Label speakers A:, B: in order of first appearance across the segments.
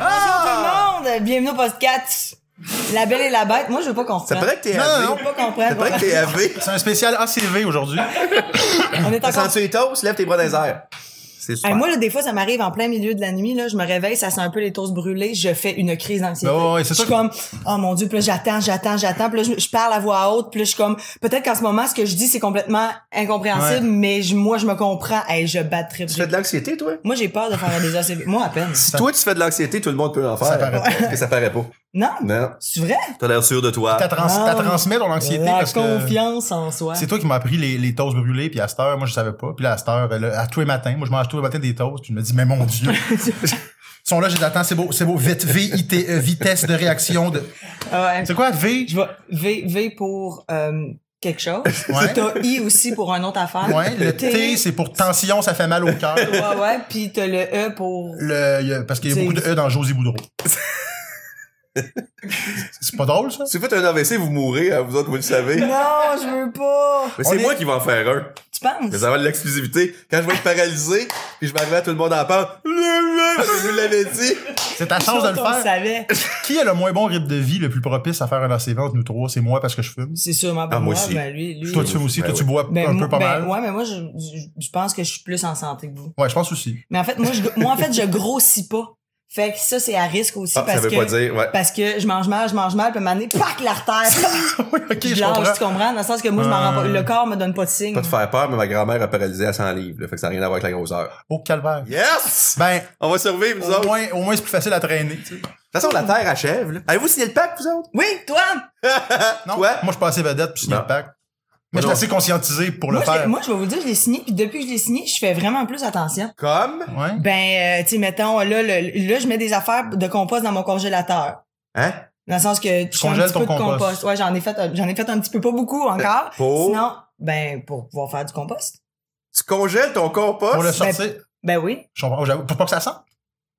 A: Ah!
B: podcast. La belle et la bête. Moi, je veux pas qu'on
A: Ça
B: reprenne.
A: paraît que t'es
C: Non,
A: AV.
B: Je
C: non,
B: veux pas qu'on
A: Ça
B: reprenne.
A: paraît que t'es AV.
C: C'est un spécial ACV aujourd'hui.
B: On est
A: T'as
B: encore
A: senti les toasts? Lève tes bras dans les airs. C'est super.
B: Hey, moi, là, des fois, ça m'arrive en plein milieu de la nuit, là, je me réveille, ça sent un peu les toasts brûlés, je fais une crise d'anxiété.
C: Ben ouais, ouais, c'est
B: je suis
C: ça que-
B: comme, oh mon dieu, puis là, j'attends, j'attends, j'attends, puis là, je, je parle à voix haute, puis là, je suis comme, peut-être qu'en ce moment, ce que je dis, c'est complètement incompréhensible, mais je- moi, je me comprends, hey, je battrais.
A: Tu fais de l'anxiété, toi?
B: Moi, j'ai peur de faire des ACV. Moi, à peine.
A: Si toi, tu fais de l'anxiété, tout le monde peut en faire.
C: Ça paraît pas.
A: Parce que ça paraît pas.
B: Non?
A: Non.
B: C'est vrai?
A: T'as l'air sûr de toi.
C: T'as trans-
B: Ah.
C: t'as transmis ton anxiété
B: La
C: parce que.
B: confiance en soi.
C: C'est toi qui m'as appris les, les toasts brûlés, puis à cette heure, moi, je savais pas. Puis là, à cette heure, là, à tous les matins, moi, je mange tous les matins des toasts, puis je me dis, mais mon Dieu. Ils sont là, je les attends, c'est beau, c'est beau. Vite, V-I-T-E, E, vitesse de réaction de.
B: Ah ouais.
C: C'est quoi, V?
B: Je vais V, v pour euh, quelque chose.
C: Ouais.
B: T'as I aussi pour un autre affaire.
C: Ouais, le T, c'est pour tension, ça fait mal au cœur.
B: Ouais, ouais, puis t'as le E pour...
C: Le, il y a- parce qu'il y a
B: C'est-
C: beaucoup de E dans Josie Boudreau. c'est pas drôle, ça?
A: Si vous faites un AVC, vous mourrez, hein, vous autres, vous le savez.
B: Non, je veux pas.
A: Mais c'est
C: On est-
A: moi qui vais en faire un.
B: Tu penses?
A: Mais ça va de l'exclusivité. Quand je vais être paralysé, puis je vais arriver à tout le monde en parle. Parce que vous l'avez dit.
C: C'est ta chance
B: Chose
C: de le
B: qu'on
C: faire.
B: savait.
C: Qui a le moins bon rythme de vie, le plus propice à faire un ACV entre nous trois? C'est moi parce que je fume.
B: C'est sûrement pour
A: Ah, moi
B: moi,
A: aussi.
B: ben lui, lui.
C: Toi, tu fumes aussi.
A: Ben
C: Toi, tu
A: oui.
C: bois
B: Ben,
C: un
B: moi-
C: peu pas
B: ben,
C: mal.
B: Ouais, mais moi, je, je, je pense que je suis plus en santé que vous.
C: Ouais, je pense aussi.
B: Mais en fait, moi, je, moi, en fait, je grossis pas. Fait que ça, c'est à risque aussi
A: Ah, ça
B: parce
A: veut
B: que.
A: pas dire, ouais.
B: Parce que je mange mal, je mange mal, puis à un moment donné, pac, l'artère, pac,
C: Oui, ok,
B: je
C: je
B: lâche,
C: comprends.
B: tu comprends? Dans le sens que moi, je m'en rends pas,
C: Euh.
B: le corps me donne pas de signe.
A: Pas de faire peur, mais ma grand-mère a paralysé à 100 livres, là, Fait que ça n'a rien à voir avec la grosseur.
C: Au calvaire.
A: Yes!
C: Ben,
A: On va survivre, nous
C: au
A: autres. De
C: moins, au moins, c'est plus facile à traîner, tu sais.
A: toute façon, la Terre achève, là. Avez-vous signé le pacte, vous autres?
B: Oui, toi!
A: Toi?
C: Non? Moi, je suis pas assez vedette pour signer
A: Non.
C: le pack. Mais je suis
A: non.
C: assez conscientisé pour
B: Moi
C: le
B: je, l'ai-
C: faire.
B: moi, je vais vous dire, je l'ai signé, puis depuis que je l'ai signé, je fais vraiment plus attention.
A: Comme?
C: Ouais.
B: Ben, euh, tu sais, mettons, là, le- là, je mets des affaires de compost dans mon congélateur.
A: Hein?
B: Dans le sens que tu, fais un
C: congèles
B: petit
C: ton
B: peu de
C: compost.
B: compost. Oh. Ouais, j'en ai fait un- j'en ai fait un petit peu pas beaucoup encore.
A: Pour?
B: Sinon, ben pour pouvoir faire du compost.
A: Tu congèles ton
C: Pour le
A: compost?
C: sortir.
B: Ben oui.
C: Je comprends. Oh, j'avoue. Pour pas que ça sente.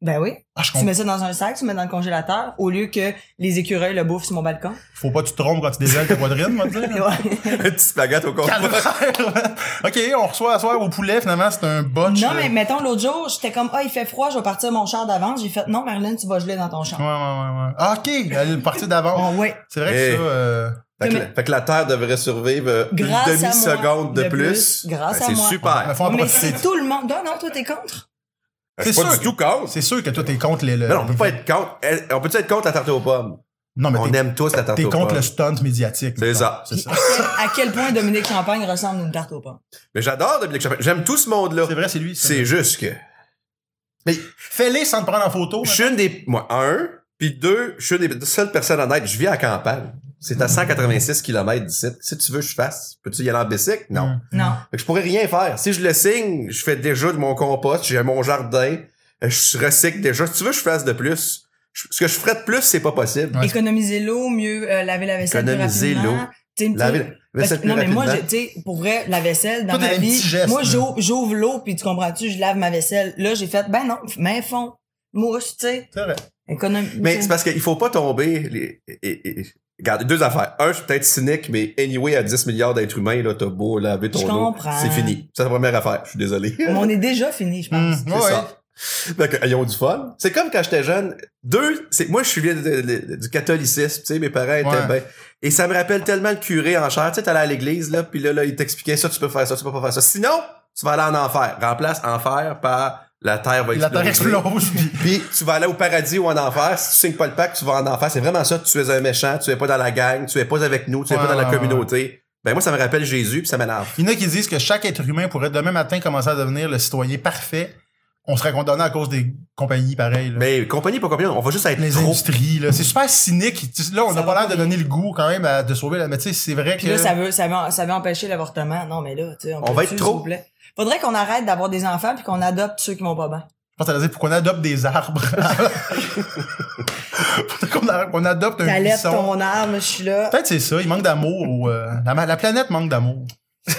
B: Ben oui.
C: Ah, je
B: Tu
C: comprends.
B: mets ça dans un sac, tu mets dans le congélateur au lieu que les écureuils le bouffent sur mon balcon.
C: Faut pas que tu te trompes quand tu désèles ta poitrine, moi, tu
B: Et
C: dire.
B: ouais.
A: Un petit spaghette au compost.
C: Calvaire. ok, on reçoit à soir au poulet, finalement, c'est un botch. euh.
B: non
C: de-
B: mais mettons l'autre jour, j'étais comme ah, il fait froid, je vais partir mon char d'avance. J'ai fait non Marilyn, tu vas geler dans ton
C: Ouais,
B: char.
C: ouais, ouais, ouais. Ah, ok, elle est partie d'avant.
B: Oh ouais.
C: C'est vrai que
A: Hey.
C: ça, euh,
A: Fait que, la- fait que la Terre devrait survivre euh, une
B: Grâce à moi,
A: demi-seconde de
B: de
A: plus.
B: plus. Grâce
A: Ben,
B: à
A: c'est
B: moi.
C: mais
A: super.
C: faut en
B: Oh, mais
C: profiter.
B: c'est tout le monde. Non non, toi t'es contre.
A: Je
C: C'est
A: suis Ben, pas
C: sûr
A: du tout contre. Ben
C: C'est sûr que toi, t'es contre les. le-
A: Non, on peut pas être contre. Elle- On peut-tu être contre la tarte aux pommes?
C: Non, mais
A: On
C: t'es-
A: aime tous la tarte
C: t'es
A: aux pommes.
C: contre le stunt médiatique.
A: C'est
C: mettons.
A: ça.
C: C'est ça.
B: À quel point Dominique Champagne ressemble à une tarte aux pommes.
A: Mais j'adore Dominique Champagne. J'aime tout ce monde-là.
C: C'est vrai, c'est lui.
A: C'est juste que
C: Fais-les sans te prendre en photo.
A: je suis une des. Moi, un, puis deux, je suis une des seules personnes honnêtes. Je vis à la campagne. C'est à
C: Mm.
A: 186 km d'ici. Si tu veux, je fasse. Peux-tu y aller en bicycle? Non.
C: Mm.
B: Non.
A: Fait que je pourrais rien faire. Si je le signe, je fais déjà de mon compost, j'ai mon jardin, euh, je recycle déjà. Si tu veux, je fasse de plus. Je- ce que je ferais de plus, c'est pas possible.
C: Ouais.
B: Économiser l'eau, mieux euh, laver la vaisselle plus
A: Économiser
B: rapidement.
A: l'eau.
B: T'sais, une petite-
A: Laver la
B: Parce que-
A: vaisselle plus
B: non, mais moi, je-
A: rapidement.
B: tu sais, pour vrai, la vaisselle, dans
C: Toi, t'as
B: ma
C: des
B: vie,
C: petits gestes,
B: moi,
C: hein.
B: j'ouvre, j'ouvre l'eau, puis tu comprends-tu, je lave ma vaisselle. Là, j'ai fait, ben non, main fond, mousse, tu sais,
C: C'est vrai.
B: économie.
A: Mais c'est parce qu'il faut pas tomber. Les, et- et- et- regarde, deux affaires. Un, je suis peut-être cynique, mais anyway, à 10 milliards d'êtres humains, là, t'as beau laver ton
B: Je
A: eau.
B: comprends.
A: C'est fini. C'est la première affaire. Je suis désolé.
B: Mais on est déjà fini, je pense.
A: Hmm. C'est
C: Ouais, ouais.
A: ça. Fait que, ils ont du fun. C'est comme quand j'étais jeune. Deux, c'est moi je suis vieux de- de- de- du catholicisme, tu sais, mes parents étaient
C: Ouais.
A: ben- et ça me rappelle tellement le curé en chair, tu sais, t'allais à l'église là, puis là, là il t'expliquait ça, tu peux faire ça, tu peux pas faire ça. Sinon, tu vas aller en enfer. Remplace enfer par la terre va
C: La
A: exploser.
C: terre explose. puis-
A: Puis tu vas aller au paradis ou en enfer. Si tu signes pas le pacte, tu vas en enfer. C'est vraiment ça. Tu es un méchant, tu es pas dans la gang, tu es pas avec nous, tu es
C: Ouais,
A: pas dans la
C: ouais, ouais.
A: communauté. Ben moi ça me rappelle Jésus puis ça m'énerve.
C: Il y en a qui disent que chaque être humain pourrait demain matin commencer à devenir le citoyen parfait. On serait condamné à cause des compagnies pareilles. là.
A: Mais Ben, compagnie pas compagnie, on va juste être
C: les
A: trop.
C: industries, là. C'est super cynique. Tu sais, Là, on
B: Ça
C: n'a pas
B: va
C: l'air de
B: pas
C: donner le goût quand même à, de sauver la. Mais tu sais, c'est vrai
B: Puis
C: que.
B: là, ça veut, ça veut, ça veut empêcher l'avortement. Non, mais là, tu sais,
A: On va
B: peut-tu,
A: être trop.
B: s'il vous plaît? Faudrait qu'on arrête d'avoir des enfants puis qu'on adopte ceux qui vont pas bien.
C: Je pense que ça veut dire pour qu'on adopte des arbres. qu'on a- qu'on adopte un
B: T'allaites
C: buisson.
B: ton arme, je suis là.
C: Peut-être c'est ça. Il manque d'amour. ou, euh, la, ma- la planète manque d'amour.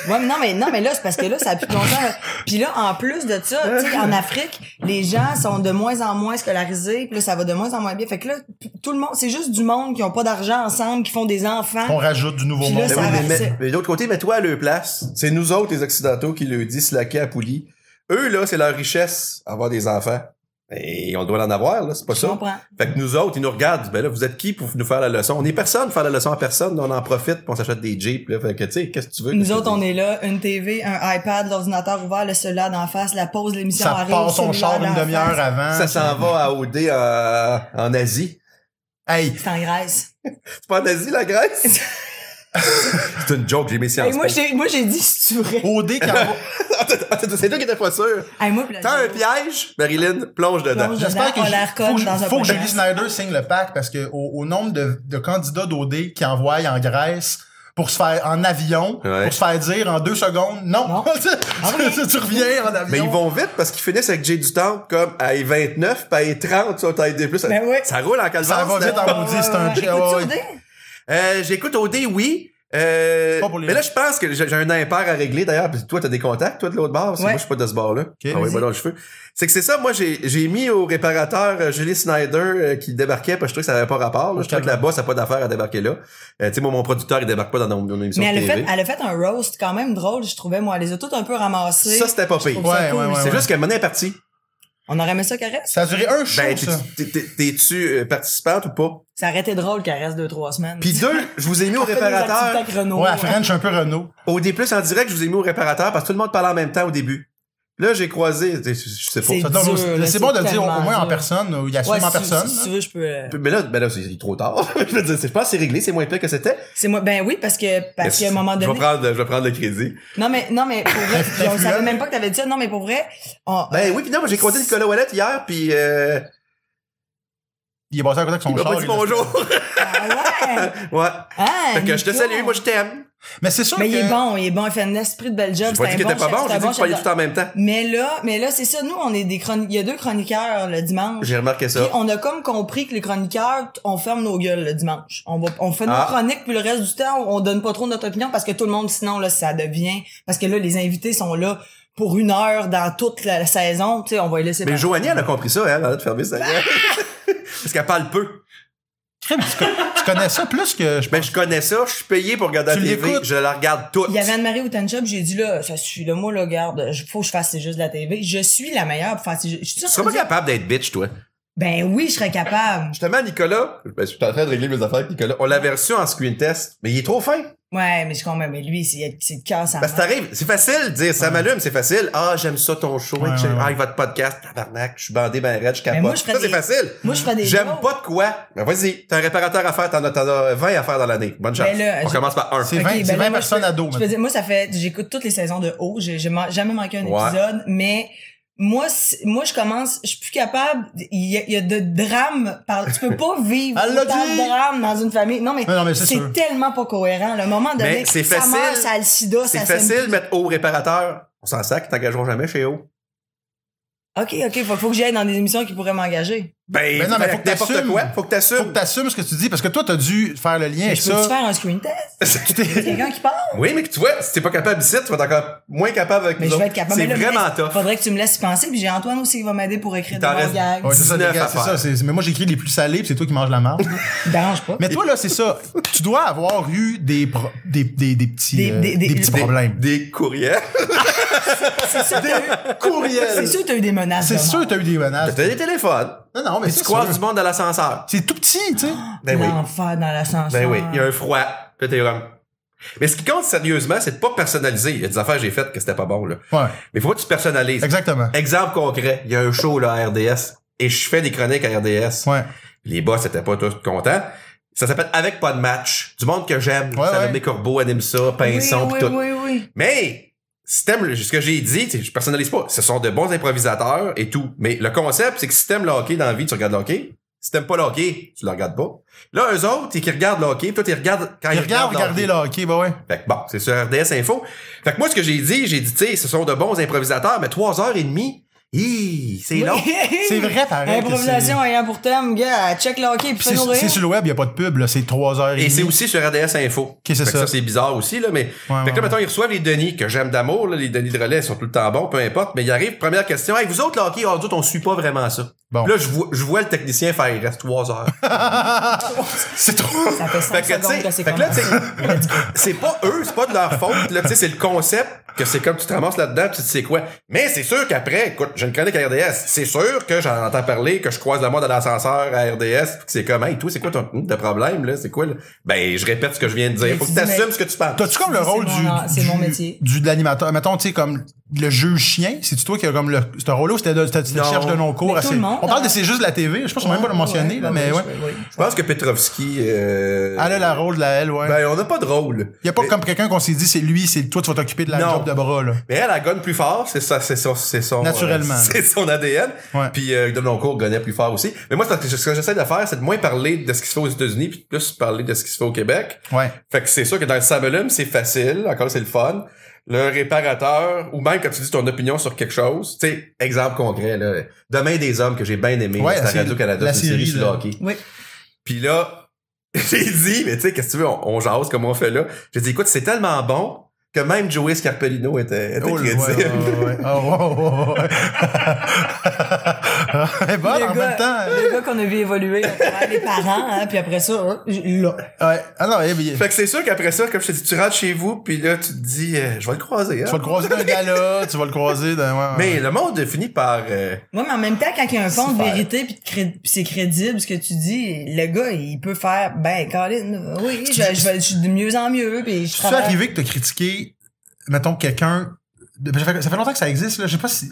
B: Ouais, mais non, mais non, mais là, c'est parce que là, ça a plus de bon sens. Puis là, en plus de ça, tu sais, en Afrique, les gens sont de moins en moins scolarisés, puis là, ça va de moins en moins bien. Fait que là, p- tout le monde, c'est juste du monde qui ont pas d'argent ensemble, qui font des
C: Qu'on
B: enfants.
C: rajoute du nouveau
B: Ah. Puis là, Ça
A: Mais,
C: monde.
A: Ben Eh oui, mais,
B: va,
A: mais-
B: c'est-
A: mais de l'autre côté, mets-toi à leur place. C'est nous autres, les Occidentaux, qui le dit slacker à poulie. Eux, là, c'est leur richesse, avoir des enfants. Et on doit l'en avoir, là, c'est pas
B: Je
A: ça.
B: comprends.
A: Fait que nous autres, ils nous regardent, ils disent, ben là, vous êtes qui pour nous faire la leçon? On est personne pour faire la leçon à personne, on en profite, puis on s'achète des Jeeps, là. Fait que, tu sais, qu'est-ce que tu veux?
B: Nous autres, on est là, une TV, un iPad, l'ordinateur ouvert, le cellulaire d'en face, la pause, l'émission
C: Ça
B: arrive.
C: passe, on
B: le cellulaire
C: char une
B: d'en
C: demi-heure
B: face.
C: avant.
A: Ça s'en va à OD euh, en Asie.
C: Hey,
B: C'est en Grèce.
A: C'est pas en Asie, la Grèce? c'est une joke, j'ai mis
B: Et
A: science.
B: moi, j'ai, moi, j'ai dit, si tu restes.
C: OD quand on va-
A: c'est toi qui étais pas sûr.
C: Oh,
B: Hey, moi, puis la-
A: T'as un piège, Marilyn, plonge dedans.
B: Euh, Plonge.
C: J'espère que,
B: on
C: je-
B: la
C: faut, que
B: recolle
C: je-
B: dans un
C: faut que
B: podcast.
C: Julie Snyder signe le pack parce que au, au nombre de, de candidats d'OD qui envoient en Grèce pour se faire en avion,
A: Ouais.
C: pour se faire dire en deux secondes, non,
B: Non. Ah
C: tu, tu- tu reviens en avion.
A: Mais ils vont vite parce qu'ils finissent avec Jay du temps comme ah, à 29, puis à 30, sur taille des plus.
B: Ben oui.
A: Ça roule en calvance.
C: Ça va vite
A: là.
C: en maudit, c'est un
B: Écoutes-tu
C: ouais, ouais.
B: Odé?
A: Euh, j'écoute OD, oui. Euh,
C: Pas pour les-
A: mais là, je pense que j'ai j'ai un impair à régler d'ailleurs. Puis toi, t'as des contacts, toi, de l'autre bord. Parce que
B: Ouais.
A: moi, je suis pas de ce bord-là. ah oui,
C: vas-y.
A: moi, dans le cheveu. C'est que c'est ça. Moi, j'ai j'ai mis au réparateur euh, Julie Snyder euh, qui débarquait parce que je trouvais que ça avait pas rapport. là. Je trouvais que là-bas, ça n'a pas d'affaire à débarquer là. Euh, tu sais, moi, mon producteur, il débarque pas dans mon, mon émission
B: Mais elle
A: de
B: a,
A: TV.
B: fait, elle a fait un roast quand même drôle, je trouvais, moi. Elle les a toutes un peu ramassées.
A: Ça, c'était pas pire.
B: trouve ça
C: Ouais,
B: cool,
C: ouais, ouais,
B: ça.
A: C'est
C: ouais.
A: juste que monnaie est partie.
B: On aurait aimé ça qu'elle reste.
C: Ça a duré un show,
A: Ben, t'es-
C: ça.
A: t'es- t'es- t'es-tu euh, participante ou pas?
B: Ça aurait été drôle qu'elle reste deux, trois semaines.
A: Puis deux, je vous ai mis au
B: Fais des activités hein.
A: réparateur.
B: avec Renaud.
C: Ouais, à French, un peu Renault.
A: Au D+, en direct, je vous ai mis au réparateur parce que tout le monde parlait en même temps au début. Là, j'ai croisé, je sais pas.
B: C'est
C: Ça donne
B: dur,
C: aussi-
B: là,
C: C'est
B: c'est
C: bon de le dire au au moins
B: tellement
C: en
B: dur.
C: personne, euh, il y a
B: Ouais,
C: sûrement
B: si-
C: personne.
A: hein.
B: Si, si tu veux, je peux. euh,
A: Mais là, ben là c'est c'est trop tard. je veux dire, c'est- je pense que c'est réglé, c'est moins pire que c'était.
B: C'est moi. Ben oui, parce que parce
A: Mais
B: qu'à un moment
A: Je vais
B: donné.
A: prendre, je vais prendre le crédit.
B: Non mais non mais pour vrai, puis on
C: Influent.
B: savait même pas que t'avais dit ça. Non mais pour vrai, on-
A: Ben oui, puis non, moi, j'ai croisé Nicolas Wallet hier, puis euh,
C: Il est passé à côté avec son
A: il m'a
C: char.
A: pas dit
C: il-
A: bonjour.
B: Ah ouais.
A: ouais.
B: Ah,
A: Fait que je te
B: Nico.
A: salue, moi je t'aime.
C: Mais c'est sûr
B: Mais il est
C: que-
B: bon, il est bon, il fait un esprit de bel job.
A: J'ai pas
B: c'est
A: dit
B: un
A: qu'il était pas
B: chef-
A: bon,
B: c'est
A: j'ai
B: un
A: dit que tu
B: chef
A: parlais tout en même temps.
B: Mais là, mais là c'est ça. Nous, on est des chroniqueurs. Il y a deux chroniqueurs le dimanche.
A: J'ai remarqué
B: Puis
A: ça.
B: on a comme compris que les chroniqueurs, t- on ferme nos gueules le dimanche. On va, on fait nos
A: Ah.
B: chroniques puis le reste du temps, on donne pas trop notre opinion parce que tout le monde, sinon là, ça devient parce que là, les invités sont là pour une heure dans toute la saison. Tu sais, on va les laisser.
A: Mais
B: parler.
A: Joanie, elle a compris ça, elle, elle a de fermer sa gueule. Parce qu'elle parle peu.
C: Crème, tu, co- tu connais ça plus que je
A: Ben, je connais ça, je suis payé pour regarder
C: Tu
A: la TV,
C: l'écoutes?
A: je la regarde toute.
B: Il y avait Anne-Marie Outanchop, j'ai dit là, ça suffit, là, moi, là, garde, faut que je fasse c'est juste de la TV. Je suis la meilleure pour faire c'est juste. Je suis
A: Tu
B: sûre
A: serais
B: que
A: pas
B: je-
A: capable d'être bitch, toi.
B: Ben oui, je serais capable.
A: Justement, Nicolas, ben, je suis en train de régler mes affaires avec Nicolas. On l'avait reçu en screen test, mais il est trop fin.
B: Ouais, mais je comprends, mais lui, c'est c'est de cœur, ça.
A: Parce que t'arrives, Ben, c'est facile de dire, ça m'allume, c'est facile. Ah, j'aime ça ton show,
C: Ouais,
A: j'aime-
C: ouais, ouais.
A: ah, il va de podcast, tabarnak, je suis bandé ben raide, je
B: Mais moi,
A: capote.
B: je
A: Ça,
B: ferais
A: c'est
B: des-
A: facile.
B: Moi, je ferais des
A: J'aime
B: jokes.
A: pas de quoi. Ben, vas-y, t'as un réparateur à faire, t'en as, t'en as 20 à faire dans l'année. Bonne chance.
B: Ben là,
A: On
B: je-
A: commence par un.
C: C'est
B: Ok,
C: 20,
B: ben
C: c'est
B: là,
C: 20
B: moi, je
C: personnes
B: peux-
C: à dos.
B: Je peux dire, moi, ça fait, j'écoute toutes les saisons de haut. J'ai j'ai man- jamais manqué un
A: Ouais.
B: épisode, mais moi, c'est- moi, je commence, je suis plus capable. Il y a, il y a de drames. Par, tu peux pas vivre
C: Elle l'a
B: autant
C: dit!
B: de drames dans une famille. Non, mais,
C: Non, non, mais c'est sûr.
B: c'est tellement pas cohérent. Le moment donné,
A: Mais c'est
B: ça
A: facile.
B: meurt, ça a le sida,
A: C'est
B: ça s'aime
A: facile, mettre au réparateur. On s'en sac, t'engageront jamais chez eux.
B: OK, OK, faut, faut que j'aille dans des émissions qui pourraient m'engager.
A: Ben,
C: Ben non, mais faut que
A: n'importe
C: t'assumes.
A: quoi. Faut que t'assumes.
C: Faut que t'assumes ce que tu dis parce que toi, t'as dû faire le lien
B: Mais
C: avec
B: Je peux-tu
C: ça.
B: faire un screen test?
C: Tu t'es-
B: Quelqu'un qui parle?
A: Oui, mais que tu vois, si t'es pas capable ici, tu vas être encore moins capable avec
B: Mais
A: nous
B: je vais
A: autres.
B: être capable.
A: C'est
B: Mais là,
A: vraiment
B: mais-
A: tough.
B: Faudrait que tu me laisses y penser, puis j'ai Antoine aussi qui va m'aider pour écrire
A: Il
B: des
A: t'en
B: bons
A: reste-
B: gags.
C: Ouais, c'est ça, les
A: 19
C: gars,
A: à
C: c'est
A: faire.
C: ça. c'est- Mais moi, j'écris les plus salés, puis c'est toi qui manges la marde.
B: Dérange pas.
C: Mais toi, là, c'est ça. Tu dois avoir eu des, pro- des, des, des petits,
B: Des-
C: euh,
B: des-
C: des
B: des-
C: petits
B: des-
C: problèmes.
A: Des courriels.
B: C'est sûr que t'as eu- c'est sûr que t'as eu des menaces.
C: C'est
B: de mort.
C: sûr que t'as eu des menaces.
A: T'as des téléphones.
C: Non, non, mais
A: Tu
C: c'est
A: croises
C: sûr.
A: du monde dans l'ascenseur.
C: C'est tout petit, tu sais.
A: Ben oui.
B: L'enfer dans l'ascenseur.
A: Ben oui. Il y a un froid. Puis t'es comme. Mais ce qui compte sérieusement, c'est de pas personnaliser. Il y a des affaires que j'ai faites que c'était pas bon, là.
C: Ouais,
A: Mais faut pas que tu personnalises.
C: exactement.
A: Exemple concret. Il y a un show, là, à RDS. Et je fais des chroniques à RDS.
C: Ouais.
A: Les boss étaient pas tous contents. Ça s'appelle Avec pas de match. Du monde que j'aime.
C: Ouais,
A: Salomé
C: ouais.
A: Corbeau anime ça, Pinson,
B: oui,
A: pis
B: oui,
A: tout.
B: oui, oui.
A: Mais si t'aimes le- ce que j'ai dit, tu sais, je personnalise pas. Ce sont de bons improvisateurs et tout. Mais le concept, c'est que si t'aimes le hockey dans la vie, tu regardes le hockey. Si t'aimes pas le hockey, tu le regardes pas. Là, eux autres, ils qui regardent le hockey, toi, tu regardes quand ils,
C: Puis regarde, regardez
A: hockey.
C: là, ok, bah ouais.
A: Fait que bon, c'est sur RDS Info. Fait que moi, ce que j'ai dit, j'ai dit, tu sais, ce sont de bons improvisateurs, mais trois heures et demie, hi, c'est long.
C: C'est vrai, pareil. que
B: Improvisation ayant pour thème, gars, check le hockey puis
C: c'est-
B: fais
C: C'est
B: nourrir.
C: c'est sur le web, il n'y a pas de pub, là. C'est 3h30.
A: Et c'est aussi sur RDS Info.
C: c'est
A: Fait que
C: ça.
A: c'est bizarre aussi, là, mais.
C: Ouais,
A: fait que là,
C: ouais,
A: mettons, ils reçoivent les Denis, que j'aime d'amour, là, les Denis de relais ils sont tout le temps bons, peu importe, mais ils arrivent, première question. Hey, vous autres, là, hockey, oh, nous autres, on suit pas vraiment ça.
C: Bon.
A: Là, je vois, je vois le technicien faire, il reste trois heures.
C: C'est trop.
B: Ça fait
A: fait
B: cinq
A: que, tu
B: secondes
A: sais,
B: que c'est
A: fait que là,
B: comme-
A: tu sais, c'est pas eux, c'est pas de leur faute, là, tu sais, c'est le concept. que c'est comme tu te ramasses là-dedans, puis tu sais quoi. Mais c'est sûr qu'après, écoute, j'ai une chronique à RDS. C'est sûr que j'en entends parler, que je croise le monde dans l'ascenseur à RDS, puis que c'est comme, hey, toi, c'est quoi ton de problème, là? C'est quoi, là? Ben, je répète ce que je viens de dire. Faut que
B: Mais
A: tu
B: tu dis,
A: assumes
B: mais-
A: ce que tu parles.
C: T'as-tu comme le
B: C'est
C: rôle du.
B: mon- c'est
C: du-
B: mon métier.
C: Du, de l'animateur. Mettons, tu sais, comme le juge chien, c'est-tu toi qui a comme le. Ce rôle-là, ou c'était de- c'était- c'était
A: Non.
C: cherche de non-cours.
B: Mais
C: assez-
B: tout le monde,
C: On parle de
B: euh,
C: c'est juste la TV. Je pense qu'on même pas le mentionner, là, mais ouais.
A: Je pense que Petrovski, euh,
C: Elle a Ah, la rôle de la L, ouais.
A: ben, on n'a pas de rôle.
C: Il y a pas
A: Mais-
C: comme quelqu'un qu'on s'est dit, c'est lui, c'est toi, tu vas t'occuper de la
A: Non.
C: job de bras, là.
A: Mais elle, elle gagne plus fort, c'est ça, c'est son, c'est son,
C: Naturellement.
A: euh, c'est son ADN.
C: Ouais.
A: Puis euh, Domnoncourt gagnait plus fort aussi. Mais moi, c'est parce que ce que j'essaie de faire, c'est de moins parler de ce qui se fait aux États-Unis, puis plus parler de ce qui se fait au Québec.
C: Ouais.
A: Fait que c'est sûr que dans le Sabelum, c'est facile, encore c'est le fun. Le réparateur, ou même quand tu dis ton opinion sur quelque chose, tu sais, exemple concret, là, Demain des hommes que j'ai bien aimé,
C: Ouais,
A: c'est
C: c'est
A: à Radio-Canada,
C: la
A: c'est une série
C: série,
A: sur le
C: là.
A: hockey.
B: Oui.
A: Puis là, j'ai dit, mais tu sais, qu'est-ce que tu veux, on, on jase comme on fait là. J'ai dit, écoute, c'est tellement bon que même Joey Scarpellino était, était
C: Oh, là, ouais,
A: crédible.
C: ouais, ouais, ouais. Oh, oh, oh, oh, ouais. Elle est bonne, en
B: le,
C: même temps.
B: gars, le gars qu'on a vu évoluer, on travaille les parents, hein, puis après ça, hein, là.
C: Ouais. Ah non, eh, mais il-
A: Fait que c'est sûr qu'après ça, comme je te dis, tu rentres chez vous, puis là, tu te dis, euh, je vais le croiser. hein.
C: tu vas le croiser d'un gala, tu vas le croiser d'un. ouais, ouais.
A: Mais le monde finit par... euh,
B: Moi, mais en même temps, quand il y a un fond de
A: Super.
B: vérité puis de cré- puis c'est crédible ce que tu dis, le gars, il peut faire, ben, Colin, oui, je, je, vais- je suis de mieux en mieux puis je
C: Tu es
B: travaille.
C: arrivé que t'as critiqué, mettons, quelqu'un. de- ben, Ça fait, ça fait longtemps que ça existe, là. Je sais pas si.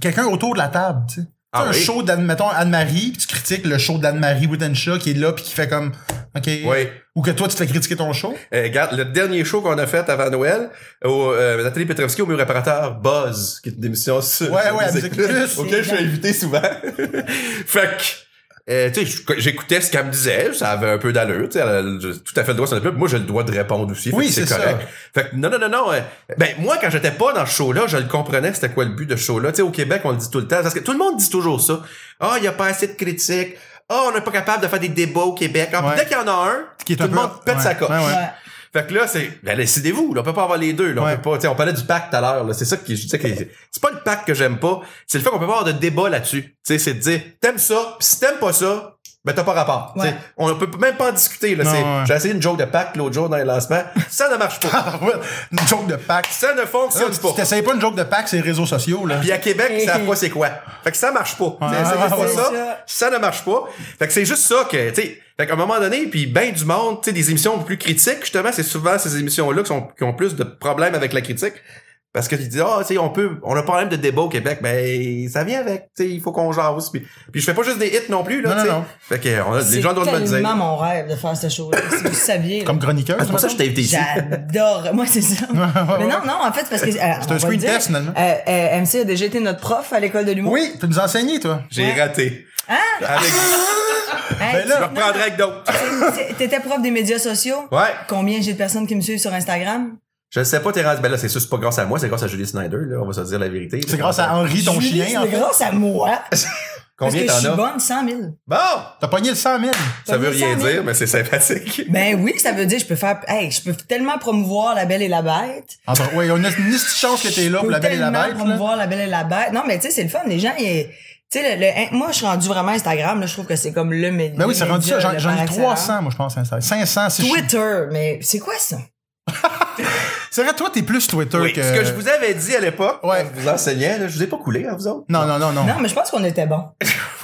C: Quelqu'un autour de la table, tu sais.
A: Ah
C: Tu
A: oui.
C: sais, un show d'Anne, mettons, Anne-Marie, puis tu critiques le show d'Anne-Marie Wittenshaw qui est là, puis qui fait comme. OK.
A: ouais.
C: Ou que toi, tu te fais critiquer ton show.
A: Euh, regarde, le dernier show qu'on a fait avant Noël, au euh, Nathalie Petrovski au mur réparateur Buzz, qui est une émission sur
C: Ouais,
A: sur
C: ouais, à
A: Musique
C: Musique
A: Plus,
C: Plus.
A: auquel je suis invité souvent. fait que, euh, tu sais, je- j'écoutais ce qu'elle me disait, ça avait un peu d'allure, tu sais, elle a le- tout à fait le droit sur le pub. Moi, j'ai le droit de répondre aussi, fait
C: Oui,
A: que c'est
C: c'est
A: correct. Fait que, non, non, non, non, euh, ben, moi, quand j'étais pas dans ce show-là, je le comprenais, c'était quoi le but de ce show-là. Tu sais, au Québec, on le dit tout le temps, parce que tout le monde dit toujours ça. Ah, il y a pas assez de critiques. Ah, on n'est pas capable de faire des débats au Québec. Ah, puis
C: Ouais.
A: Dès qu'il y en a un,
C: Qui est
A: tout
C: un
A: le
C: peu-
A: monde pète
C: ouais,
A: sa coche.
C: ouais, ouais.
B: Ouais.
A: Fait que là, c'est, ben, décidez-vous, là. On peut pas avoir les deux, là. On
C: Ouais.
A: peut pas, tu sais, on parlait du pacte tout à l'heure, là. C'est ça qui, je disais que c'est pas le pacte que j'aime pas. C'est le fait qu'on peut pas avoir de débat là-dessus. Tu sais, c'est de dire, t'aimes ça, pis si t'aimes pas ça, ben, t'as pas rapport. Tu sais,
B: Ouais.
A: On peut même pas en discuter, là.
C: Non,
A: C'est-
C: ouais.
A: J'ai essayé une joke de pacte l'autre jour dans les lancements. Ça ne marche pas.
C: Ah, ouais, une joke de Pax.
A: ça ne
C: Ça,
A: fonctionne
C: tu
A: pas.
C: t'essayes pas une joke de Pax et les réseaux sociaux, là.
A: Puis à Québec, ça pas c'est quoi. Fait que ça marche pas.
C: Ah,
A: C'est- c'est- c'est
C: ouais,
A: ça,
B: ouais.
A: ça ne marche pas. Fait que c'est juste ça que, tu sais, fait qu'à un moment donné, puis ben du monde, tu sais, des émissions plus critiques, justement, c'est souvent ces émissions-là qui, sont- qui ont plus de problèmes avec la critique. Parce que tu dis, ah, tu sais, on peut, on a un problème de débat au Québec, ben, ça vient avec, tu sais, il faut qu'on jase. Puis, puis je fais pas juste des hits non plus, là,
C: Non, non,
A: tu sais.
C: non.
A: Fait que, on a, les
B: C'est
A: gens doivent me le
B: tellement
A: dire.
B: mon rêve de faire ce show-là. Si vous saviez. là.
C: Comme chroniqueur.
A: Ah, C'est pour ça que je t'ai invité ici.
B: J'adore. Moi, c'est ça. Mais non, non, en fait, parce que. euh, C'est
C: un screen test, finalement.
B: euh, MC a déjà été notre prof à l'école de l'humour.
C: Oui, tu nous enseigné, toi.
A: J'ai
B: Ouais.
A: raté.
B: Hein?
A: Avec,
B: Hey,
C: Ben
A: je me
C: là,
A: reprendrai avec d'autres.
B: t'es- T'étais prof des médias sociaux?
A: Ouais.
B: Combien j'ai de personnes qui me suivent sur Instagram?
A: Je sais pas, Thérèse. Ben là, c'est sûr, c'est pas grâce à moi, c'est grâce à Julie Snyder, là. On va se dire la vérité.
C: c'est grâce à Henri, ton
B: Julie,
C: chien, en
B: C'est
C: fait.
B: grâce à moi. Parce
A: Combien
B: que je suis
A: t'en as?
B: bonne, 100 000.
A: Bon!
C: T'as pogné le 100 000.
A: Ça veut
B: T'as
A: rien
B: mis ça, mais-
A: dire, mais c'est sympathique.
B: Ben oui, ça veut dire je peux faire hey, je peux tellement promouvoir la belle et la bête.
C: Entre- ouais, on a une petite chance que t'es là
B: Je
C: pour
B: peux
C: la belle et la
B: tellement
C: bête, là.
B: promouvoir la belle et la bête. Non mais tu sais c'est le fun, les gens ils- tu sais le, le- moi je suis rendu vraiment Instagram, là, je trouve que c'est comme le média.
C: Ben oui, c'est
B: le
C: rendu ça.
B: média,
C: J'en
B: là,
C: j'en ai
B: par
C: 300, moi, je pense, Insta. 500,
B: excellence.
C: si je suis-
B: Twitter, mais c'est quoi ça
C: C'est vrai, toi, t'es plus Twitter
A: Oui,
C: que...
A: ce que je vous avais dit à l'époque,
C: Ouais.
A: quand je vous enseignais, là, je vous ai pas coulé, hein, vous autres.
C: Non, non, non, non.
B: Non, mais je pense qu'on était bon.
A: Moi,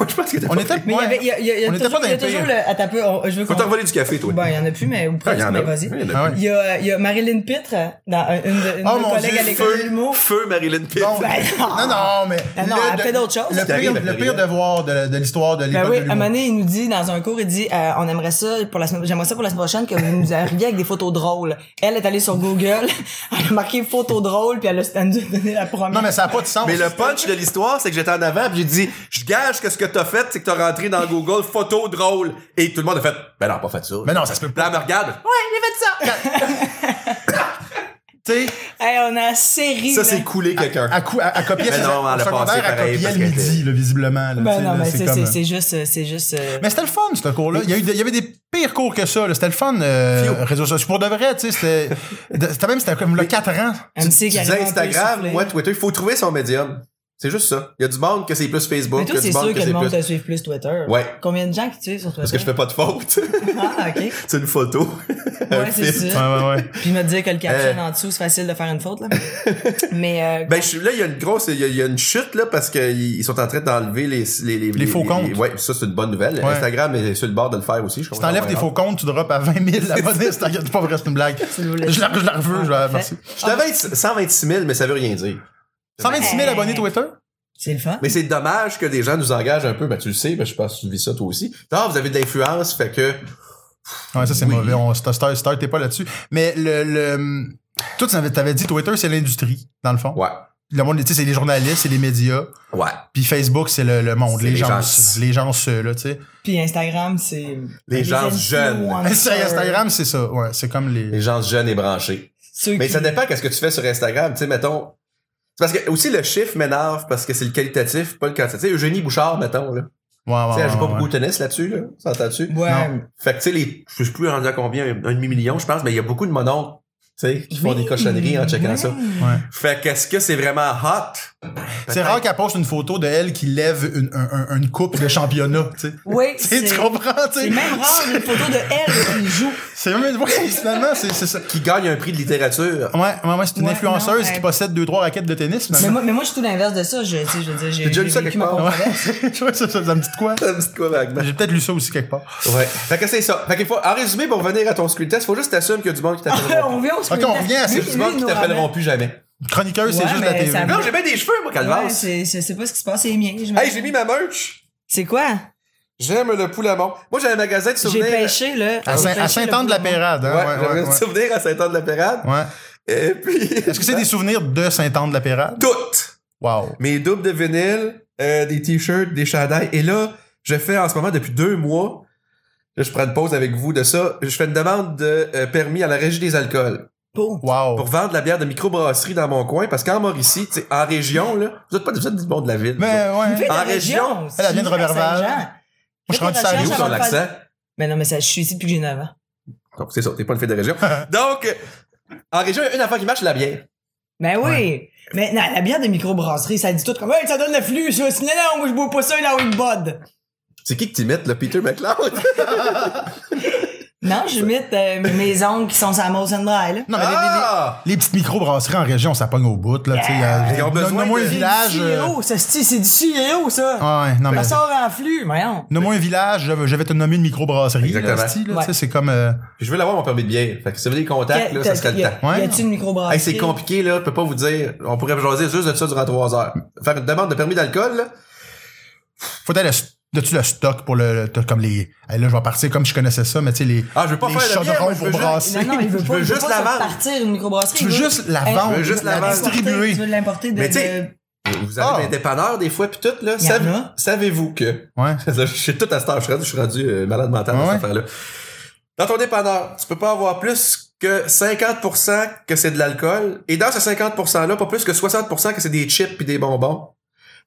A: je pense que t'as
C: On
A: pas-
C: était...
B: Mais il y
C: ouais.
B: avait il y a, il y a- il y a
C: On était
B: toujours,
C: pas dans
B: il y a
C: les
B: toujours
C: pires.
B: le attends un peu, on- je veux
A: Faut
B: qu'on-
A: t'en voler du café, toi.
B: Ben il y en a plus mais ou
A: Ah, il
B: presque,
A: y en
B: mais
A: a.
B: vas-y.
A: Il y en a
C: Ah ouais.
B: Il y a il y a Marilyn Pitre dans une de, une
C: Oh,
B: de
C: mon
B: nos collègues
C: Dieu,
B: à l'école de
A: Feu,
B: l'humour.
A: feu Marilyn Pitt.
C: Bon,
B: Ben,
C: non, non, mais...
B: Ah non,
C: le-
B: elle
C: le-
B: fait d'autres choses.
C: Le
B: Ça
A: arrive,
C: pire, le
A: Gabriel.
C: pire devoir de, de l'histoire de l'école
B: Ben
C: de
B: oui, à un
C: l'humour.
B: moment donné, il nous dit dans un cours, il dit euh, on aimerait ça pour la semaine, j'aimerais ça pour la semaine prochaine que vous nous arriviez avec des photos drôles. Elle est allée sur Google, elle a marqué photos drôles puis elle a elle nous a donné la première.
C: Non, mais ça n'a pas de sens.
A: Mais le punch de l'histoire, c'est que j'étais en avant, puis j'ai dit, je gage que ce que t'as fait, c'est que t'as rentré dans Google photo drôle. Et tout le monde a fait, ben non, pas fait ça.
C: Mais non, ça se peut
A: Puis là,
C: pas.
A: elle me regarde.
C: Tu sais,
B: Hey, on a série.
A: Ça,
B: là.
A: c'est couler quelqu'un.
C: à, cou- à, à copier...
A: Mais
C: ses-
A: non,
C: au
A: elle a
C: secondaire,
A: passé
C: elle
A: pareil,
C: copiait
A: parce
C: le
A: qu'elle était-
C: midi, là, visiblement. là, tu
B: Ben
C: sais,
B: non,
C: là,
B: mais
C: c'est
B: c'est
C: comme...
B: c'est- c'est juste euh, c'est juste euh,
C: Mais c'était le fun, ce cours-là. Il y, a eu de- il y avait des pires cours que ça. là. C'était le fun, euh,
A: Fio.
C: réseaux sociaux. Pour de vrai, tu sais, c'était... de- C'était même, c'était comme le 4 ans.
B: MC qui
A: Tu
B: arrive
A: disais
B: un peu
A: Instagram,
B: essoufflé.
A: moi, Twitter, il faut trouver son médium. C'est juste ça. Il y a du monde que c'est plus Facebook,
B: Mais
A: il y
B: toi,
A: a du
B: c'est sûr
A: monde
B: que
A: que
B: le
A: c'est
B: monde
A: plus...
B: te suit plus Twitter.
A: Ouais.
B: Combien de gens qui te suivent sur
A: Parce
B: Twitter?
A: que je fais pas de faute.
B: Ah, ok.
A: c'est une photo. Un
B: Ouais, c'est
A: filtre.
B: sûr.
C: Ouais, ouais, ouais.
B: Puis me dire que le caption
A: Euh.
B: en dessous, c'est facile de faire une faute, là. Mais, euh,
A: Ben, je, suis- là, il y a une grosse, il y, a- il y a une chute, là, parce qu'ils ils sont en train d'enlever les, les, les,
C: Les faux comptes.
A: ouais, ça, c'est une bonne nouvelle.
C: Ouais.
A: Instagram est sur le bord de le faire aussi. Je
C: Si t'enlèves tes faux comptes, tu drops à 20 000 abonnés. C'est t'inquiète pas, vrai, c'est une blague.
B: Tu nous laisses-
C: Je la, je la reveux, je la,
B: Parfait.
C: merci.
A: Je t'avais 126 000, mais ça veut rien dire.
C: 126 000 abonnés Twitter?
B: c'est le fun.
A: Mais c'est dommage que des gens nous engagent un peu. Ben, tu le sais, ben, je pense que tu vis ça toi aussi. Ah, vous avez de l'influence, fait que,
C: Ouais, ça, c'est
A: Oui.
C: mauvais. On, star, star, star, t'es pas là-dessus. Mais le, le, toi, tu avais, t'avais dit Twitter, c'est l'industrie, dans le fond.
A: ouais.
C: Le monde, tu sais, c'est les journalistes, c'est les médias.
A: Ouais.
C: Puis Facebook, c'est le, le monde,
A: C'est
C: les,
A: les
C: gens,
A: gens.
C: les gens ceux, là, tu sais.
B: Puis Instagram, c'est...
A: Les gens
B: influenceurs.
A: jeunes.
C: Sur Instagram, c'est ça. Ouais, c'est comme les.
A: Les gens jeunes et branchés.
B: Ceux
A: Mais
B: qui-
A: ça dépend qu'est-ce que tu fais sur Instagram. Tu sais, mettons, c'est parce que, aussi, le chiffre m'énerve parce que c'est le qualitatif, pas le quantitatif. Tu sais, Eugénie Bouchard, mettons, là.
C: Ouais, ouais,
A: Tu sais, elle joue
C: ouais,
A: pas
C: Ah, ouais.
A: beaucoup au tennis là-dessus, là. S'entends-tu?
B: Ouais.
C: Non.
A: Fait que, tu sais, les, je sais plus rendu à combien, un, un demi-million, je pense, mais il y a beaucoup de mononcles, tu sais, qui font des cochonneries en checkant ça.
C: Ouais.
A: Fait qu'est-ce que c'est vraiment hot?
C: C'est rare qu'elle poste une photo de elle qui lève une, un- un- une coupe de championnat, tu sais.
B: Oui,
C: Tu sais,
B: c'est-
C: tu comprends, tu
B: C'est
C: sais.
B: même rare une photo de elle qui joue.
C: C'est même, ouais, finalement, c'est c'est ça.
A: Qui gagne un prix de littérature.
C: Ouais, ouais, ouais, c'est une
B: Ouais,
C: influenceuse
B: non, elle-
C: qui possède deux, trois raquettes de tennis,
B: Mais
C: finalement.
B: moi, mais moi, je suis tout l'inverse de ça. Je, tu sais, je veux dire, j'ai
A: J'ai déjà lu
B: j'ai
A: ça
B: vécu
A: quelque
B: ma
A: part.
B: propre-
C: Ouais. Tu vois, ça, ça, ça me dit de quoi? Ben,
A: Ça me dit quoi, vaguement?
C: J'ai peut-être lu ça aussi quelque part.
A: Ouais. Fait que c'est ça. Fait qu'il faut, en résumé, pour revenir à ton screen test, faut juste t'assumer qu'il y a du monde qui t'appelleront
B: on
A: plus.
B: revient au
C: on revient à
A: Il
C: ces
A: y a du monde qui t'appelleront plus jamais.
C: Chroniqueuse, c'est
B: Ouais,
C: juste de la
B: mais
C: TV.
B: ça-
A: Non, Ah, j'ai bien des cheveux, moi,
B: Ouais,
A: Calvas.
B: c'est, c'est, c'est pas ce qui se passe, c'est les miens. je me-
A: hey, j'ai mis ma merch.
B: C'est quoi?
A: J'aime le poulamont. Moi, j'avais un magasin de
B: J'ai
A: souvenirs.
B: pêché, là.
C: À
B: J'ai
C: Saint-
B: pêché
C: à
B: le
C: Saint-Anne-de-la-Pérade,
A: Ouais,
C: hein? Ouais,
A: j'avais
C: ouais,
A: un
C: ouais.
A: souvenir à Saint-Anne-de-la-Pérade.
C: Ouais.
A: Et puis.
C: Est-ce que c'est des souvenirs de Saint-Anne-de-la-Pérade?
A: Toutes!
C: Wow.
A: mes doubles de vinyle, euh, des t-shirts, des chandails. Et là, je fais en ce moment depuis deux mois, là, je prends une pause avec vous de ça, je fais une demande de euh, permis à la régie des alcools
B: Bon.
C: Wow.
A: pour vendre de la bière de microbrasserie dans mon coin parce qu'en Mauricie, tu sais, en région, là, vous êtes pas vous êtes du monde de la ville. vous autres.
C: Mais
B: Une fille
C: ouais.
B: de
A: En
B: la
A: région,
B: région.
C: Ah, elle vient de
B: c'est à
C: Roberval.
B: Saint-Jean.
C: Moi, je suis
B: Fais
C: rendu
B: tes
C: ça à
A: C'est
B: recherches
A: où
B: avant
A: ton
B: de faire-
A: accent?
B: Mais non, mais ça, je suis ici depuis que j'ai 9 ans.
A: Donc, c'est ça, t'es pas une fille de région. Donc, euh, en région, il y a une affaire qui marche, la bière.
B: Ben oui. Mais non, la bière de microbrasserie, ça dit tout comme, hey, ça donne le flux, ça. Sinon, non, moi, je bois pas ça, là, une bod.
A: C'est qui que t'imites, le Peter McLeod?
B: Non, j'imite euh, mes oncles qui sont sur la Molson Dry, là.
C: Non, mais les- les- les-
A: ah!
C: les petites micro-brasseries en région, ça pogne au bout, là, tu sais. y a-
A: Ils ont
C: Nomme-
A: besoin
C: Nomme-moi
A: de-
C: un
B: C'est du
C: village. euh,
B: Chiro, ça, c'est c'est du Chiro, ça.
C: Ah ouais, non, mais.
B: Ça sort en flux, voyons.
C: Nomme-moi un village, je vais- je vais te nommer une microbrasserie.
A: Exactement.
C: là, style, là, tu sais,
B: Ouais.
C: C'est comme. euh,
A: Puis je veux l'avoir, mon permis de bière. Fait que si vous voulez les contacts, là, ça serait le
B: Y a-
A: temps.
C: Ouais.
B: Y a-tu une microbrasserie?
A: Hey, c'est compliqué, là. Je peux pas vous dire. On pourrait jaser juste de ça durant trois heures. Faire une demande de permis d'alcool, là.
C: Faut t'as le st- T'as-tu le stock pour le, le- t'as comme les, hey, là, je vais partir comme je connaissais ça, mais tu sais, les,
A: Ah, je veux pas
C: les
A: faire de bière,
C: chaudrons
A: moi, je
C: pour
A: veux juste-
C: brasser.
B: Non, non, il veut
A: Je
B: pas,
A: veux
B: il veut pas
A: juste la
B: se
A: vendre.
B: partir une microbrasserie.
C: Tu veux
B: il veut-
C: juste la
B: Hey,
C: vendre,
A: je veux juste la
C: la
A: vendre.
B: l'importer,
C: distribuer.
B: Tu veux l'importer de...
A: Mais tu sais-
B: de-
A: Vous avez
C: Ah.
A: des dépanneurs, des fois, pis tout, là.
B: Y en
A: Sav-
B: a.
A: Savez-vous que.
C: Ouais.
A: je suis tout à cette heure. Je suis rendu, je suis rendu, euh, malade mental dans
C: Ouais.
A: cette affaire-là. Dans ton dépanneur, tu peux pas avoir plus que 50% que c'est de l'alcool. Et dans ce 50%-là, pas plus que 60% que c'est des chips pis des bonbons.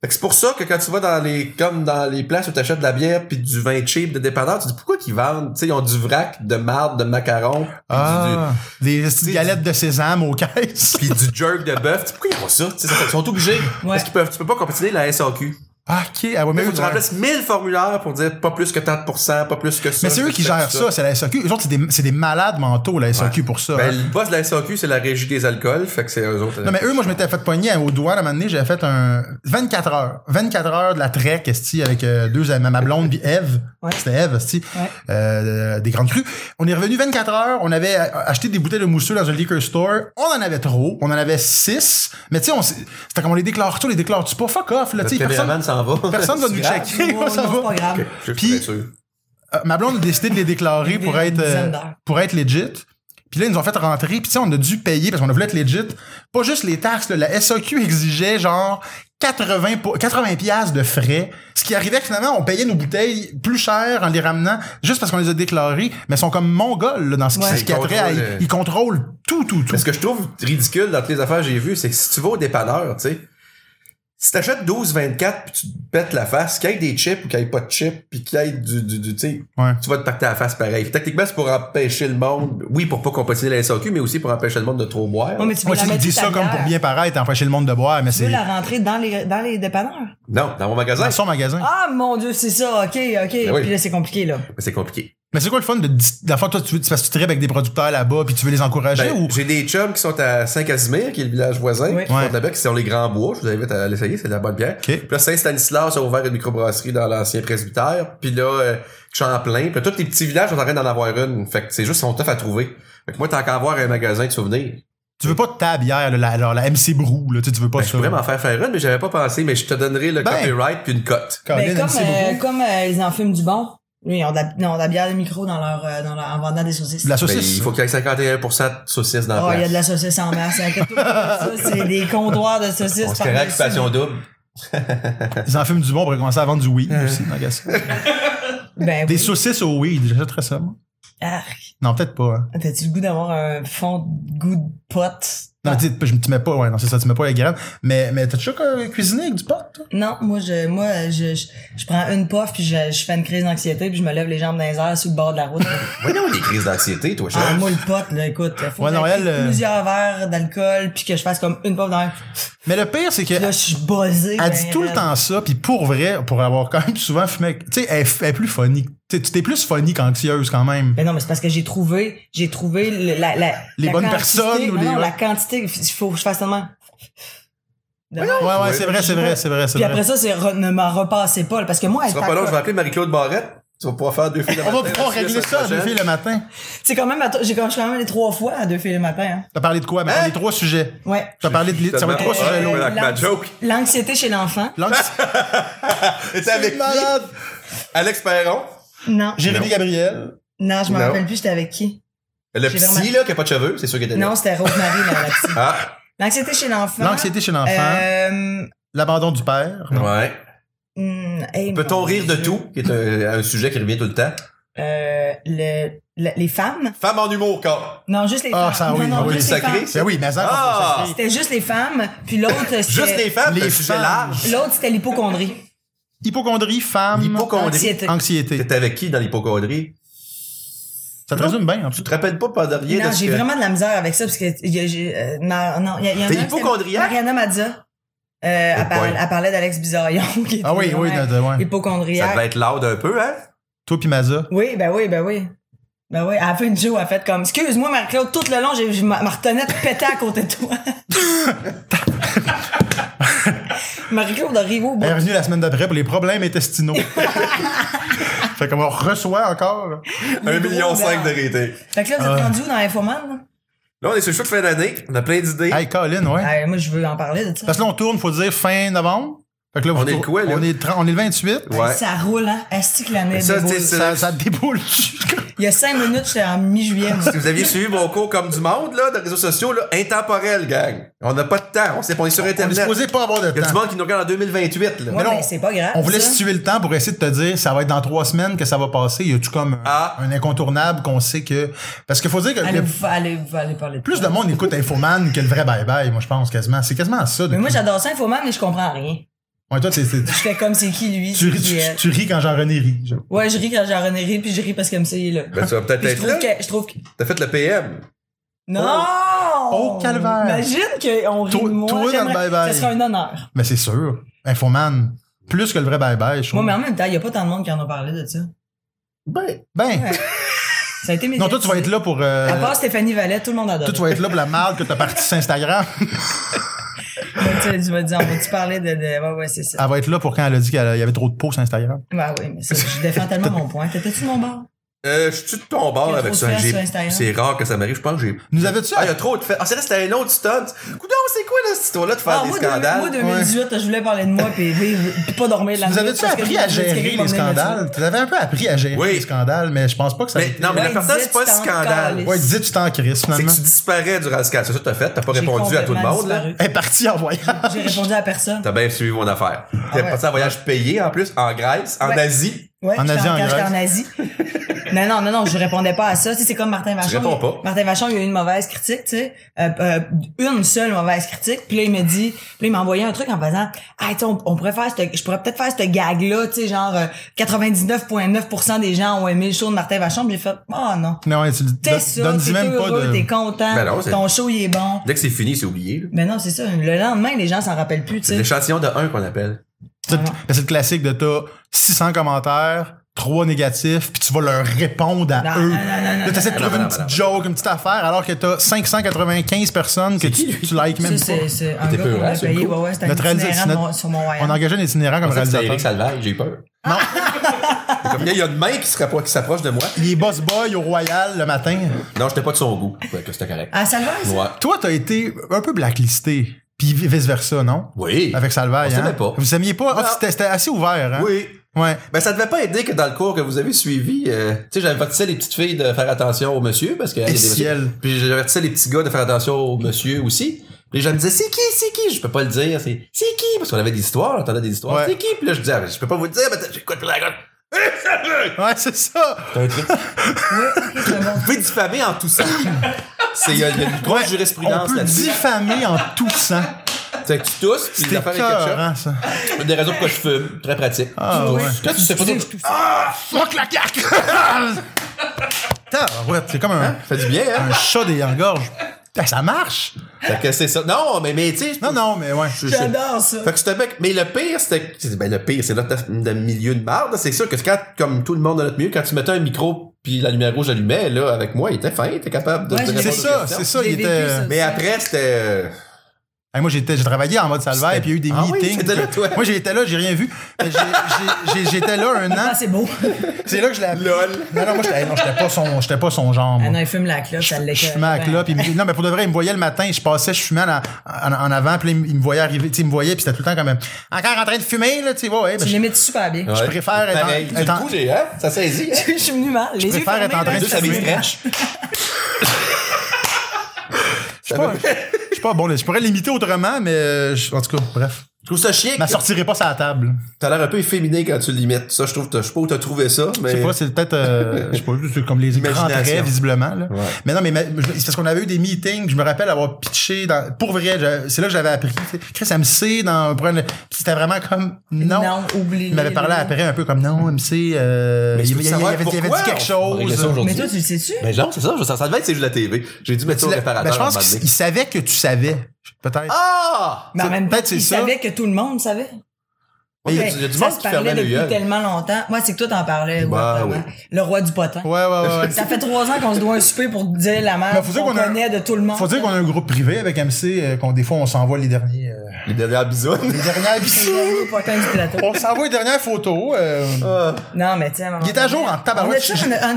A: Fait que c'est pour ça que quand tu vas dans les, comme dans les places où t'achètes de la bière pis du vin cheap de dépanneur, tu te dis pourquoi qu'ils vendent, tu sais, ils ont du vrac de marde, de macarons, pis du,
C: Ah, des petites
A: C'est-
C: galettes de sésame aux caisses.
A: puis du jerk de bœuf. Tu sais, Pourquoi ils font ça? Tu sais, ça fait- Ils sont obligés. Parce qu'ils peuvent, tu peux pas compétiner la SAQ.
C: Ah, ok. Ah, ouais,
A: Mais
C: mais,
A: faut
C: eux,
A: que tu
C: ouais.
A: remplaces 1000 formulaires pour dire pas plus que 30%, pas plus que ça.
C: Mais c'est eux qui gèrent ça, c'est la SAQ. Eux autres, c'est des, c'est des malades mentaux, la SAQ, pour ça.
A: Ben,
C: hein.
A: le boss de la SAQ, c'est la régie des alcools, fait que c'est eux autres. euh,
C: Non, mais eux, moi, je m'étais fait pogner à- aux doigts, à un moment donné, j'avais fait un 24 heures. 24 heures de la trek, esti, avec euh, deux amies, ma blonde puis Eve.
B: Ouais.
C: C'était Eve, esti,
B: Ouais.
C: euh, des grandes crues. On est revenu 24 heures, on avait euh, acheté des bouteilles de mousseux dans un liquor store. On en avait trop, on en avait six. Mais tu sais, on s'est- c'était comme on les déclare-tu, on les déclare-tu pas? Fuck off, là,
A: Le
C: tu sais, personne,
A: caméraman s'en va.
C: personne va
A: C'est
C: nous
A: grave.
C: checker.
B: Oh,
C: ça
B: non, c'est
C: va.
B: pas grave.
A: Ok, je suis
C: Puis-
A: pas sûr.
C: Euh, ma blonde a décidé de les déclarer pour être euh,
B: Dizaine d'heures.
C: pour être legit. Puis là, ils nous ont fait rentrer. Puis tu sais, on a dû payer parce qu'on a voulu être legit. Pas juste les taxes. là. La SAQ exigeait genre 80 pour- 80 piastres de frais. Ce qui arrivait que finalement, on payait nos bouteilles plus chères en les ramenant juste parce qu'on les a déclarées. Mais ils sont comme mongols là, dans ce qui,
B: Ouais.
C: ce qui a
A: Ils
C: trait à-
A: contrôlent, euh,
C: Ils contrôlent tout, tout, tout.
A: Mais ce que je trouve ridicule dans toutes les affaires que j'ai vues, c'est que si tu vas au dépanneur, tu sais, Si t'achètes 12-24 puis tu te pètes la face, qu'il y ait des chips ou qu'il y ait pas de chips puis qu'il y ait du, du, du tu sais,
C: Ouais.
A: tu vas te pacter la face pareil. Techniquement, c'est pour empêcher le monde, oui, pour pas compétitionner la SAQ, mais aussi pour empêcher le monde de trop boire.
B: Ouais, mais tu peux
C: Moi,
B: la
C: tu
B: mettre
C: dis
B: sous ta
C: ça comme
B: bière.
C: pour bien paraître, empêcher le monde de boire, mais
B: Tu peux
C: c'est
B: la rentrer dans les, dans les dépanneurs.
A: Non, dans mon magasin,
C: dans son magasin.
B: Ah, mon Dieu, c'est ça. OK, OK.
A: Ben oui.
B: Puis là, c'est compliqué, là.
A: c'est compliqué.
C: Mais c'est quoi le fun de dis- dans le fond, toi, tu, veux- parce que tu tripes avec des producteurs là-bas, puis tu veux les encourager
A: Ben,
C: ou
A: J'ai des chums qui sont à Saint-Casimir, qui est le village voisin,
B: Oui.
A: qui font
C: Ouais.
A: de la bière, qui sont les grands bois. Je vous invite à l'essayer, c'est de la bonne bière.
C: Ok.
A: Puis là, Saint-Stanislas a ouvert une microbrasserie dans l'ancien presbytère. Puis là, euh, Champlain. Puis là, tous les petits villages sont en train d'en avoir une. Fait que c'est juste son tough à trouver. Fait que moi, tant qu'à avoir un magasin de souvenirs,
C: tu veux pas de ta bière, là, la, la, la MC Brew, là, tu sais, tu veux pas
A: ben, je
C: ça.
A: pourrais m'en faire faire une, mais j'avais pas pensé. Mais je te donnerai le
C: Ben.
A: copyright puis une cote.
C: Colin,
B: Ben, comme
C: MC
B: euh,
C: Brew.
B: comme euh, ils en fument du bon. Oui, ils ont de la, non, de la bière de micro dans leur, euh, dans leur- en vendant des saucisses.
C: De la
A: Ben,
C: saucisse.
A: il faut qu'il y ait 51% de saucisses dans
B: Oh,
A: la
B: il y a
A: place.
B: de la saucisse en masse. hein, inquiète-toi pas de ça, c'est des comptoirs de saucisses.
A: On se crée
B: par-dessus.
A: occupation double.
C: Ils en fument du bon, on pourrait commencer à vendre du weed aussi. tant qu'à ça.
B: Ben,
C: Des
B: oui.
C: saucisses au weed, j'achèterais ça, moi.
B: Ah,
C: Non, peut-être pas. hein.
B: T'as-tu le goût d'avoir un fond de goût de pote?
C: Non, tu sais, je- tu mets pas, ouais, non, c'est ça, tu mets pas les graines. Mais, mais t'as toujours euh, cuisiné avec du pot, toi?
B: Non, moi, je, moi, je, je, je prends une puff puis je, je fais une crise d'anxiété puis je me lève les jambes dans les airs sur le bord de la route.
A: Voyons les crises d'anxiété, toi,
B: ah,
A: Charles.
B: moi, le pote, là, écoute, faut
C: Ouais,
B: que
C: non,
B: j'aille
C: elle, euh,
B: plusieurs verres d'alcool puis que je fasse comme une puff dans l'air.
C: Mais le pire, c'est que.
B: Là, je suis buzzé.
C: Elle
B: ben,
C: dit tout le
B: raide.
C: temps ça, puis pour vrai, pour avoir quand même souvent fumé, avec- tu sais, elle, f- elle est plus funny. Tu t'es plus funny qu'anxieuse quand même.
B: Mais Ben non, mais c'est parce que j'ai trouvé, j'ai trouvé le- la, la,
C: Les
B: la
C: bonnes
B: quantité-
C: personnes ou
B: non,
C: les-
B: non, la quantité, il faut que je fasse seulement.
C: Ouais, ouais, c'est vrai, c'est vrai, c'est vrai, c'est
B: Puis
C: vrai.
B: après ça, c'est re- ne m'en repassez pas, là, parce que moi,
A: Tu
B: elle
A: seras pas long, je vais appeler Marie-Claude Barrette. Tu vas pouvoir faire deux filles de
C: on va
A: matin,
C: pouvoir
A: euh, la
C: régler ça,
A: semaine
C: deux
A: prochaine.
C: filles le matin.
B: c'est quand même, à to- j'ai quand je suis quand même les trois fois à deux filles le matin, hein.
C: T'as parlé de quoi? Ben,
A: Hein?
C: Les trois sujets.
B: Ouais.
C: T'as parlé de les- ça va être trois
B: Euh,
C: sujets longs.
A: Ouais, like ma
B: l'anxi-
A: joke.
B: L'anxiété chez l'enfant.
C: L'anxiété
A: T'es avec qui?
C: malade.
A: Alex Perron.
B: Non.
C: Jérémy
A: Non.
C: Gabriel.
B: Non, je me
A: Non.
B: rappelle plus, j'étais avec qui.
A: Le
B: J'ai
A: psy,
B: vraiment-
A: là, qui a pas de cheveux, c'est sûr qu'il était là.
B: Non, c'était Rosemary, la la psy.
A: Ah,
B: L'anxiété chez l'enfant.
C: L'anxiété chez l'enfant.
B: Euh,
C: L'abandon du père.
A: ouais.
B: hum, hey,
A: Peut-on
B: mon
A: rire de
B: Dieu.
A: tout, qui est un, un sujet qui revient tout le temps.
B: Euh, le, le- les femmes.
A: Femme en humour, corps.
B: Non, juste les
C: Ah,
B: femmes.
C: ça,
B: non,
C: oui,
B: non,
C: ah oui,
B: juste les
A: sacré.
B: femmes.
C: Ben oui, mais ça,
A: Ah!
C: faut sacrer.
B: C'était juste les femmes, puis l'autre, c'était...
A: Juste les femmes,
C: les
A: c'est un sujet
C: femmes.
A: large.
B: L'autre, c'était l'hypocondrie.
C: Hypocondrie, femme,
A: L'hypocondrie.
B: Anxiété.
C: anxiété.
A: T'étais avec qui dans l'hypocondrie?
C: Ça te résume bien, en plus.
A: Tu te rappelles pas pendant rien
B: Non,
A: de ce
B: j'ai
A: que...
B: vraiment de la misère avec ça, parce que... y a- j'ai, euh, non, non, il y, a- il y en a
A: T'es
B: un, c'était
A: hypocondriaque?
B: Mariana Mazza. Euh, elle,
A: Oh
B: parlait-
A: boy.
B: elle parlait d'Alex Bizarillon, qui était
C: Ah oui, oui,
B: vraiment
C: de- de- ouais.
A: Ça
B: hypocondriaque.
A: devait être loud un peu, hein?
C: Toi pis Maza.
B: Oui, ben oui, ben oui. Ben oui, à la fin de Joe, elle a fait comme, excuse-moi, Marc-Claude, tout le long, j'ai, je ma, ma retenette pétait à côté de toi. Marie-Claude arrive au bout.
C: Elle est revenue la semaine d'après pour les problèmes intestinaux. fait qu'on reçoit encore.
A: Un million
B: gros
A: cinq de
B: dents.
A: rété.
B: Fait que là, vous
C: Ah.
B: êtes rendu où dans Infoman, là?
A: Là, on est sur le show de fin d'année. On a plein d'idées.
C: Hey, Colin, ouais.
B: Ah, moi, je veux en parler de ça.
C: Parce que là, on tourne, faut dire fin novembre. Fait que là, vous-
A: est le quoi, là?
C: On est, 30 on est le 28.
A: Ouais.
B: Ça roule, hein? Est-ce que l'année
A: Ça,
B: est
A: c'est-
B: beau?
A: c'est-
C: Ça, ça déboule.
B: Il y a cinq minutes, j'étais en mi-juillet. moi.
A: Si vous aviez suivi mon cours comme du monde, là, de réseaux sociaux, là, intemporel, gang. On n'a pas de temps. On s'est on est sur
C: on est
A: Internet.
C: supposé pas avoir de
A: Il y a du
C: temps.
A: monde qui nous regarde en 2028, là.
B: Ouais,
C: là,
B: mais
C: on-
B: c'est pas grave.
C: On voulait
B: Ah, ça.
C: situer le temps pour essayer de te dire ça va être dans trois semaines que ça va passer. Il y a tout comme un,
A: Ah.
C: un incontournable qu'on sait que. Parce qu'il faut dire que
B: Allez,
C: le-
B: vous, allez, vous allez parler de
C: plus de monde écoute Infoman que le vrai Bye Bye, moi je pense quasiment. C'est quasiment ça.
B: Mais
C: depuis-
B: moi, j'adore ça, Infoman, mais je comprends rien.
C: Ouais, toi, t'es-
B: Je
C: t'es-
B: euh, fais comme c'est qui, lui? c'est
C: tu, ris-
B: qui
C: tu-
B: elle.
C: tu ris quand Jean-René rit. je-
B: Ouais, je ris quand j'en René rit, puis je ris parce que me ça, il est là.
A: Ben, tu vas peut-être
B: Puis je
A: être là.
B: trouve que, je trouve que,
A: T'as fait le PM.
B: non!
C: Oh, calvaire.
B: Imagine qu'on rit
C: Toi-
B: de moi.
C: toi dans le
B: j'aimerais-
C: bye-bye.
B: Ça serait un honneur.
C: Mais c'est sûr. Infoman. Plus que le vrai Bye Bye, je
B: Moi,
C: trouve.
B: mais en même temps, il n'y a pas tant de monde qui en a parlé de ça.
A: Ben.
C: Ben.
B: Ouais. Ça a été mes
C: Non, toi, tu vas être là pour. euh,
B: À part Stéphanie Vallet, tout le monde adore.
C: toi, tu vas être là pour la marde que t'as partie sur Instagram.
B: Tu vas dire, on va-tu parler de, de- Ouais, ouais, c'est ça.
C: Elle va être là pour quand elle a dit qu'il y avait trop de peau sur Instagram.
B: Bah oui, mais ça, je défends tellement mon point. T'étais-tu de mon bord?
A: Euh, je suis de ton
B: Il
A: bord
B: y a
A: avec
B: trop
A: ça.
B: de fesses
A: J'ai-
B: sur Instagram.
A: C'est rare que ça m'arrive. Je pense que j'ai.
C: Nous avais-tu-
A: Ah, il y a trop de fait. Ah, c'est là, c'était un autre stunt. Coudon, c'est quoi, là, cette histoire-là de faire
B: Ah,
A: des
B: moi, deux-
A: scandales?
B: moi, 2018, je voulais parler de moi, puis, puis- puis pas dormir de la
C: Vous
B: nuit,
C: avez-tu
B: parce que
C: appris
B: je-
C: à
B: je- je- je- je- je- je- je- je- je- je-
C: gérer les
B: je- je- je- je-
C: scandales? Tu avais un peu appris à gérer
A: Oui.
C: les scandales, mais je pense pas que ça. a
A: Mais,
C: été-
A: non, mais
B: Ouais,
A: l'important, c'est pas
B: dis-tu,
A: le
B: t'en
A: scandale.
B: cales.
C: Ouais, dis tu t'en crises
A: C'est
C: finalement.
A: que tu disparais durant le scandale. C'est ça que t'as fait. T'as pas
B: J'ai
A: répondu à tout le
B: complètement
A: monde, là.
B: disparu.
C: Elle est partie en voyage.
B: J'ai répondu à personne.
A: T'as bien suivi mon affaire. T'es
B: Ah ouais.
A: passé en voyage payé, en plus, en Grèce, en
B: Ouais.
A: Asie.
B: Ouais,
C: En
B: j'étais
C: Asie, en
B: quand j'étais
C: Grèce.
B: en Asie. Non, non, non, non, je répondais pas à ça. Tu sais, c'est comme Martin Vachon.
A: réponds
B: il-
A: pas.
B: Martin Vachon, il a eu une mauvaise critique, tu sais. Euh, euh, une seule mauvaise critique. Puis là, il me dit, puis là, il m'a envoyé un truc en faisant, ah, tu sais, on, on pourrait faire cette- je pourrais peut-être faire cette gag-là, tu sais, genre, euh, 99,9% des gens ont aimé le show de Martin Vachon. Puis j'ai fait, oh non.
C: Non, ouais, tu le
B: T'es ça,
C: donnes
B: t'es
C: même pas
B: heureux, t'es
C: de.
B: content.
A: Ben non, c'est-
B: ton show, il est bon.
A: Dès que c'est fini, c'est oublié. là.
B: Mais non, c'est ça. Le lendemain, les gens s'en rappellent plus, tu
A: C'est
B: sais.
A: l'échantillon de 1 qu'on appelle.
C: C'est le- c'est le classique de t'as 600 commentaires, 3 négatifs, puis tu vas leur répondre à
B: Non, non,
C: eux.
B: non, non,
C: là, t'essaies de
A: non,
C: trouver
A: non,
C: une
A: non,
C: petite
A: non.
C: joke, une petite affaire, alors que t'as 595 personnes que tu, tu likes même
B: Ça, c'est,
C: pas.
B: c'est un
A: T'es
B: gars
A: peu
B: qu'on a
A: raide, sur le
B: payé.
A: coup.
B: Ouais, ouais, c'est un
C: Notre réalisateur,
B: itinérant
C: c'est
B: de mon-
C: notre-
B: sur mon
C: On a
B: voyage.
C: engagé un itinérant comme
A: C'est Eric
C: réalisateur.
A: Salvaille, j'ai peur.
C: Non.
A: C'est Comme il y a une main qui se rapproche- qui s'approche de moi.
C: Il est boss boy au Royal le matin.
A: Non, j'étais pas de son goût. Ouais, que c'était correct.
C: Ah,
B: À Ah, Salvaire, ça?
A: Ouais.
C: Toi, t'as été un peu blacklisté, puis vice-versa, non?
A: Oui.
C: Avec Salvaire,
A: On
C: hein?
A: s'aimait pas.
C: Vous aimiez pas? Ah,
A: Non.
C: c'était- c'était assez ouvert, hein?
A: Oui.
C: Ouais.
A: Ben, ça devait pas aider que dans le cours que vous avez suivi, euh, tu sais, j'avertissais les petites filles de faire attention au monsieur, parce que... il y a des
C: ciel.
A: messieurs. Puis j'avertissais les petits gars de faire attention au monsieur aussi. Les gens me disaient, c'est qui, c'est qui? Je peux pas le dire, c'est, c'est qui? Parce qu'on avait des histoires, on entendait des histoires.
C: Ouais.
A: C'est qui? Puis là, je disais, ah, ben, je peux pas vous le dire, mais attends, j'écoute la gueule.
C: Ouais, c'est ça!
A: C'est un truc.
B: Oui, ok, c'est bon.
A: Vous pouvez diffamer en tout ça. C'est, il y a il y a une grosse
C: On
A: jurisprudence
C: peut
A: là-dessus.
C: diffamer en tout sang.
A: C'est que tu tousses, puis
C: C'était
A: l'affaire avec quelque
C: cœur, hein, ça.
A: Une des raisons pourquoi je fume. Très pratique.
C: Ah, ouais.
A: Quand tu sais pas
B: Excusez, je
A: trop-
B: tousse.
C: Fuck la cac! ouais, c'est comme un,
A: Ça fait du bien, hein?
C: un chat des engorges. Ah, ça marche!
A: Fait que c'est ça. Non, mais, mais, tu sais.
C: Non, non, mais ouais.
A: je- je-
B: J'adore ça.
A: Fait que c'était bec. Mais le pire, c'était. que- c'est- Ben, le pire, c'est notre notre milieu de marde. C'est sûr que quand, comme tout le monde dans notre milieu, quand tu mettais un micro puis la lumière rouge allumait, là, avec moi, il était fin, il était capable de.
B: Ouais,
A: de
B: j'ai-
A: répondre
C: C'est
A: aux
C: ça,
A: questions.
C: c'est ça.
B: J'ai
C: Il
B: vécu ça.
C: était... euh,
A: Mais après, c'était. euh,
C: Hey, moi, j'étais, j'ai travaillé en mode salvaire,
A: C'était-
C: puis il y a eu des
A: Ah oui,
C: meetings.
A: t'étais là, toi.
C: Moi, j'étais là, j'ai rien vu. Mais j'ai- j'ai- j'ai- J'étais là un an.
B: Ah, c'est beau.
C: C'est là que je l'ai appris. Non, non, moi, j'étais non, j'étais pas son, j'étais pas son genre,
B: Ah
C: moi.
B: non, il fume la clope, ça
C: Je
B: l'écœure.
C: fumais à la clope. il me- non, mais pour de vrai, il me voyait le matin, je passais, je fumais en, en- en avant, puis là, il me- il me voyait arriver, tu sais, il me voyait, puis c'était tout le temps quand même. Encore en train de fumer, là, tu sais, ouais, ouais, ben,
B: Tu
C: je
B: l'imites super bien.
A: Ouais.
C: préfère être en-
A: Pareil.
C: être en-
A: Du coup, j'ai. Hein? Ça saisit, hein?
B: Je suis venue mal. Je
C: préfère être en train de
A: Deux, ça
C: fumer.
A: m'écrache.
C: je suis pas, je suis pas bon, là. Je pourrais l'imiter autrement, mais euh, je- en tout cas, bref.
A: Je trouve ça chic.
C: Je m'en sortirai pas sur la table.
A: T'as l'air un peu efféminé quand tu l'imites. Ça, je trouve, t'as- je sais pas où t'as trouvé ça, mais.
C: Je sais pas, c'est peut-être, euh, je sais pas, c'est comme les grands
A: Imagination.
C: traits, visiblement. Là.
A: Ouais.
C: Mais non, mais ma- je- c'est parce qu'on avait eu des meetings, je me rappelle avoir pitché dans, pour vrai, je- c'est là que j'avais appris. tu sais, Chris MC dans, pour un- puis c'était vraiment comme, non.
B: Non, oublie.
C: Il m'avait parlé après un peu comme, non, MC, euh,
A: Mais
C: il,
A: je
C: il-
A: veux
C: il- il
A: savoir
C: avait, il avait dit
A: pourquoi
C: quelque
A: on réglait ça
C: chose.
A: aujourd'hui.
B: Mais toi, tu le sais-tu?
A: Ben non, c'est ça, je- ça, ça devait être c'est juste la TV. J'ai dû mettre ça au
C: Ben,
A: réparateur.
C: je
A: à un
C: pense
A: moment donné.
C: qu'il savait que tu savais, peut-être.
A: Ah!
B: Mais en même temps,
C: peut-être ben, c'est
B: il
C: ça.
B: savait que tout le monde savait.
A: Il y a
B: Mais
A: du- il y a du
B: ça
A: monde
B: se
A: qui fermait
B: parlait
A: le
B: depuis
A: gueule.
B: tellement longtemps. Moi, c'est que toi, t'en parlais. ouais,
A: Bah,
B: vraiment.
A: oui.
B: Le roi du potin.
C: Ah! Ouais, ouais, ouais.
B: Ça fait trois ans qu'on se doit un souper pour dire la
C: Mais
B: merde
C: faut dire
B: qu'on
C: qu'on a-
B: connaît de tout le monde.
C: Faut dire qu'on a un groupe privé avec MC, euh, qu'on des fois on s'envoie les derniers, euh,
A: Les dernières bisounes.
C: les dernières bisous.
B: Le potin du plateau.
C: On s'envoie les dernières photos. euh,
A: Ah.
B: Non, mais tiens,
C: Oh. Il est à jour en tabarouette.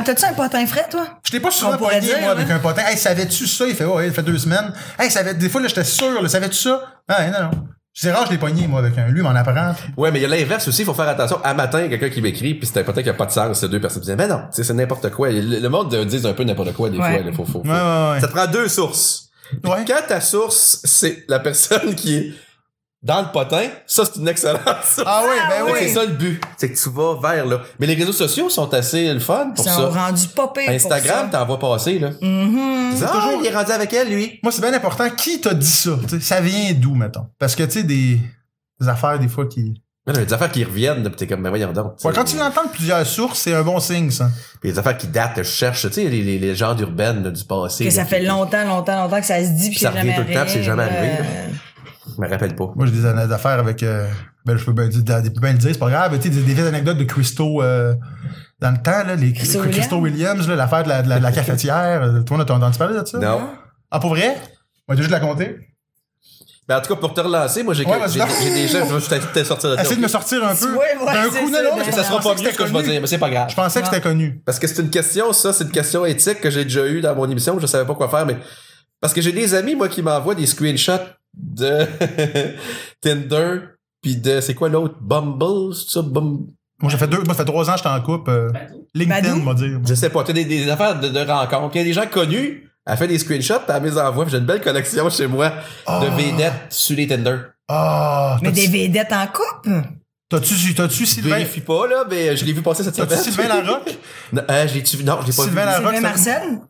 B: T'as-tu un potin frais, toi?
C: Je t'ai pas souvent
B: On pourrait
C: pogné,
B: dire,
C: moi, avec
B: ouais.
C: un potin. Hey, savais-tu ça? Il fait, ouais, il fait deux semaines. Hey, savais, des fois, là, j'étais sûr, là, savais-tu ça? Ah, non, non. C'est rare, je l'ai pogné, moi, avec un. Lui, il m'en apprend.
A: Ouais, mais il y a l'inverse aussi, il faut faire attention. À matin, il y a quelqu'un qui m'écrit, puis c'était peut-être qu'il n'y a pas de sens, c'est deux personnes qui disaient, mais non, tu sais, c'est n'importe quoi. Le, le monde euh, dit un peu n'importe quoi des
B: Ouais.
A: fois, là, faut, faut, faut.
C: Ouais, ouais, ouais.
A: Ça te prend deux sources. Puis
C: Ouais.
A: Quand ta source, c'est la personne qui est dans le potin, ça, c'est une excellente source.
C: Ah, oui, ben
A: Fait que C'est
C: oui.
A: ça le but. C'est que tu vas vers là. Mais les réseaux sociaux sont assez le fun pour
B: Ça
A: ça.
B: a rendu pas pire. pour
A: Instagram,
B: ça.
A: t'en vois passer, là.
B: Mhm.
A: C'est toujours, il est rendu avec elle, lui.
C: Moi, c'est bien important. Qui t'a dit ça? tu sais? ça vient d'où, mettons? Parce que, tu sais, des, des affaires, des fois, qui.
A: Non, mais il y a des affaires qui reviennent, là, pis t'es comme, mais voyons donc.
C: Ouais,
A: sais.
C: quand tu l'entends de plusieurs sources, c'est un bon signe, ça.
A: Pis Il y a des affaires qui datent, je cherche, tu sais, les, les, les légendes urbaines là, du passé.
B: que
A: là,
B: ça fait
A: qui-
B: longtemps, longtemps, longtemps que ça se dit puis
A: Ça
B: c'est
A: revient
B: jamais
A: tout le temps, puis c'est jamais
B: arrivé,
A: arrivé,
B: euh,
A: Je me rappelle pas.
C: Moi, j'ai des, des affaires avec. euh, ben, je peux bien, dire- des- bien le dire, c'est pas grave. mais Tu sais, des, des vieilles anecdotes de Christo. euh, dans le temps, là, les
B: Christo
C: Christo Williams, là, l'affaire de la, de la- de la cafetière. euh, Toi, on a entendu parler de ça?
A: Non.
C: Ah, pour vrai? On va juste la compter.
A: Mais Ben, en tout cas, pour te relancer, moi, j'ai
C: Ouais,
A: j'ai-
C: vas-y.
A: j'ai des gens, je vais peut-être sortir de
C: Essaye de me
A: ça.
C: sortir un peu.
B: Ouais, ouais,
C: D'un
B: c'est
C: coup,
B: ça,
C: non, non,
B: mais-
C: je
A: Ça
C: pensais
A: sera pas
C: que
A: mieux
C: c'était
A: ce que je vais
C: connu.
A: dire, mais c'est pas grave.
C: Je pensais que
B: Non.
C: c'était connu.
A: Parce que c'est une question, ça, c'est une question éthique que j'ai déjà eue dans mon émission, je savais pas quoi faire, mais parce que j'ai des amis, moi, qui m'envoient des screenshots de Tinder, puis de, c'est quoi l'autre? Bumble, c'est ça? Bum...
C: Moi, ça fait deux, moi, ça fait trois ans que j'étais en couple. euh, LinkedIn,
B: Badou?
C: on va dire.
A: Je sais pas, t'as des, des affaires de, de rencontres. Il y a des gens connus, elle fait des screenshots, puis elle me les envoie, puis j'ai une belle collection chez moi
C: Ah.
A: de védettes sur les Tinder.
C: Ah,
B: Mais
C: t'as-
B: des vedettes en couple?
C: T'as-tu, t'as-tu
A: Je
C: Sylvain?
A: vérifie pas, là, mais je l'ai vu passer cette
C: T'as-tu
A: semaine.
C: Sylvain Larocque?
A: Non, euh, je l'ai-tu vu? Non, je l'ai pas
C: Sylvain
A: vu.
B: Sylvain
C: Larocque. c'est-
B: Marcel?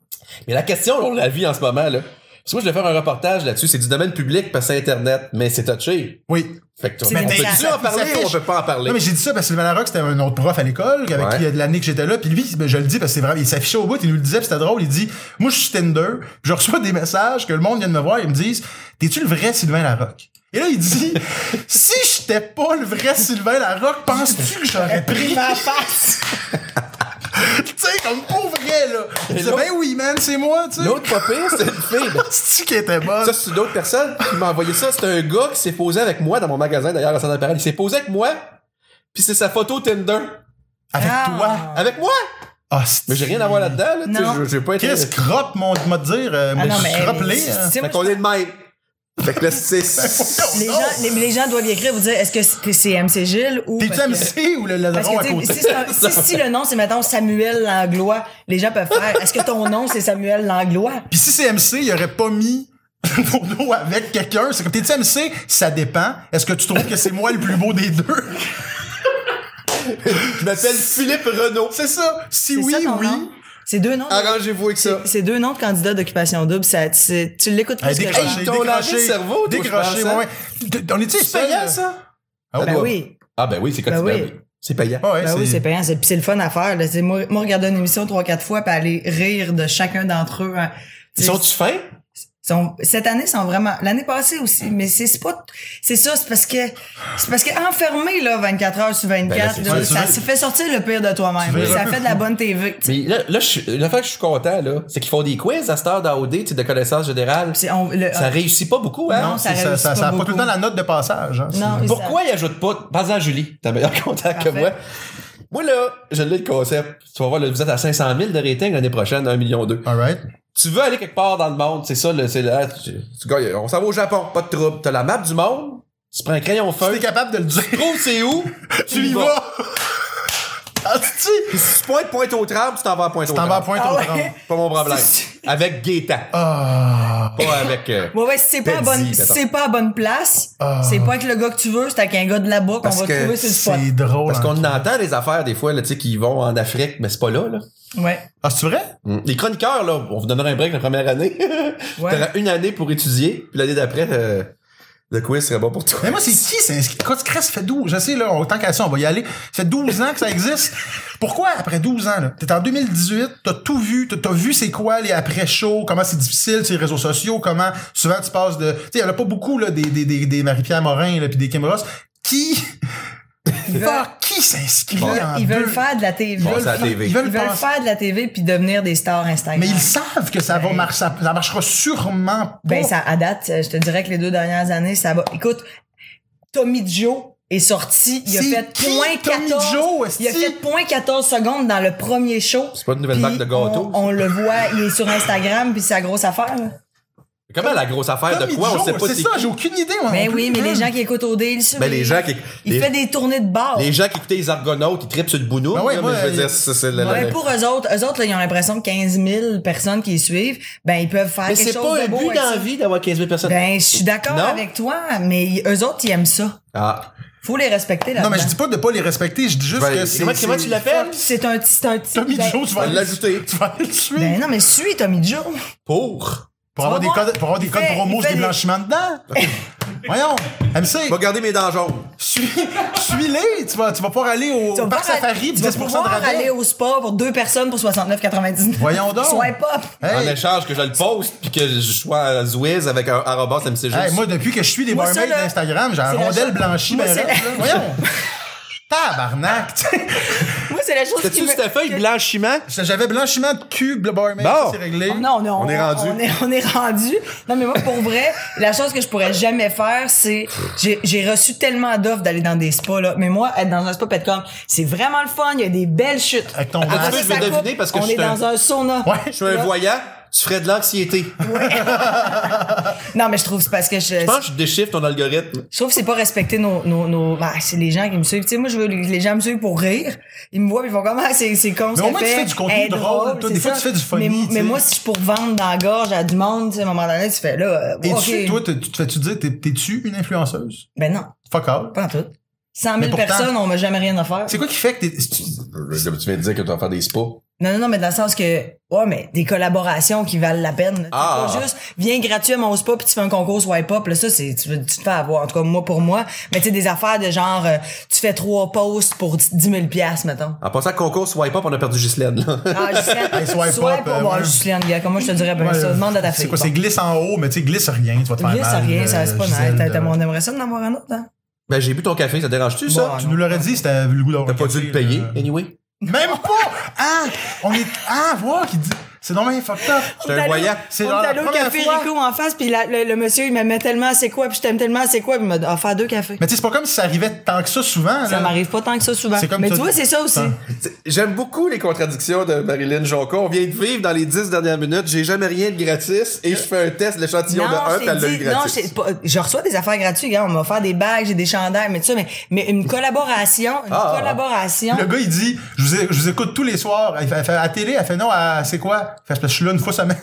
A: Mais la question, on la vit en ce moment, là. Parce que moi, je vais faire un reportage là-dessus. C'est du domaine public parce que c'est Internet, mais c'est touché.
C: Oui.
A: Fait que tu
B: C'est
C: Ben,
A: on
B: méchant.
A: peut-tu en
B: Ça
A: parler ou on
C: s'affiche.
A: peut pas en parler?
C: Non, mais j'ai dit ça parce que Sylvain Larocque, c'était un autre prof à l'école, avec
A: Ouais.
C: qui, euh, de l'année que j'étais là, puis lui, ben, je le dis parce que c'est vrai, il s'affichait au bout, il nous le disait, puis c'était drôle, il dit, moi, je suis Tinder, puis je reçois des messages que le monde vient de me voir, ils me disent, t'es-tu le vrai Sylvain Larocque? Et là, il dit, si j'étais pas le vrai Sylvain Larocque, penses-tu que j'aurais pris?
B: Ma face!
C: tu sais, comme pour vrai, là. Il disait,
A: l'autre-
C: ben oui, man, c'est moi, tu sais.
A: L'autre pas pire, c'est une fille. Ben,
C: C'est-tu qui était bonne?
A: Ça, c'est une autre personne qui m'a envoyé ça. C'est un gars qui s'est posé avec moi dans mon magasin, d'ailleurs, à Saint-Appareil. Il s'est posé avec moi, puis c'est sa photo Tinder.
C: Avec
B: Ah.
C: toi.
A: Avec moi!
C: Ah,
A: Mais j'ai rien à voir là-dedans, là. tu sais,
B: Non.
A: je- Je vais pas être...
C: Chris, crop, mon, m'a dire, euh,
B: Ah
C: moi,
B: non,
C: je
B: mais.
C: suis crop laid,
B: mais-
C: hein.
B: tu sais,
A: Fait
B: moi,
A: qu'on est de même. Fait que là, c'est...
B: je- les, gens, les, les gens doivent y écrire vous dire est-ce que c'est- c'est MC Gilles ou.
C: T'es-tu
B: parce que-
C: MC ou le
B: Parce
C: ladron à
B: que, tu sais,
C: côté?
B: si, c'est un- si, si le nom, c'est, mettons, Samuel Langlois, les gens peuvent faire, est-ce que ton nom, c'est Samuel Langlois?
C: Pis si c'est MC, il aurait pas mis mon nom avec quelqu'un. C'est comme, t'es-tu MC? Ça dépend. Est-ce que tu trouves que c'est moi le plus beau des deux?
A: Je m'appelle Philippe Renault.
C: C'est ça. Si
B: C'est
C: oui,
B: ça ton
C: oui.
B: nom? C'est deux noms. de-
A: Arrangez-vous avec ça.
B: C'est deux noms de candidats d'occupation double. Ça, c'est- tu l'écoutes plus
C: Hey,
B: que
C: décroché,
B: Jean.
A: t'ont lavé le
C: décroché.
A: cerveau, toi,
C: décroché,
A: je pense,
C: ouais. On est-tu
A: C'est payant,
C: seul?
A: ça?
C: Ah ouais?
B: Ben
A: doit-
B: oui.
A: Ah ben oui, c'est
B: Ben
A: quotidien. Ah
B: oui.
A: C'est payant.
C: Ah Ouais,
B: Ben oui, c'est payant. C'est, pis c'est le fun à faire. Là. C'est Moi, moi, regarder une émission trois, quatre fois puis aller rire de chacun d'entre eux. hein.
A: Ils
B: C'est-
A: Sont-tu fins?
B: sont- cette année, sont vraiment... L'année passée aussi, mais c'est, c'est pas... C'est ça, c'est parce que... C'est parce que enfermé, là, 24 heures sur 24,
A: Ben
C: là, c'est
B: là,
C: sûr.
B: ça se fait sortir le pire de
C: Tu
B: toi-même.
C: verras
B: Ça
C: plus.
B: fait de la bonne TV. tu sais.
A: Mais là, là je suis- l'affaire que je suis content, là, c'est qu'ils font des quiz à cette heure d'AOD, tu sais, de connaissances générales.
B: C'est- on- le- ah,
A: Ça réussit pas beaucoup, hein?
C: Non,
B: ça
C: c'est ça,
B: réussit
C: ça,
B: pas
C: ça a pas
B: beaucoup.
C: tout le temps la note de passage. hein.
B: Non,
C: C'est-
B: et
A: Pourquoi ils ajoutent pas? Pas en Julie, t'as meilleur contact que
B: Parfait.
A: moi. Moi, là, je l'ai le concept. Tu vas voir, là, vous êtes à 500 000 de rating l'année prochaine, 1 million 2.
C: All right.
A: Tu veux aller quelque part dans le monde, c'est ça, le- c'est là, tu, tu gagnes. on s'en va au Japon, pas de trouble. T'as la map du monde, tu prends un crayon
C: Si
A: feu,
C: t'es capable de le
A: tu
C: dire,
A: trouves c'est où,
C: tu y vas. Ah, tu
A: Puis si tu pointes pointe au tram, tu t'en vas à pointe au
C: t'en
A: tram.
C: vas à pointe au
B: Ah ouais.
C: tremble.
A: Pas mon problème.
B: C'est-
A: Avec Gaétan.
C: Ah.
A: Pas avec. euh,
B: Ouais, ouais, si c'est pas, à
A: Pepsi,
B: bonne,
A: mettons.
B: si c'est pas à bonne place,
C: Ah.
B: c'est pas avec le gars que tu veux, c'est avec un gars de là-bas qu'on
A: Parce
B: va
A: que
B: trouver sur le spot.
C: C'est drôle.
A: Parce qu'on
C: hein.
A: entend des affaires des fois, là, tu sais, qui vont en Afrique, mais c'est pas là, là.
B: Ouais.
C: Ah, c'est vrai?
A: Mm. Les chroniqueurs, là, on vous donnera un break la première année.
B: Ouais.
A: T'auras une année pour étudier, puis l'année d'après, euh, le quiz serait bon pour toi.
C: Mais moi, c'est qui? C'est inscrit- Quand tu crées, ça fait 12. Je sais, là, autant qu'à ça, on va y aller. Ça fait 12 ans que ça existe. Pourquoi après 12 ans, là? T'es en 2018, t'as tout vu, t'as t'as vu c'est quoi les après-shows, comment c'est difficile sur les réseaux sociaux, comment souvent tu passes de... Tu sais, y'en a pas beaucoup, là, des, des, des, des Marie-Pierre Morin, là, pis des Kim Ross. Qui... Fuck, qui s'inscrit
B: Ils veulent,
C: en
B: ils veulent
C: deux-
B: faire de la TV.
A: Bon,
B: ils veulent,
A: ça-
B: faire,
A: la TV.
C: Ils
B: ils
C: veulent
B: veulent
C: passer-
B: faire de la TV puis devenir des stars Instagram.
C: Mais ils savent que ça va marcher, ça, ça marchera sûrement pas.
B: Ben, ça, à date, je te dirais que les deux dernières années, ça va. Écoute, Tommy Joe est sorti, il a
C: C'est
B: fait
C: qui,
B: point
C: Tommy
B: 14.
C: Joe, esti?
B: il a fait point 14 secondes dans le premier show.
A: C'est pas une nouvelle
B: Puis
A: marque de gâteau.
B: On, on le voit, il est sur Instagram puis c'est la grosse affaire. là.
A: Comment la grosse affaire
C: Tommy
A: de quoi, on
C: Joe,
A: sait pas
C: C'est
A: c'est
C: ça,
A: qui.
C: j'ai aucune idée, moi.
B: Ben
C: non
B: oui,
C: plus. Hum.
B: mais les gens qui écoutent au deal,
A: Ben, les gens qui-
B: Il
A: les-
B: fait des tournées de bar.
A: Les gens qui écoutaient les Argonautes, ils tripent sur le boulot.
C: Ben ouais, moi,
A: mais je veux
C: il-
A: dire, ça, c'est le- le-
B: Ouais,
A: le-
B: pour eux autres, eux autres, là, ils ont l'impression que 15 000 personnes qui les suivent, ben, ils peuvent faire
A: Mais
B: quelque
A: c'est
B: chose
A: pas
B: de
A: un
B: beau
A: but
B: avec
A: dans la
B: ça.
A: vie d'avoir 15 000 personnes.
B: Ben, je suis d'accord
A: Non?
B: avec toi, mais eux autres, ils aiment ça.
A: Ah.
B: Faut les respecter, là
C: Non, mais je dis pas de pas les respecter, je dis juste
A: Ben,
C: que c'est.
A: comment, comment tu
C: c'est-
A: l'appelles?
B: C'est un petit, c'est un petit.
C: Tommy
B: ben,
C: Joe, tu vas
A: Ben,
C: aller-
A: l'ajouter.
C: Tu vas aller le suivre.
B: Ben non, mais suis Tommy Joe.
A: Pour.
C: pour,
B: tu
C: avoir
B: vas
C: des
B: voir,
C: codes, pour avoir des
B: il
C: codes
B: fait-
C: promos
B: il
C: sur
B: fait
C: des
B: des-
C: blanchiments dedans. Voyons, MC,
A: Je vais garder mes dents jaunes.
C: suis- suis-les. tu, vas, tu vas pouvoir aller au
B: Tu vas
C: parc
B: pouvoir
C: safari,
B: aller- tu vas
C: 10% de
B: pouvoir aller
C: rabais.
B: au spa pour deux personnes pour 69,99.
C: Voyons donc.
B: Sois pop.
A: En
C: Hey,
A: échange que je le poste, puis que je sois à Zwiz avec un arrobas MCG.
C: hey, moi, depuis que je suis des
B: Moi, ça,
C: barmaids
B: là,
C: d'Instagram, j'ai un
B: c'est la
C: rondelle
B: chose-
C: blanchie.
B: Moi,
C: ben,
B: c'est
C: raide,
B: la-
C: là. Voyons. Tabarnak, tu sais.
B: Moi, c'est la chose qui
A: T'as-tu
B: me-
A: cette feuille
B: que-
A: blanchiment?
C: J'avais blanchiment de cul, le
A: Bon.
C: barmaid, ça, c'est réglé.
B: Oh, Non, non,
A: On est rendu.
B: On est, on est rendu. Non, mais moi, pour vrai, la chose que je pourrais jamais faire, c'est, j'ai- j'ai reçu tellement d'offres d'aller dans des spas, là. Mais moi, être dans un spa, pis être comme, c'est vraiment le fun, il y a des belles chutes.
C: Avec ton
B: Après ça,
C: masque.
A: Je vais
B: ça coupe,
A: deviner parce que
B: on
A: je
B: est
A: suis un-
B: dans un sauna.
C: Ouais.
A: Je suis un voyant, tu ferais de l'anxiété.
B: Non, mais je trouve, c'est parce que je,
A: Je pense que je déchiffre ton algorithme.
B: je trouve que c'est pas respecter nos, nos, nos, bah, c'est les gens qui me suivent. Tu sais, moi, je veux, les les gens me suivent pour rire. Ils me voient, puis ils font comme, ah, c'est, c'est con.
C: Mais au moins, tu fais du contenu drôle, toi. Des fois, tu fais du funny,
B: Mais,
C: tu sais.
B: mais moi, si je suis pour vendre dans la gorge à du monde, tu sais, à un moment donné, tu fais là, euh,
C: Et
B: ok.
C: tu, toi, te- tu te fais-tu dire, t'es- t'es-tu une influenceuse?
B: Ben non,
C: Fuck all.
B: pas en tout. 100
C: Mais
B: 000
C: pourtant-
B: personnes, on m'a jamais rien offert.
C: C'est quoi qui fait que t'es. tu-
A: Tu viens de dire que tu vas faire des spas.
B: Non, non, non, mais dans le sens que, ouais, mais des collaborations qui valent la peine. là.
A: Ah.
B: C'est pas juste, viens gratuit à mon spa puis tu fais un concours swipe up, là, ça, c'est, tu, veux- tu te fais avoir. En tout cas, moi, pour moi. Mais tu sais, des affaires de genre, euh, tu fais trois posts pour 10 000 piastres, mettons.
A: En passant à concours Swipe Up, on a perdu Ghislaine, là.
B: Ah, Justine,
C: Hey, swipe up, euh,
B: bon,
C: ouais.
B: Justine, gars, comment je te dirais, ben,
C: Ouais, euh,
B: ça, demande à ta fille.
C: C'est quoi,
B: bon.
C: c'est glisse en haut, mais tu sais, glisse rien, tu vas te faire
B: Viens, ça
C: mal,
B: rien, ça, c'est
C: euh,
B: pas
C: Gisèle,
B: nice. T'as-
C: de-
B: t'as- On aimerait ça d'en avoir un autre, hein?
A: Ben, j'ai bu ton café, ça te dérange-tu,
B: Bon, euh,
A: ça?
C: Tu nous l'aurais dit si t'avais le goût d'avoir.
A: T'as
C: un
A: pas dû
C: café,
A: le payer,
C: là.
A: anyway.
C: Même pas! Ah! On est. Ah, voir qui dit. C'est normal, fucked up.
A: Je te le voyais.
C: C'est
B: on
C: genre
B: est
C: la
B: allé au
C: première
B: café
C: fois-
B: Rico en face, puis la- le, le monsieur, il m'aimait tellement, c'est quoi, puis je t'aime tellement, c'est quoi, puis il m'a offert deux cafés.
C: Mais tu sais, c'est pas comme si ça arrivait tant que ça souvent.
B: Ça
C: là.
B: m'arrive pas tant que ça souvent.
C: C'est comme
B: Mais
C: ça- Hein?
B: tu
C: Ah.
B: vois, c'est ça aussi.
C: Attends.
A: C'est- J'aime beaucoup les contradictions de Marilyn Jonca. On vient de vivre dans les 10 dernières minutes. J'ai jamais rien de gratis et je fais un test, l'échantillon de
B: Non,
A: 1,
B: je
A: puis
B: t'ai
A: elle l'a eu
B: dit- non,
A: gratis.
B: je, t'ai pas- je reçois des affaires gratuites, gars. On m'a offert des bagues, j'ai des chandails, mais tout ça, mais, mais une collaboration, une
A: Ah.
B: collaboration.
C: Le gars, il dit, je vous, ai- je vous écoute tous les soirs. Elle fait, elle fait, à la télé, elle fait non, à- c'est quoi? Elle fait, parce que je suis là une fois semaine.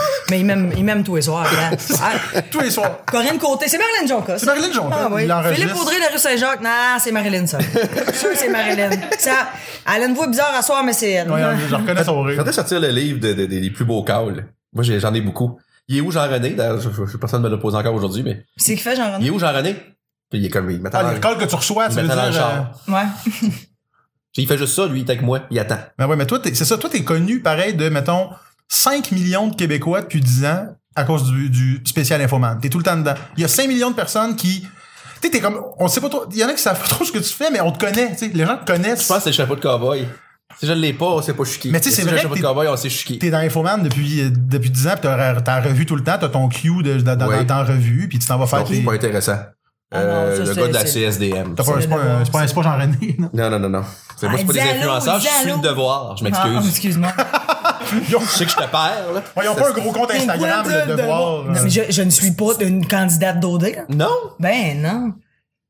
B: Mais il m'aime, il m'aime tous les soirs, gars. Ah,
C: tous les soirs.
B: Corinne Côté, c'est Marilyn Jonca.
C: C'est Marilyn Jonca,
B: Ah, oui.
C: il l'enregistre.
B: Philippe Audrey de rue Saint-Jacques. Non, c'est Marilyn, ça. Je suis sûr que c'est Marilyn. Ça, elle a une voix bizarre à soir, mais c'est elle.
C: Ouais, je reconnais son rire.
A: J'entends sortir le livre de- de- de- des plus beaux cowls. Moi, j'ai- j'en ai beaucoup. Il est où Jean-René? D'ailleurs, je- je- Personne ne me le pose encore aujourd'hui, mais
B: C'est qui fait, jean
A: il est
B: rené
A: où Jean-René? Puis il est comme, il m'attend
C: Ah,
A: dans
C: les
A: le-
C: calls que tu reçois,
A: il
C: tu veux
A: m'attend dans le
C: dire. euh,
A: char.
B: Ouais.
A: Il fait juste ça, lui, il est avec moi, il attend.
C: Ben ouais, mais toi, t'es- c'est ça, toi, t'es connu pareil de, mettons, 5 millions de Québécois depuis 10 ans à cause du, du spécial Infoman. T'es tout le temps dedans. Il y a 5 millions de personnes qui. Tu sais, t'es comme. On sait pas trop. Il y en a qui savent pas trop ce que tu fais, mais on te connaît. tu sais. les gens te connaissent.
A: Je pense que c'est le chapeau de cowboy. Si je l'ai pas, on sait pas je suis qui.
C: Mais tu sais,
A: Si
C: c'est
A: j'ai
C: vrai
A: le chapeau
C: que
A: de
C: t'es-
A: cowboy, on sait je suis qui.
C: T'es dans Infoman depuis, euh, depuis 10 ans, pis t'as, t'as revu tout le temps, t'as ton cue de, dans, dans-
A: Oui.
C: dans ta revue, puis tu t'en vas faire
A: Donc,
C: tes.
A: c'est pas intéressant.
B: Ah
A: Euh,
B: non, ça,
A: le
B: c'est-
A: gars de la
B: c'est-
A: CSDM.
C: T'as pas,
B: C'est
C: c'est, pas
B: le
C: un, c'est pas un- c'est pas Jean-René, non?
A: Non, non, non, non. C'est moi,
B: Ah,
A: c'est pas des
B: dis allô,
A: influenceurs,
B: dis
A: je suis
B: allô.
A: le devoir. Je m'excuse.
B: Ah, excuse-moi.
C: Ils ont,
A: Je sais que je te perds, là.
C: ils ont
A: Ça-
C: pas un gros compte Instagram,
B: Quoi de-
C: le
B: de-
C: devoir. euh.
B: Non, mais je, je ne suis pas une candidate d'OD.
A: Non!
B: Ben non.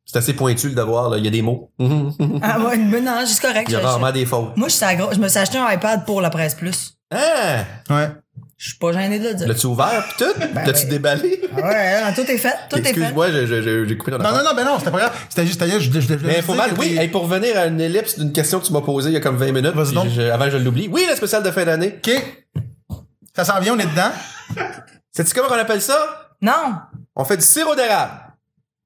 A: C'est assez pointu, le devoir, là. Il y a des mots. Mhm.
B: Ah ouais, mais non, c'est correct.
A: Il y a
B: Je-
A: rarement
B: je-
A: des fautes.
B: Moi, je, suis à gros- je me suis acheté un iPad pour la presse plus.
A: Hein?
C: Ouais.
B: Je suis pas gêné de le dire.
A: L'as-tu ouvert, pis tout? L'as-tu
B: oui.
A: déballé?
B: Ah Ouais, non, tout est fait. Tout est fait.
A: Excuse-moi, je- je- je- j'ai coupé ton
C: Non,
A: affaire.
C: non, non, ben non, c'était pas grave. C'était juste, d'ailleurs, je, je, je- je-
A: Mais faut
C: je-
A: mal,
C: je-
A: oui, hey, pour revenir à une ellipse d'une question que tu m'as posée il y a comme 20 minutes,
C: Vas-y
A: puis
C: donc.
A: je- je- avant que je l'oublie. Oui, le spécial de fin d'année.
C: OK. Ça s'en vient, on est dedans.
A: Sais-tu comment on appelle ça?
B: Non.
A: On fait du sirop d'érable.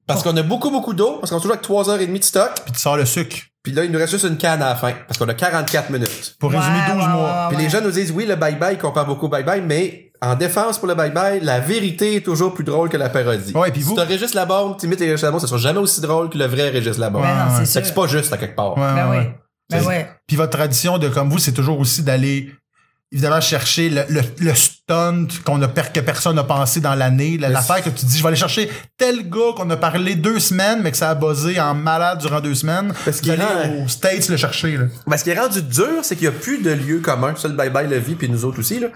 A: Parce
C: Oh.
A: qu'on a beaucoup, beaucoup d'eau, parce qu'on est toujours avec 3h30 de stock,
C: Puis tu sors le sucre.
A: puis là, il nous reste juste une canne à la fin, parce qu'on a 44 minutes.
C: Pour résumer,
B: Ouais,
C: 12
B: ouais,
C: mois.
B: ouais,
A: Puis
B: ouais.
A: les gens nous disent, oui, le bye-bye, qu'on parle beaucoup bye-bye, mais en défense pour le bye-bye, la vérité est toujours plus drôle que la parodie.
C: Ouais, puis vous-
A: Si t'as Régis Laborde, t'imites Régis Laborde, ça sera jamais aussi drôle que le vrai Régis Laborde.
B: Ben non,
C: ouais.
B: c'est
A: Fait
B: sûr.
A: que c'est pas juste, à quelque part.
C: Ouais,
B: Ben oui.
C: ouais, ouais.
B: Ben
C: C'est-
B: ouais.
C: Puis votre tradition de, comme vous, c'est toujours aussi d'aller, évidemment, chercher le, le, le stunt qu'on a per- que personne n'a pensé dans l'année. la-
A: Le-
C: L'affaire que tu dis, je vais aller chercher tel gars qu'on a parlé deux semaines, mais que ça a buzzé en malade durant deux semaines.
A: Parce
C: Vous
A: qu'il
C: allez
A: rend-
B: hein.
C: aux States le chercher, là.
A: Ben, ce qui est rendu dur, c'est qu'il n'y a plus de lieu commun. Ça, le bye-bye, le vie, puis nous autres aussi. Là.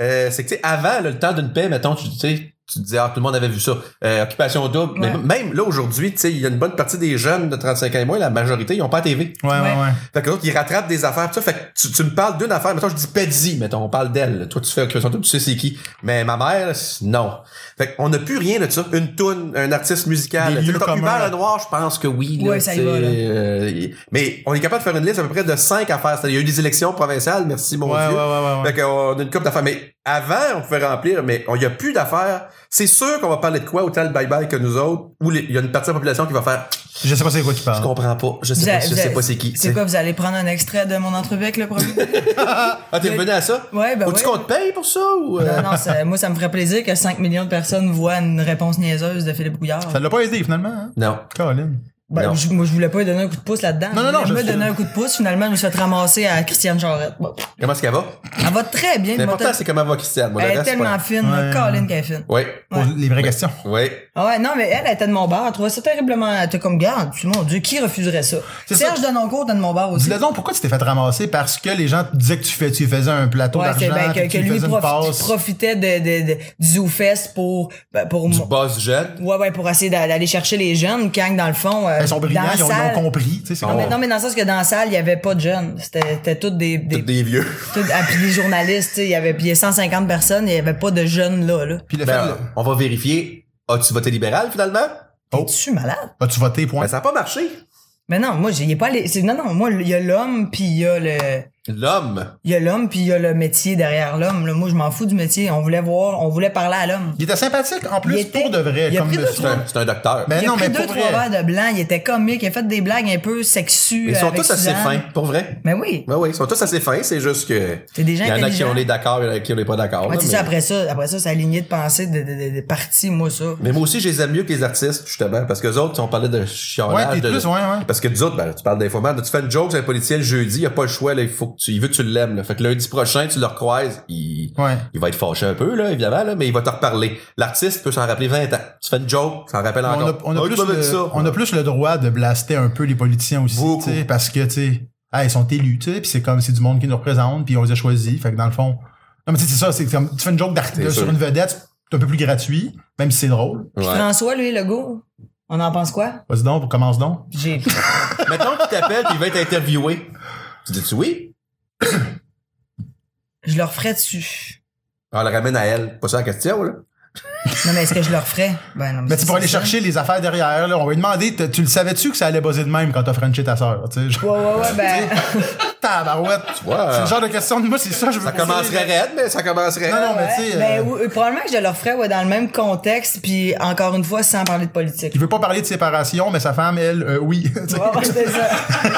A: Euh, c'est que, tu sais, avant, là, le temps d'une paix, mettons, tu tu sais, tu te disais, ah, tout le monde avait vu ça. Euh, occupation double. Mais
B: Ouais.
A: même là, aujourd'hui, tu sais, il y a une bonne partie des jeunes de 35 ans et moins, la majorité, ils n'ont pas la TV.
C: Ouais, ouais,
B: Ouais.
C: ouais.
A: Fait que l'autre, ils rattrapent des affaires. pis ça, fait que tu, tu me parles d'une affaire. Mettons, je dis Pedi, mettons, on parle d'elle. Toi, tu fais Occupation double, tu sais c'est qui. Mais ma mère, c'est- non. Fait qu'on n'a plus rien de ça. Une toune, un artiste musical.
C: Des
A: Tu sais,
C: lieux
A: mettons,
C: communs,
A: Hubert
C: là.
A: Lenoir, je pense que oui. Là,
B: Ouais, ça y
A: tu sais,
B: va, là.
A: euh, y- mais on est capable de faire une liste à peu près de cinq affaires. C'est-à-dire, Il y a eu des élections provinciales, merci mon
C: Ouais,
A: Dieu.
C: ouais, ouais, ouais, ouais.
A: Fait qu'on a une coupe d'affaires. Mais avant, on pouvait remplir, mais on n'y a plus d'affaires. C'est sûr qu'on va parler de quoi, autant le bye-bye que nous autres, ou les- il y a une partie de la population qui va faire
C: Je sais pas c'est quoi qui
A: Je
C: parle.
A: comprends pas, je sais
B: Vous
A: pas,
B: allez-
A: je
B: vous
A: sais
B: allez-
A: pas c'est qui. tu sais.
B: C'est quoi, vous allez prendre un extrait de mon entrevue avec le premier?
A: Ah, t'es revenu à ça?
B: Ouais, ben
A: Faut-tu
B: ouais.
A: qu'on te paye pour ça ou. euh?
B: non, non, ça- moi, ça me ferait plaisir que 5 millions de personnes voient une réponse niaiseuse de Philippe Bouillard.
C: Ça l'a pas aidé, finalement, hein?
A: Non.
C: Caroline.
B: Ben,
A: Non.
B: je- moi, je voulais pas lui donner un coup de pouce là-dedans.
C: Non, non, non,
B: Je voulais
C: je-
B: pas donner un coup de pouce. Finalement, je me suis fait ramasser à Christiane Charette. Bon.
A: Comment est-ce qu'elle va?
B: Elle va très bien. le
A: L'important,
B: mortel-
A: c'est comment va Christiane. Moi, le
B: Elle est
A: reste, c'est pas-
B: tellement fine.
C: Ouais.
B: Colin qu'elle est fine.
A: Ouais.
B: Ouais.
C: Pose les vraies questions.
A: Ouais.
B: Ah ouais, non, mais elle, elle était de mon bar. Elle trouvait ça terriblement. Elle était comme, garde, tu- mon Dieu, qui refuserait ça?
C: C'est
B: Serge Denoncourt était de mon bar aussi.
C: Dis-le donc, pourquoi tu t'es fait ramasser? Parce que les gens te disaient que tu, fais, tu faisais un plateau
B: Ouais, c'est
C: d'argent,
B: ben,
C: puis
B: que,
C: tu
B: que lui
C: faisais une
B: profi-
C: passe.
B: profitait de, de, de- du ZooFest pour, ben, pour
A: Du
B: mon-
A: boss jeune.
B: Ouais, ouais, pour essayer d'a- d'aller chercher les jeunes, quand dans le fond. euh,
C: Ils sont brillants,
B: dans la
C: ils ont, ils
B: salle-
C: ont compris. tu sais, c'est
B: Non,
C: comme-
B: mais, non, mais dans le sens que dans la salle, il n'y avait pas de jeunes. C'était c'était toutes des. des,
A: Tous des vieux.
B: toutes- ah, puis des journalistes, tu sais, il y avait puis il y a 150 personnes, il n'y avait pas de jeunes là. là.
C: Puis le fait,
A: Ben,
C: de-
A: on va vérifier. As-tu voté libéral finalement?
C: Oh,
B: Tu malade?
C: as-tu voté, point?
A: Ben, ça n'a pas marché.
B: Mais non, moi, j'ai- il est pas allé. c'est- Non, non, moi, il y a l'homme, puis il y a le.
A: L'homme.
B: Il y a l'homme, puis il y a le métier derrière l'homme. là. Moi, je m'en fous du métier. On voulait voir, on voulait parler à l'homme.
C: Il était sympathique, en plus,
B: Il était-
C: pour de vrai.
B: il a
C: comme
B: pris deux,
C: monsieur.
A: C'est un, c'est un docteur.
C: Ben
B: il
C: non,
B: a pris
C: mais
B: deux,
C: pour
B: trois
C: vrai.
B: verres de blanc, il était comique, il a fait des blagues un peu sexues. euh,
A: ils sont
B: avec
A: tous assez
B: Suzanne.
A: fins, pour vrai.
B: Mais oui.
A: Ben oui, ils sont tous assez fins, c'est juste que.
B: C'est des gens
A: Il y en a qui
B: intelligents.
A: on est d'accord, il y en a qui on n'est pas d'accord.
B: Ouais,
A: là,
B: c'est
A: mais-
B: ça, après ça, après ça, c'est aligné de pensée, de, de, de, de partie, moi, ça.
A: Mais moi aussi, je les aime mieux que les artistes, justement, parce que les autres, on parlait de chiolage.
C: Ouais, t'es
A: de-
C: plus, ouais, ouais.
A: Parce que nous autres, ben, tu parles d'informats, tu fais une joke sur un policier le jeudi, il a pas le choix, là, il faut que tu, il veut que tu l'aimes, là. Fait que lundi prochain, tu le recroises, il,
C: Ouais.
A: il va être fâché un peu, là, évidemment, là, mais il va te reparler. L'artiste peut s'en rappeler 20 ans. Tu fais une joke, s'en rappelle
C: On a,
A: encore.
C: on a
A: Ah,
C: plus
A: tu m'avais
C: le,
A: dit ça.
C: on a plus le droit de blaster un peu les politiciens aussi,
A: Beaucoup.
C: tu sais, parce que, tu sais, ah, ils sont élus, tu sais, puis c'est comme, c'est du monde qui nous représente, puis on les a choisis, fait que dans le fond... Non, mais tu sais, c'est ça, c'est comme, tu fais une joke d'art-
A: C'est
C: de-
A: sûr.
C: sur une vedette, c'est un peu plus gratuit, même si c'est drôle.
A: Ouais.
B: François, lui, Legault, on en pense quoi?
C: Vas-y donc, commence donc.
B: J'ai.
A: Mettons qu'il t'appelle pis il va t'interviewer. Tu dis-tu oui?
B: je leur ferais dessus.
A: Ah, On le ramène à elle. Pas ça la question, là.
B: Non, mais est-ce que je leur ferais? Ben, non,
C: Mais tu
B: c'est-
C: pour aller
B: c'est ça.
C: chercher les affaires derrière, là, on va lui demander, t- tu le savais-tu que ça allait buzzer de même quand t'as Frenché ta sœur, tu sais?
B: Ouais, ouais, ouais, ben.
C: Tabarouette!
A: vois,
C: C'est
A: euh,
C: le genre de question de moi, c'est ça, je veux
A: Ça
C: poser. ben,
A: commencerait raide, mais ça commencerait.
C: Non, non, mais tu
B: Ouais,
C: sais,
B: ben,
C: euh,
B: oui, probablement que je leur ferais ouais, dans le même contexte, puis encore une fois, sans parler de politique.
C: il veut pas parler de séparation, mais sa femme, elle, euh, oui. Tu sais.
B: Ouais, ouais, c'est ça.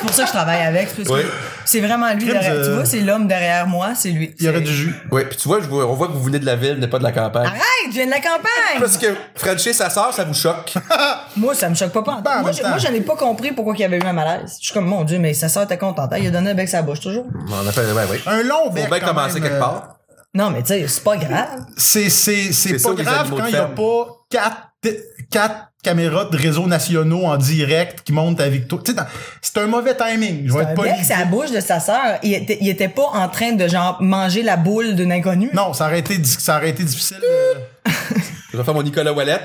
B: C'est pour ça que je travaille avec. c'est parce que
A: Oui.
B: C'est vraiment lui
C: Crime,
B: derrière.
C: euh,
B: Tu vois, c'est l'homme derrière moi, c'est lui.
C: Il y aurait
B: C'est-
C: du jus.
A: Oui, puis tu vois, je vois- on voit que vous venez de la ville, n'est pas de la campagne.
B: Arrête, je viens de la campagne!
A: Parce que Frenchie, sa sœur, ça vous choque.
B: Moi, ça me choque pas. pas.
C: Ben, en
B: moi,
C: même
B: je,
C: temps.
B: moi, j'en ai pas compris pourquoi il y avait eu un malaise. Je suis comme, mon Dieu, mais sa soeur était contente. hein, Il a donné un bec sa bouche, toujours.
A: on a fait, ouais, ouais.
C: Un long bec.
A: Faut bien
C: quand
A: commencer
C: même,
A: quelque
C: euh,
A: part.
B: Non, mais tu sais, c'est pas grave.
C: C'est, c'est, c'est
A: C'est
C: pas
A: ça, les
C: grave
A: animaux de
C: quand il y a
A: ferme.
C: pas quatre, quatre caméras de réseaux nationaux en direct qui montent avec toi. Tu sais, dans- c'est un mauvais timing. Je vais
B: Un
C: être poli.
B: bec sa bouche de sa sœur, il était, il était pas en train de genre manger la boule d'une inconnue.
C: Non, ça aurait été, dis- ça aurait été difficile. euh.
A: Je vais faire mon Nicolas Wallet.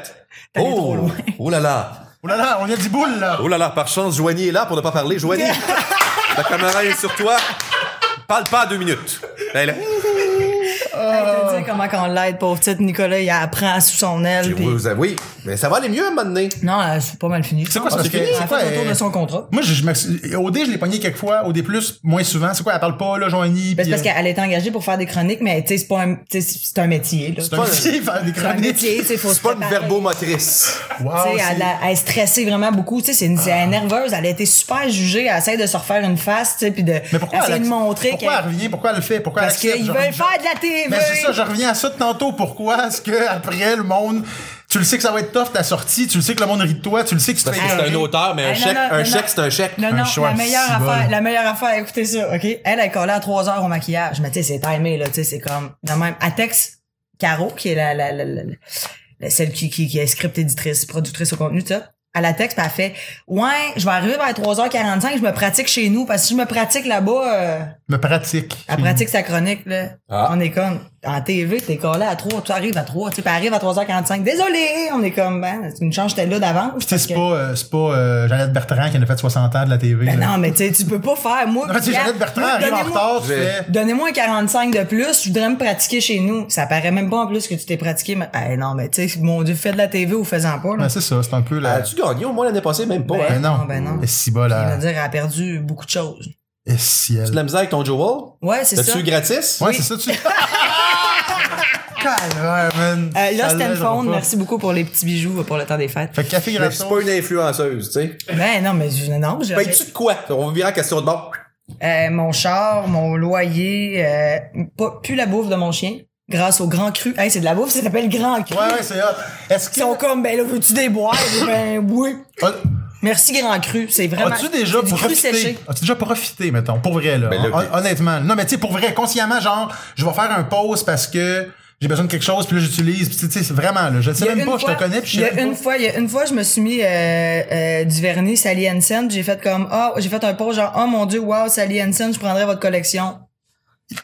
B: T'es allé trop loin.
A: oh là là.
C: Oh là là, on vient du boule, là.
A: Oh là là, par chance, Joanie est là pour ne pas parler. Joanie, la caméra est sur toi. Parle pas deux minutes. Elle est là.
B: Hey, te dire comment qu'on l'aide, pauvre petite Nicolas, il apprend sous son aile. puis-
A: Oui, vous avez- oui, mais ça va aller mieux à un moment donné.
B: Non, euh, c'est pas mal fini.
C: C'est quoi, c'est parce
B: Elle
C: que-
B: a
C: c'est
B: fait
C: quoi,
B: le tour
C: euh,
B: de son contrat.
C: Moi, je, je me- OD, je l'ai pogné quelques fois. OD+, plus, moins souvent. C'est quoi, elle parle pas, là, Joanie?
B: Ben, c'est
C: puis,
B: parce
C: euh,
B: qu'elle est engagée pour faire des chroniques, mais tu sais, c'est pas un, tu sais, c'est un métier. là.
C: C'est un métier, faire des
B: C'est un
C: chroniques.
B: métier, tu sais, faut se
A: C'est pas une
B: préparer.
A: verbomotrice.
C: Wow,
B: Tu sais,
C: c'est-
B: elle, a- elle est stressée vraiment beaucoup. Tu sais, c'est une-
C: Ah.
B: c'est- elle est nerveuse. Elle a été super jugée. Elle essaie de se refaire une face, tu sais, puis de
C: Mais pourquoi
B: essayer
C: elle,
B: de
C: accepte-
B: montrer
C: Pourquoi elle
B: qu'elle-
C: revient? Pourquoi elle le fait? Pourquoi
B: hein. parce
C: elle accepte?
B: qu'ils
C: Je-
B: veulent
C: je-
B: faire de la TV.
C: Mais Ben, c'est ça, je reviens à ça de tantôt. Pourquoi est-ce que après le monde, tu le sais que ça va être tough ta sortie, tu le sais que le monde rit de toi, tu le sais que tu te
A: Parce que
C: fais
A: c'est un auteur, mais un
B: Hey, non,
A: chèque,
B: non,
A: un
B: non,
A: chèque,
B: non.
A: c'est un chèque.
B: Non, non,
C: choix
B: la meilleure
C: si
B: affaire,
C: bol.
B: la meilleure affaire, écoutez ça, OK? Elle, elle est collée à trois heures au maquillage. Mais tu sais, c'est timé, là, tu sais, c'est comme, de même. À texte, Caro, qui est la, la, la, la- la- celle qui, qui, qui est script éditrice, productrice au contenu, tout ça. À la texte, puis elle fait, ouais, je vais arriver vers 3h45, je me pratique chez nous, parce que si je me pratique là-bas, euh,
C: me pratique.
B: elle pratique sa chronique, là.
A: Ah.
B: On est comme, en TV, t'es collé à 3, tu arrives à 3, tu sais, puis elle arrive à 3h45, désolé, on est comme, ben, c'est une chance, j'étais là d'avance.
C: Tu sais,
B: parce
C: c'est
B: que-
C: pas, euh, c'est pas euh, Jeannette Bertrand qui en a fait 60 ans de la TV.
B: Ben
C: là.
B: non, mais tu sais, tu peux pas faire, moi.
C: Non, mais tu sais,
B: regarde,
C: Jeannette Bertrand
B: moi,
C: arrive en
B: donnez-moi-
C: retard, tu
A: J'ai-
C: fais.
B: Donnez-moi un 45 de plus, je voudrais me pratiquer chez nous. Ça paraît même pas en plus que tu t'es pratiqué. Mais... Eh non, mais tu sais, mon Dieu, fais de la TV ou fais-en pas. Là.
C: Ben, c'est ça, c'est un peu la.
A: As-tu gagné au moins l'année passée? Même pas, hein?
C: Ben non.
B: Non, ben non.
C: Et si bas
B: Il va
C: là.
B: dire, elle a perdu beaucoup de choses.
C: Et
A: Tu
C: ciel.
A: de la misère avec ton Joel?
B: Ouais, c'est ça.
A: T'as-tu eu gratis?
C: Ouais, c'est ça, tu. Calvaire, man.
B: Euh, là,
C: Ça
B: c'était une
C: lèvera
B: faune.
C: pas.
B: Merci beaucoup pour les petits bijoux pour le temps des fêtes.
C: Fait que café
A: Mais c'est
C: gratuit.
A: pas une influenceuse, tu sais.
B: Ben non, mais je, non, je-
A: Payes-tu de quoi? On va virer en question de bord.
B: Euh, mon char, mon loyer, euh, pas, plus la bouffe de mon chien, grâce au Grand Cru. Hey, c'est de la bouffe, ça s'appelle Grand Cru.
C: Ouais, ouais, c'est hot. Est-ce
B: Ils sont
C: que.
B: comme, ben là, veux-tu des boîtes? ben oui. Merci Grand Cru, c'est vraiment.
C: Ah, As-tu déjà
B: c'est du cru
C: profité?
B: séché.
C: As-tu déjà profité, mettons, pour vrai, là?
A: Ben là,
C: Hon-
A: ok.
C: Honnêtement. Non, mais tu sais, pour vrai, consciemment, genre, je vais faire un pause parce que j'ai besoin de quelque chose, puis là, j'utilise, puis tu sais, c'est vraiment, là. Je le sais
B: Il y a
C: même
B: une
C: pas,
B: fois-
C: je te connais, puis je
B: il y
C: sais
B: a
C: même
B: une
C: pas.
B: fois, il y a une fois, je me suis mis euh, euh, du vernis Sally Hansen, puis j'ai fait comme ah, j'ai fait un pause genre oh mon dieu, wow Sally Hansen, je prendrais votre collection.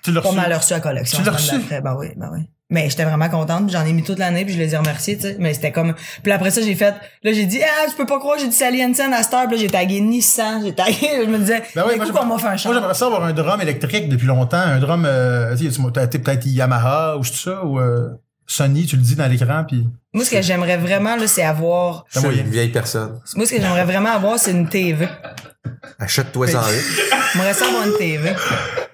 C: Tu l'as
B: Pas
C: reçu.
B: mal reçu la collection.
C: Tu l'as
B: la semaine
C: reçu?
B: d'après. Ben oui, ben oui. Mais j'étais vraiment contente, puis j'en ai mis toute l'année, puis je les ai remerciés, tu sais. Mais c'était comme puis après ça, j'ai fait là j'ai dit ah, je peux pas croire que j'ai dit Sally Hansen à cette heure, puis là, j'ai tagué Nissan, j'ai tagué, je me disais
C: Ben oui, moi,
B: écoute,
C: j'aimerais-
B: on m'a fait un
C: moi,
B: char.
C: j'aimerais ça avoir un drum électrique depuis longtemps. Un drum, euh, tu sais, tu m'as- t'as été peut-être Yamaha ou c'est ça, ou euh, Sony, tu le dis dans l'écran, puis
B: Moi, ce que j'aimerais vraiment, là, c'est avoir.
C: Ça
A: Achète
C: moyen.
A: une vieille personne.
B: Moi, ce que j'aimerais vraiment avoir, c'est une TV.
A: Achète-toi ça
B: J'aimerais ça avoir une TV.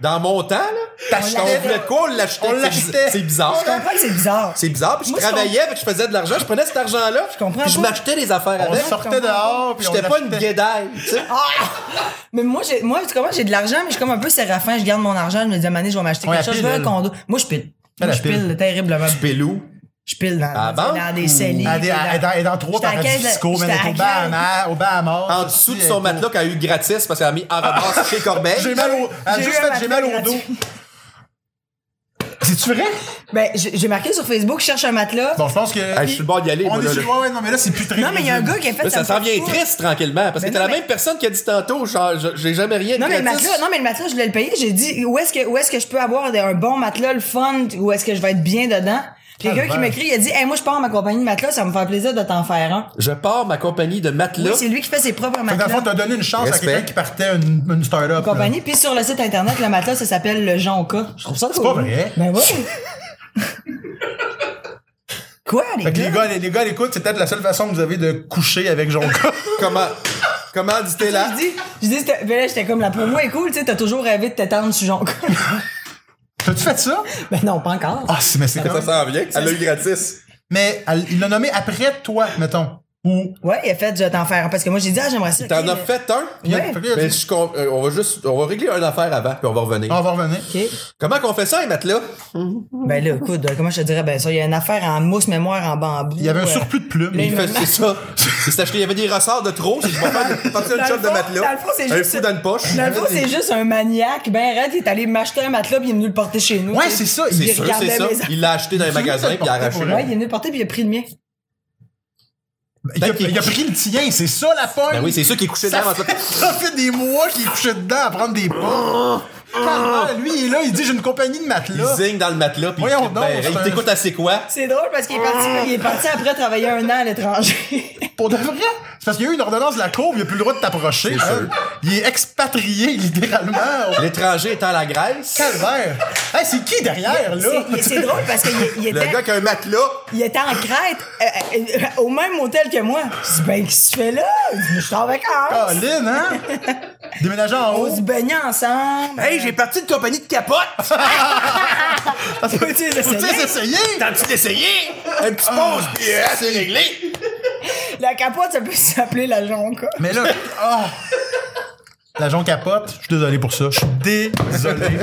A: Dans mon temps, là,
B: t'achetais-
A: on voulait de quoi, on l'achetait.
C: On
A: C'est
C: l'achetait.
A: biz- C'est bizarre.
B: Je comprends que c'est bizarre.
A: C'est bizarre, puis je
B: Moi, je
A: travaillais, puis je faisais de l'argent, je prenais cet argent-là,
B: Je comprends
A: puis je
B: pas.
A: m'achetais des affaires
C: on
A: avec.
C: sortait
B: comprends
C: dehors, puis on
A: J'étais pas une
C: l'achetait.
A: guédaille, tu sais.
B: Mais moi, j'ai, moi, tu comprends, j'ai de l'argent, mais je suis comme un peu séraphin, je garde mon argent, je me dis, mané, je vais m'acheter
C: Ouais,
B: quelque chose, je veux un
C: pile, elle.
B: condo. Moi, je pile. Moi,
C: Elle,
B: je
C: elle pile. Ah
B: pile terriblement.
A: Pélou.
B: Je pile dans,
A: À la banque?
B: dans des celliers.
C: Elle est- elle est dans- elle est dans trois
B: J'étais à
C: paradis
B: quinze-
C: fiscaux, mais
B: j'étais
C: elle est au hein.
B: à
C: Bahamas, au Bahamas.
A: En
C: ça,
A: dessous de
C: elle est
A: son
C: au-
A: matelas qu'elle a eu gratis parce qu'elle a mis
B: Ah.
A: en revanche chez Corbeil.
C: J'ai mal au, elle a
B: J'ai
C: juste
B: eu un
C: fait, j'ai mal au
B: matelas
C: dos. C'est-tu vrai?
B: Ben, j'ai j'ai marqué sur Facebook, je cherche un matelas.
C: Bon, je pense que.
A: je suis le bord d'y aller,
C: On
A: moi,
C: est
A: là,
C: sur-
A: là.
C: ouais, ouais, non, mais là, c'est plus très.
B: non, mais il y a un gars qui a fait
A: Là, ça
B: me
A: s'en
B: fait
A: vient
B: fou.
A: triste tranquillement parce que
B: Mais
A: t'es
B: non,
A: la
B: mais-
A: même personne qui a dit tantôt, genre, je- j'ai jamais rien de
B: Non mais, le
A: gratis.
B: matelas, non, mais le matelas, je voulais le payer. J'ai dit, où est-ce que, où est-ce que je peux avoir un bon matelas, le fun, où est-ce que je vais être bien dedans? Puis quelqu'un qui
C: ben.
B: m'écrit, il a dit, hey, moi, je pars en ma compagnie de matelas, ça me fait plaisir de t'en faire un.
A: Je pars ma compagnie de
B: Oui,
A: matelas.
B: c'est lui qui fait ses propres
C: Fait que dans le fond,
B: matelas.
C: t'as donné une chance
A: Respect.
C: à quelqu'un qui partait une, une start-up.
B: compagnie. Puis sur le site internet, le matelas, ça s'appelle le Jonca. Je trouve ça cool.
C: pas vrai.
B: Ben oui. Quoi, les
C: Fait que
B: gars?
C: les gars, les, les gars, écoute, c'est peut-être la seule façon que vous avez de coucher avec Jonka.
A: Comment, comment dis-tu là?
B: Je dis, je dis, c'était- ben là, j'étais comme la promo est cool, tu sais, t'as toujours rêvé de t'étendre sur Jonca.
C: T'as-tu fait ça?
B: ben non, pas encore.
C: Ah, c'est, mais c'est
A: Ça
C: comme
A: s'en vient. Elle l'a eu gratis.
C: Mais elle- il l'a nommé après toi, mettons. Ou.
B: Ouais, il a fait, je vais t'en faire un. Parce que moi, j'ai dit, ah, j'aimerais ça.
A: T'en
B: ok,
A: as
B: mais-
A: fait un?
C: il a-
B: Ouais.
C: fait que là, il a
A: Mais
C: dit,
A: je con- euh, on va juste, on va régler une affaire avant, puis on va revenir.
C: on va revenir.
B: Ok.
A: Comment qu'on fait ça, les matelas?
B: Ben là, écoute, comment je te dirais, ben ça, il y a une affaire en mousse mémoire en bambou.
C: Il y avait un
B: euh,
C: surplus de plumes.
B: Mais
A: Il fait,
B: maintenant-
A: c'est ça. Il s'est acheté, il y avait des ressorts de trop. C'est pas mal. Partir une
B: Dans le
A: chope de
B: fond-
A: matelas.
B: dans le fond, c'est
A: Un
B: juste-
A: coup dans une poche.
B: Dans le fond, c'est juste un maniaque, ben raide, il est allé m'acheter un matelas puis il est venu le porter chez nous.
C: Ouais,
B: tu sais.
C: c'est ça.
B: Il
A: C'est sûr,
B: regardait
A: c'est ça.
B: mes affaires.
A: Il l'a acheté dans les
C: Tu voulais
A: magasins,
C: te
A: puis il a
C: porter
A: arraché.
C: pour
B: Ouais, il est venu le porter puis il a pris le mien.
C: Il a,
A: Fait qu'il-
C: il a pris le tien, c'est ça la pointe.
A: Ben oui, c'est sûr qu'il couchait
C: ça
A: dedans avant
C: fait, ça fait des mois qu'il est couché dedans à prendre des pas. Carrément, lui, il est là, il dit j'ai une compagnie de
A: Ah, Il
C: matelas.
A: zigne dans le matelas, puis
C: Voyons
A: il,
C: donc,
A: ben,
C: c'est
A: il
C: un-
A: t'écoute assez quoi?
B: C'est drôle parce qu'il est parti, il est parti après travailler un an à l'étranger.
C: Pour de vrai, c'est parce qu'il y a eu une ordonnance de la cour, il a plus le droit de t'approcher.
A: C'est
C: hein.
A: sûr.
C: Il est expatrié littéralement. au
A: L'étranger étant la Grèce.
C: Calvaire. Hey, c'est qui derrière là
B: C'est- C'est drôle parce qu'il il
A: Le
B: était,
A: gars qui a un matelas.
B: il était en Crète, euh, euh, euh, au même hôtel que moi. Je dis, ben, qu'est-ce que tu fais là? Il dit, je suis en vacances.
C: Colin, hein Déménageant en haut.
B: On se baignait ensemble.
A: Hey, j'ai parti de compagnie de capote!
B: Peux-tu les
C: Tu sais,
B: essayer?
C: essayé
A: T'as-tu d'essayer?
C: Ah.
A: Un petit pause, puis euh, c'est réglé!
B: La capote, ça peut s'appeler la jonca.
C: Mais là, ah! La jonque capote, je suis désolé pour ça. Je suis désolé.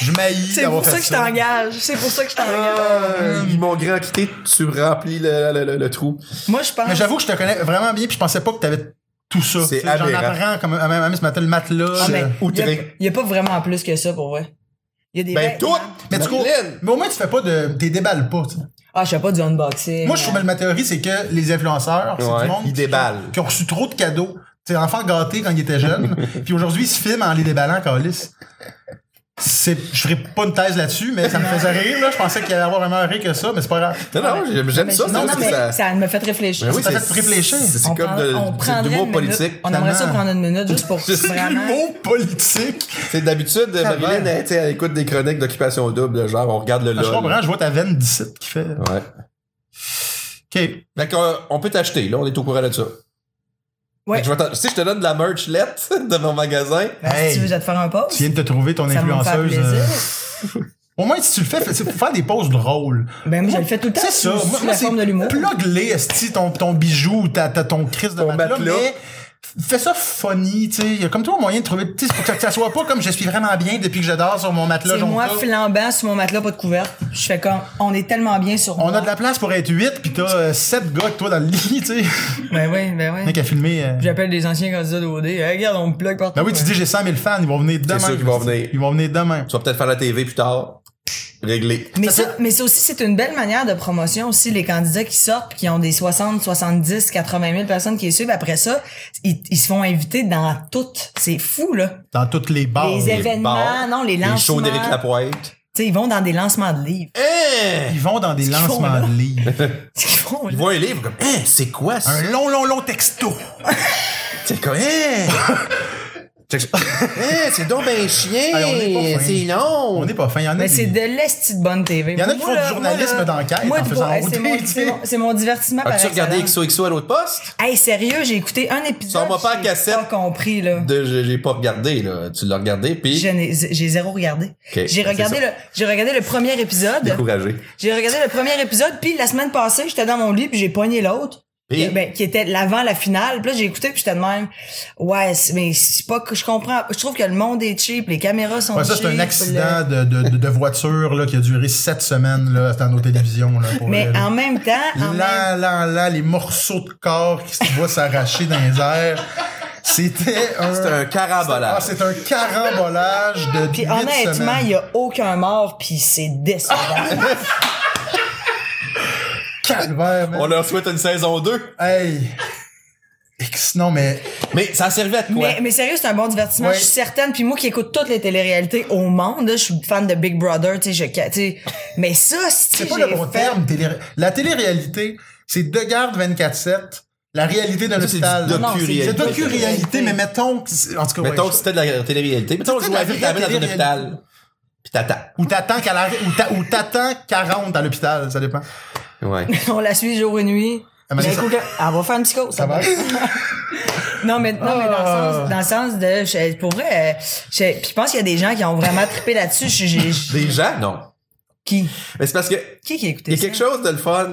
C: Je maillis
B: C'est
C: d'avoir
B: pour ça
C: fait
B: que je
C: ça.
B: t'engage. C'est pour ça que je t'engage.
C: Ah.
A: Euh, Ils m'ont grand quitté, tu remplis le, le- le- le trou.
B: Moi, je pense.
C: Mais j'avoue que je te connais vraiment bien, puis je pensais pas que t'avais tout ça.
A: C'est
C: Tu sais, J'en
A: aberrant.
C: apprends comme à même, à même ce matin le matelas.
B: Ah, mais
C: euh,
B: il y a-
A: outré.
B: Il n'y a, pas vraiment plus que ça pour vrai. Il y a des.
A: Ben,
B: vêtements-
A: tout!
C: Mais tu cours-
A: Marilyn,
C: mais au moins tu fais pas de. T'es déballes pas, tu sais.
B: Ah, je fais pas du unboxing.
C: Moi, je trouve que ma théorie, c'est que les influenceurs, c'est
A: Ouais,
C: du monde.
A: ils
C: qui-
A: déballent.
C: Qui ont reçu trop de cadeaux. Tu sais, enfant gâté quand il était jeune. puis aujourd'hui, ils se filment en les déballant, Calis. C'est, je ferai pas une thèse là-dessus, mais ça me faisait rire, là. Je pensais qu'il allait avoir vraiment rire que ça, mais c'est pas grave.
A: Non, non, j'aime- j'aime
B: Mais
A: ça,
B: non,
A: ça,
B: non,
A: parce que
B: mais
A: ça-
B: ça me fait réfléchir.
A: Ben oui,
C: Ça
A: c'est-
C: fait réfléchir.
A: c'est- C'est
B: On
A: comme
B: prend-
A: de,
B: on
A: c'est de
B: prendrait
A: l'humour
B: une
A: politique.
B: minute. On aimerait ça
C: finalement.
B: prendre une minute juste pour
C: C'est
B: vraiment.
C: l'humour politique.
A: C'est d'habitude,
C: Ça
A: Marilyn,
C: va.
A: elle, tu sais, elle écoute des chroniques d'occupation double, genre, on regarde le
C: Ah, Je
A: LOL.
C: comprends, je vois ta veine d'ici qui fait.
A: Ouais.
C: OK.
A: Fait qu'on- on peut t'acheter, là, on est au courant de ça.
B: Ouais.
A: Fait que je vais t'en- si je te donne de la merchlette de mon magasin,
B: Ben, Si tu
C: Hey,
B: veux, je vais te faire un pause.
C: tu viens de te trouver ton
B: Ça va me faire
C: influenceuse.
B: plaisir.
C: euh, Au moins, si tu le fais, fais- faut faire des pauses drôles.
B: Ben, moi, je le fais tout le temps.
C: C'est ça.
B: sous-
C: Moi,
B: sous
C: moi,
B: la forme de l'humour.
C: Plug-les, esti, ton, ton bijou ou ta, ta- ton crise de
A: Ton
C: matelas,
A: matelas.
C: mais f- fais ça funny, tu sais. Il y a comme toi un moyen de trouver, tu sais, pour que ça soit pas comme je suis vraiment bien depuis que je dors sur mon matelas
B: C'est
C: jaune
B: moi
C: taupe.
B: flambant sur mon matelas, pas de couverte. Je fais comme, on est tellement bien sur
C: On
B: moi.
C: a de la place pour être 8 pis t'as 7 gars que toi dans le lit, tu sais.
B: Ben oui, ben
C: Mec
B: oui.
C: qui a filmé. euh,
B: J'appelle les anciens candidats d'OD. Hey, regarde, on me plug partout.
C: Ben oui, tu dis j'ai 100 000 fans, ils vont venir demain.
A: sûr qu'ils vont venir.
C: Ils vont venir demain.
A: tu vas peut-être faire la TV plus tard. Réglé.
B: Mais ça, mais ça aussi, c'est une belle manière de promotion aussi. Les candidats qui sortent, qui ont des 60, 70, 80 000 personnes qui les suivent, après ça, ils, ils se font inviter dans toutes. C'est fou, là.
C: Dans toutes les bars.
B: les événements,
A: bars,
B: non, les
A: Les
B: lancements.
A: shows d'Éric Lapointe.
B: Tu sais, ils vont dans des lancements de livres.
A: Hein!
C: Ils vont dans des
B: qu'ils font,
C: lancements
B: là?
C: de livres.
B: Qu'est-ce qu'ils font, là?
A: Ils voient un livre comme, hein, c'est quoi ça?
C: Un long, long, long texto.
A: C'est quoi, hein?
D: Check-
A: Hein, c'est donc ben chien.
C: Hey,
B: Eh,
C: on est pas fin.
A: c'est long.
C: On n'est pas fin. Il y en a
B: Mais
C: des-
B: Ben, c'est de l'esti de bonne TV.
C: Il y en a qui
B: Moi,
C: font du
B: là,
C: journalisme
B: moi, là,
C: d'enquête
B: moi,
C: en
B: de-
C: faisant
B: eh, c'est
C: OD,
B: mon- c'est
C: tu sais.
B: mon- C'est mon divertissement par
A: As-tu regardé
B: excellence.
A: XOXO à l'autre poste?
B: Hey, sérieux, j'ai écouté un épisode.
A: Sors-moi pas la
B: j'ai
A: cassette.
B: pas compris, là.
A: De, je l'ai pas regardé, là. Tu l'as regardé, puis...
B: Je n'ai- J'ai zéro regardé.
A: Ok,
B: J'ai
A: ben,
B: regardé,
A: c'est ça.
B: le- j'ai regardé le premier épisode.
D: Découragé.
B: J'ai regardé le premier épisode, puis la semaine passée, j'étais dans mon lit, puis j'ai pogné l'autre.
A: Puis?
B: Ben, qui était l'avant la finale. Puis là, j'ai écouté, puis j'étais de même. Ouais, c'est- mais c'est pas que je comprends. Je trouve que le monde est cheap, les caméras sont
C: Ouais, ça,
B: cheap.
C: c'est un accident
B: le-
C: de, de, de- de voiture là, qui a duré sept semaines là, dans nos télévisions. Là, pour
B: Mais
C: vrai, là.
B: en même temps, en même-
C: là, là, là, les morceaux de corps qui se voient s'arracher dans les airs. C'était un...
A: C'est un
C: Ah,
A: carambolage.
C: c'est un carambolage de
B: Puis
C: huit
B: honnêtement, il
C: semaines. Ah!
B: y a aucun mort, puis c'est décevant.
C: Calvaire, man.
A: On leur souhaite une saison 2.
C: Hey! X, non, mais...
A: Mais ça servait à de quoi?
B: mais, mais sérieux, c'est un bon divertissement,
C: Ouais.
B: je suis certaine. Puis moi qui écoute toutes les téléréalités au monde, là, je suis fan de Big Brother, tu sais, je tu sais. Mais ça, si
C: C'est pas
B: j'ai
C: le bon
B: fait-
C: terme, télé... La télé-réalité, c'est de garde 24-7, la réalité d'un
A: Ça, c'est du
C: hôpital.
A: docu-
B: Non, c'est-
A: Docu-réalité.
C: C'est docu-réalité, mais mettons... que c'est- En tout cas, ouais,
A: Mettons
C: je-
A: que c'était de la télé-réalité. Mettons que je
C: C'était
A: jouais à
C: de la
A: vie, t'arrives dans un
C: télé-réalité.
A: hôpital. Puis t'attends.
C: Ou t'attends qu'à la... ou t'a- ou t'attends 40 à l'hôpital, ça dépend.
A: Ouais.
B: On la suit jour et nuit.
C: Ah, mais
B: D'un
C: ça-
B: coup, quand- elle va faire une psycho. Ça,
C: Ça va?
B: va. Non, mais, non, mais dans, le
A: Ah.
B: sens, dans le sens de, je- pour vrai, euh, je, puis je pense qu'il y a des gens qui ont vraiment trippé là-dessus. Je- je- je-
A: Des gens? Non.
B: qui?
A: Mais c'est parce que,
B: Qui qui a écouté
A: il y a
B: ça?
A: quelque chose de le fun.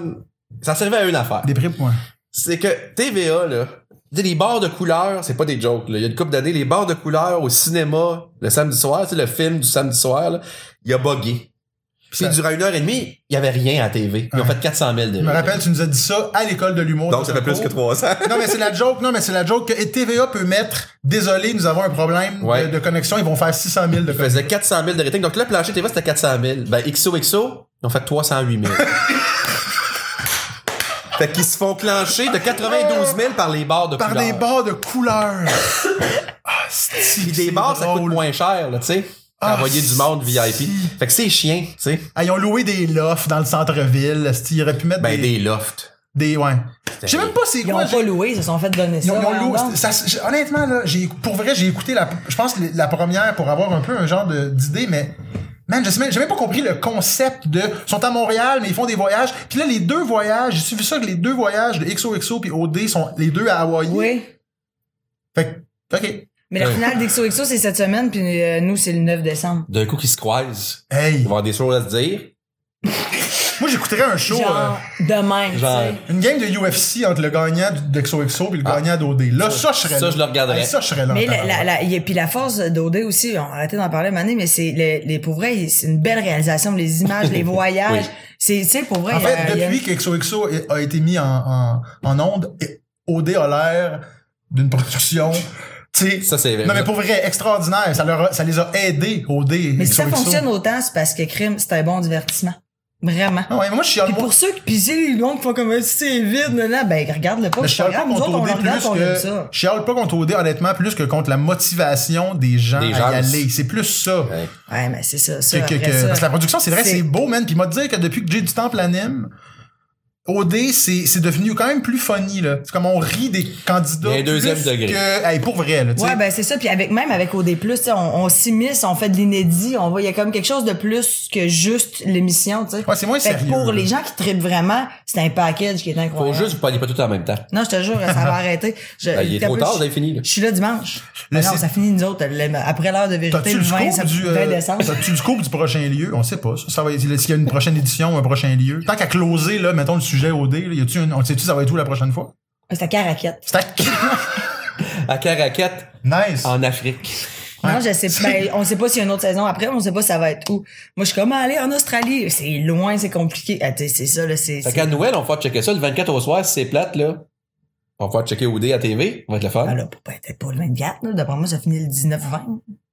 A: Ça servait à une affaire.
C: Des prix points.
A: c'est que TVA, là, tu sais, les bars de couleurs, c'est pas des jokes, là. Il y a une couple d'années, les bars de couleurs au cinéma, le samedi soir, c'est le film du samedi soir, là, il a bugué. Puis
C: Ça-
A: durant une heure et demie, il y avait rien à TV. Ils ont
C: Ouais.
A: fait 400 000 de
C: Je me rappelle, tu nous as dit ça à l'école de l'humour.
D: Donc, ça fait plus que 300.
C: Non, mais c'est la joke, non, mais c'est la joke que et TVA peut mettre, désolé, nous avons un problème de-
A: Ouais.
C: de, connexion, ils vont faire 600 000 de
A: Ils
C: connexion.
A: faisaient 400 000 de rating. Donc, là, plancher TVA, c'était 400 000. Ben, XOXO, ils ont fait 308 000. fait qu'ils se font clencher de 92 000 par les bars de
C: Par
A: couleurs.
C: des bars de couleurs. ah,
A: Puis des bars, ça coûte moins cher, là, tu sais.
C: Ah,
A: Envoyer du monde
C: si.
A: VIP. Fait que c'est chiant, tu sais.
C: Ah, ils ont loué des lofts dans le centre-ville. esti, Ils auraient pu mettre
A: Ben,
C: des,
A: des lofts.
C: des- Ouais. Je sais même pas c'est
B: Ils
C: quoi.
B: ont
C: j'ai-
B: pas loué, ils se sont fait donner
C: Ils
B: ça.
C: ont, ils ont
B: voyons
C: loué-
B: donc.
C: ça se- j'ai- honnêtement, là, j'ai, pour vrai, j'ai écouté la, je pense, que la première pour avoir un peu un genre de- d'idée, mais, man, je sais même- j'ai même pas compris le concept de, ils sont à Montréal, mais ils font des voyages. Puis là, les deux voyages, j'ai suivi ça que les deux voyages de XOXO puis OD sont les deux à Hawaï.
B: Oui.
C: Fait que, ok.
B: Mais la
A: Ouais.
B: finale d'XOXO, c'est cette semaine, puis euh, nous, c'est le 9 décembre.
A: D'un coup, qui se croisent.
C: Hey.
A: Ils vont avoir des choses à se dire.
C: Moi, j'écouterais un show,
B: Genre, demain, tu
A: genre-
B: sais.
C: euh, une game de UFC entre le gagnant d'XOXO puis le gagnant d'OD. Là, ça, je serais
A: Ah. ça,
C: là.
A: je le regarderais.
C: Hey, ça, je serais là.
B: Mais
C: en
B: la,
C: tabarnak.
B: la, la- y a- puis la force d'Odé aussi, on a arrêté d'en parler Mané, mais c'est les, les pour vrai, c'est une belle réalisation, les images, les voyages.
A: Oui.
B: C'est tu sais pour vrai.
C: En fait,
B: euh, y a-
C: depuis que XOXO a été mis en, en, en onde, et OD a l'air d'une production. tu sais.
A: Ça, c'est vrai.
C: Non, mais pour vrai, extraordinaire. Ça, leur a- ça les a aidés, OD.
B: mais si ça fonctionne autant, c'est parce que crime, c'est un bon divertissement. Vraiment.
C: Non, ouais, mais moi, je suis en
B: Puis
C: moi,
B: pour ceux qui pis les gens qui font comme si c'est vide, non, non, ben regarde le pas.
C: je
B: c'est
C: chiale
B: pas
C: pas
B: grave, nous
C: contre
B: autres, on
C: OD
B: le regarde,
C: plus
B: on aime
C: que.
B: ça.
C: Je chiale pas contre OD, honnêtement, plus que contre la motivation des gens
A: Des gens.
C: à y aller. C'est plus ça.
A: Ouais.
B: Ouais, mais c'est ça,
C: que-
B: ça.
C: que-
B: après
C: que-
B: ça.
C: parce que la production, c'est vrai,
B: C'est-
C: c'est beau, man. Puis il m'a dit que depuis que Jay du Temple anime, OD, c'est c'est devenu quand même plus funny, là. C'est comme on rit des candidats.
A: Il y a un deuxième
C: plus
A: degré.
C: Que, hey, pour vrai, là, tu sais.
B: Ouais, ben c'est ça. Puis avec même avec OD+, tu sais, on, on s'immisce, on fait de l'inédit, on voit il y a comme quelque chose de plus que juste l'émission, tu sais.
C: Ouais, c'est moins
B: Fait que
C: sérieux.
B: pour
C: là.
B: les gens qui trippent vraiment, c'est un package qui est
A: Faut
B: incroyable.
A: juste vous pognez pas tout en même temps.
B: Non, je te jure, ça va arrêter. Je,
A: Ben, il est trop
B: je-
A: tard, vous avez fini, là.
B: Je suis là dimanche. Ah
C: Le
B: non,
C: site-
B: ça finit nous autres le- après l'heure de vérité
C: T'as-tu
B: le
C: le
B: 20, sept-
C: scoop du, euh,
B: 20 décembre.
C: t'as-tu le scoop du prochain lieu? On sait pas. Ça, ça va être- s'il y a une prochaine édition, un prochain lieu. Tant qu'à closer, là, mettons le sujet au dé, là, y a-tu une- on sait-tu ça va être où la prochaine fois?
B: C'est à Caraquette.
C: C'est à...
A: À Caracat,
C: nice.
A: en Afrique.
B: Non, je sais pas. ben, on sait pas s'il y a une autre saison après, on sait pas ça va être où. Moi, je suis comme aller en Australie. C'est loin, c'est compliqué. Ah, tu sais, c'est ça, là, c'est.
A: Fait
B: c'est-
A: qu'à Noël, on va faire checker ça. Le 24 au soir, si c'est plate, là. On va faire checker OD à TV. Ça va être le fun.
B: Ah, là, peut-être pas le 24, là. D'après moi, ça finit le 19-20.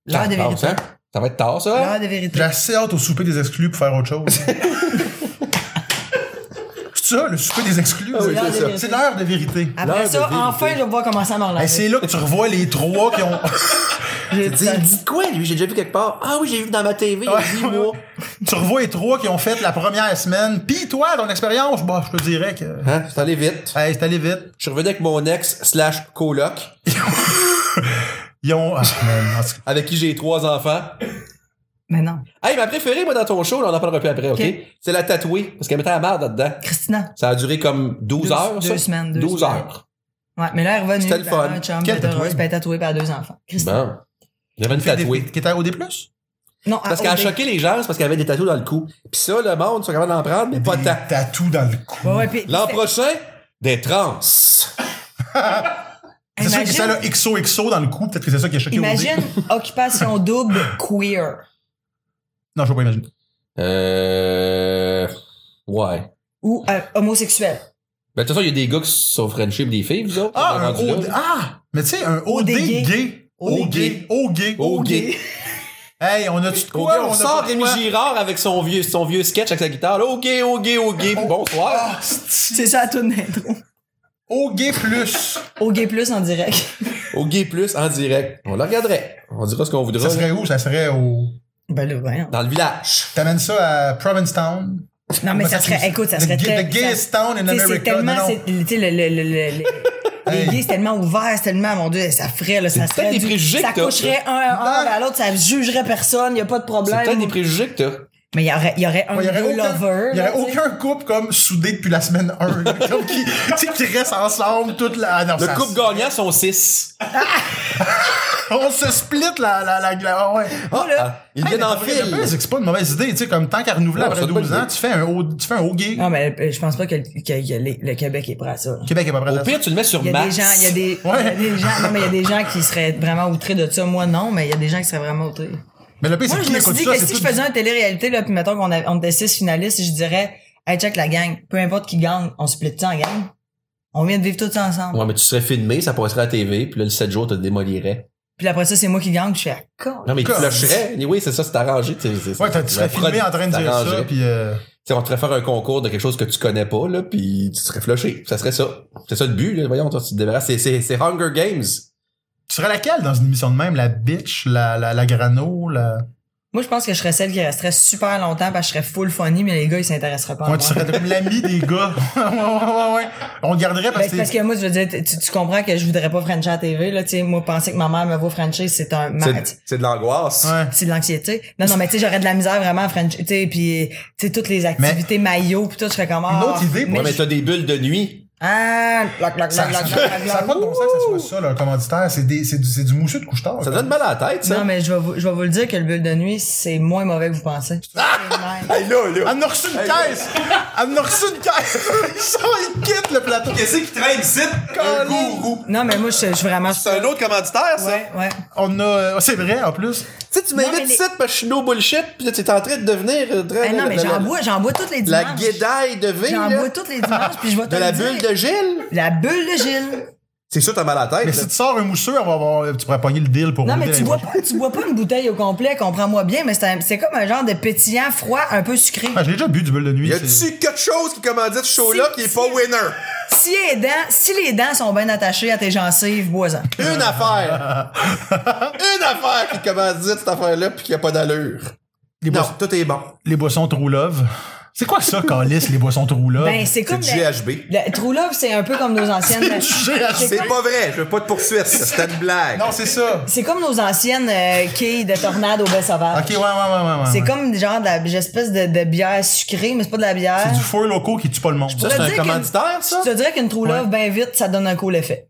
B: L'heure de
A: Ah,
B: vérité.
A: ça, hein? ça va être tard, ça.
B: L'heure de vérité.
C: J'ai assez hâte au souper des exclus pour faire autre chose. c'est ça, le souper des exclus?
A: oui,
B: Ah c'est ça.
C: C'est l'heure de vérité.
B: Après
A: l'heure de
B: ça,
A: vérité.
B: enfin, je vais pouvoir commencer à m'enlever.
C: Hey, Eh, c'est là que tu revois les trois qui ont...
B: J'ai-
A: Dis, il dit quoi, lui? J'ai déjà vu quelque part. Ah oui, j'ai vu dans ma TV. il y a dix mois.
C: tu revois les trois qui ont fait la première semaine. Pis toi, ton expérience, bah, je te dirais que...
A: Hein? C'est allé vite.
C: Hey, c'est allé vite.
A: Je suis revenu avec mon ex slash coloc.
C: Ils ont. ah, man, en tout cas.
A: avec qui j'ai trois enfants.
B: Mais non.
A: Hey, ma préférée, moi, dans ton show, là, on en parlera plus après, OK?
B: Ok.
A: C'est la tatouée, parce qu'elle mettait la merde là-dedans.
B: Christina.
A: Ça a duré comme 12
B: Deux-
A: heures,
B: deux
A: ça?
B: semaines, deux
A: 12
B: semaines.
A: heures.
B: Ouais, mais là, elle est revenue.
A: C'était le
B: puis elle a
A: fun.
B: Un chum,
C: Quelle
B: puis elle est heureuse,
C: tatouée?
B: puis elle est tatouée par deux enfants. Christina.
A: Bon. Il y avait une
C: Fait des- Ah,
A: tatouée.
C: Qui était à OD+. Plus?
B: Non,
A: Parce
B: à
A: qu'elle a
B: OD.
A: choqué les gens, c'est parce qu'elle avait des tatous dans le cou. Puis ça, le monde, ils sont capables d'en prendre, mais pas
C: Des
A: tant.
C: tatous dans le cou.
B: Ouais, ouais, puis-
A: L'an
B: puis-
A: prochain, des trans.
C: C'est sûr que
B: imagine-
C: ça a XOXO dans le cou. Peut-être que c'est ça qui a choqué
B: Imagine
C: OD.
B: occupation double queer.
C: Non, je peux pas imaginer.
A: Euh... Ouais.
B: ou euh, homosexuel.
A: Ben, de toute façon, il y a des gars qui sont friendship des filles, vous autres.
C: Ah,
A: On est
C: un
A: rendu là.
C: OD. Ah! Mais tu sais, un OD
B: OD gay.
C: gay.
B: OD
C: OD
B: gay.
C: gay. OD gay.
A: Au gay.
C: Hey, on a-tu de
A: Au
C: quoi?
A: gay, on
C: a
A: sort
C: pas de
A: Rémi
C: quoi?
A: Girard avec son vieux, son vieux sketch avec sa guitare. Là, Au gay, au gay, au
C: Oh.
A: gay. Bonsoir.
C: Ah.
B: C'est ça, tout l'intro.
C: OD gay plus.
B: Au gay plus en direct.
A: Au gay plus en direct. On la regarderait. On dira ce qu'on voudra.
C: Ça serait où? Ça serait au...
B: Ben là, voyons.
A: Dans le village.
C: T'amènes ça à Provincetown?
B: Non, mais
C: Moi,
B: ça
C: ça,
B: serait,
C: c'est-
B: écoute, ça
C: the
B: serait
C: gay-
B: très...
C: the gayest town in
B: tu sais, c'est
C: America.
B: tellement,
C: Non, non.
B: c'est- tu sais, le, le, le, le- le- les
C: Hey.
B: gays, c'est tellement ouvert, c'est tellement, mon dieu, ça ferait, là, ça
A: C'est
B: serait.
A: peut-être des
B: du-
A: préjugés
B: ça
A: que t'as.
B: coucherait un à un
C: Non.
B: vers l'autre, ça jugerait personne, y a pas de
A: C'est
B: problème.
A: peut-être des préjugés que t'as.
B: Mais y aurait, y aurait un
C: Il y aurait,
B: gay
C: aucun,
B: lover.
C: il y
B: là,
C: aurait
B: tu sais.
C: aucun couple comme soudé depuis la semaine 1. là, comme qui, tu sais, qui reste ensemble toute la. Ah non,
A: Le
C: ça-
A: couple gagnant sont 6.
C: On se split la. la, la, la- ah ouais.
B: Oh, là.
A: Ils viennent en file.
C: C'est pas une mauvaise idée, tu sais, comme tant qu'à renouveler
A: Ouais,
C: après
A: c'est une bonne
C: 12 ans,
A: idée.
C: tu fais un haut, tu fais un haut gay.
B: Non, mais euh, je pense pas que, le- que- que les- le Québec est prêt à ça. là.
C: Québec est pas prêt
A: Au
C: à ça.
A: pire, tu le mets sur
B: Il y a des
A: Max.
B: gens, il y a des,
C: Ouais.
B: il y a des gens, non, mais il y a des gens qui seraient vraiment outrés de ça. Moi, non, mais il y a des gens qui seraient vraiment outrés.
C: Mais le pire, c'est
B: Moi,
C: que
B: je
C: qui
B: me suis
C: écoute
B: dit
C: ça,
B: que
C: c'est
B: si je
C: tout.
B: faisais un télé-réalité, là, puis mettons qu'on a- on était six finalistes, je dirais, hey, check la gang, peu importe qui gagne, on split ça en gang. On vient de vivre tout ça ensemble.
A: Ouais, mais tu serais filmé, ça passerait à la TV, puis là, le 7 jours, te démolirais.
B: Puis après ça, c'est moi qui gagne, je ah, suis à con.
A: Non, mais tu
C: Comme-
A: flusherais. Oui, c'est ça, c'est arrangé. tu sais, c'est-
C: Ouais, t'as- tu
A: c'est-
C: serais
A: la prod
C: filmé en train de dire ça,
A: t'arrangerait.
C: puis euh,
A: Tu sais, on te ferait faire un concours de quelque chose que tu connais pas, là, puis tu serais flushé. Ça serait ça. C'est ça le but, là. Voyons, toi, tu te débarrasses. C'est- C'est c'est Hunger Games.
C: tu serais laquelle dans une émission de même? La bitch, la, la, la grano, la.
B: Moi, je pense que je serais celle qui resterait super longtemps parce que je serais full funny, mais les gars, ils s'intéresseraient pas à
C: Ouais,
B: moi.
C: tu serais comme l'ami des gars. ouais, ouais, ouais, ouais. On le garderait parce
B: Ben,
C: que.
B: c'est parce
C: t'es-
B: que moi, je veux dire, tu, tu comprends que je voudrais pas French à la TV, là, tu sais, moi, penser que ma mère me voit Frencher, c'est un, ma-
E: C'est c'est de l'angoisse.
C: Ouais.
B: c'est de l'anxiété. Non, non, mais tu sais, j'aurais de la misère vraiment à French, tu sais, puis tu sais, toutes les activités maillot, puis tout, je serais comme ah,
C: Une autre idée,
B: mais
A: Ouais, mais
B: je-
A: t'as des bulles de nuit.
B: Ah, blac, blac,
C: Ça
B: blac, blac, blac, blac,
C: n'a
B: blac.
C: pas de bon sens que ça soit ça, le commanditaire. C'est des- c'est du, c'est du mousseux de couche-tard.
A: Ça donne mal à la tête, ça.
B: Non, mais je vais, vous, je vais vous le dire que le bulle de nuit, c'est moins mauvais que vous pensez. C'est
E: Hey, là, là.
C: Elle en a reçu Ah, une caisse! Elle en a reçu une caisse! Ils sont, ils quittent le plateau!
E: Qu'est-ce qui traîne ici? Un gourou.
B: non, mais moi, je, je suis vraiment...
E: C'est un autre commanditaire, ça?
B: Ouais, ouais.
C: On a, euh, c'est vrai, en
A: Tu
C: plus.
A: sais, tu
B: Non, mais
A: m'invites
B: les-
A: ici parce que je suis no bullshit, puis là, tu es en train de devenir. euh, très-
B: Eh non, mais
A: la- la-
B: j'en bois, j'en bois toutes les
A: La
B: dimanches.
A: guédaille de ville,
B: J'en
A: là,
B: bois toutes les dimanches, puis je vais te
A: de la
B: le dire.
A: bulle de Gilles.
B: La bulle de Gilles.
E: C'est sûr, t'as mal à la
C: Mais
E: tête. là.
C: si tu sors un mousseux, on va avoir, euh, tu pourrais pogner le deal pour
B: Non,
C: rouler
B: mais tu
C: les
B: bois,
C: prochains.
B: pas, tu bois pas une bouteille au complet, comprends-moi bien, mais c'est un- c'est comme un genre de pétillant froid un peu sucré.
C: Ah, je l'ai déjà bu du bulle de nuit.
E: Y
C: c'est-
E: a-tu quelque chose qui commandite ce show-là
B: Si,
E: qui est
B: si.
E: pas winner?
B: Si les dents, si les dents sont bien attachées à tes gencives, bois-en.
A: Une affaire. Une affaire qui commandite cette affaire-là, puis qui a pas d'allure.
C: Les,
A: Non,
C: boissons-
A: tout est bon.
C: les boissons True Love. C'est quoi ça, Calis, les boissons True Love?
B: Ben, c'est
E: C'est
B: comme
E: du
B: la-
E: GHB.
B: la True Love, c'est un peu comme nos anciennes.
C: C'est du GHB.
E: C'est pas vrai, je veux pas de poursuite, ça, c'était une blague.
C: non, c'est ça.
B: C'est comme nos anciennes euh, quilles de tornade au baie sauvage.
C: Ok, ouais, ouais, ouais, ouais. ouais.
B: C'est comme genre de la espèce de, de bière sucrée, mais c'est pas de la bière.
C: C'est du four loco qui tue pas le monde.
A: Ça,
B: pourrais
A: c'est un
B: dire qu'une-
A: commanditaire, ça?
B: Je te dirais qu'une True Love, bien vite, ça donne un cool effet.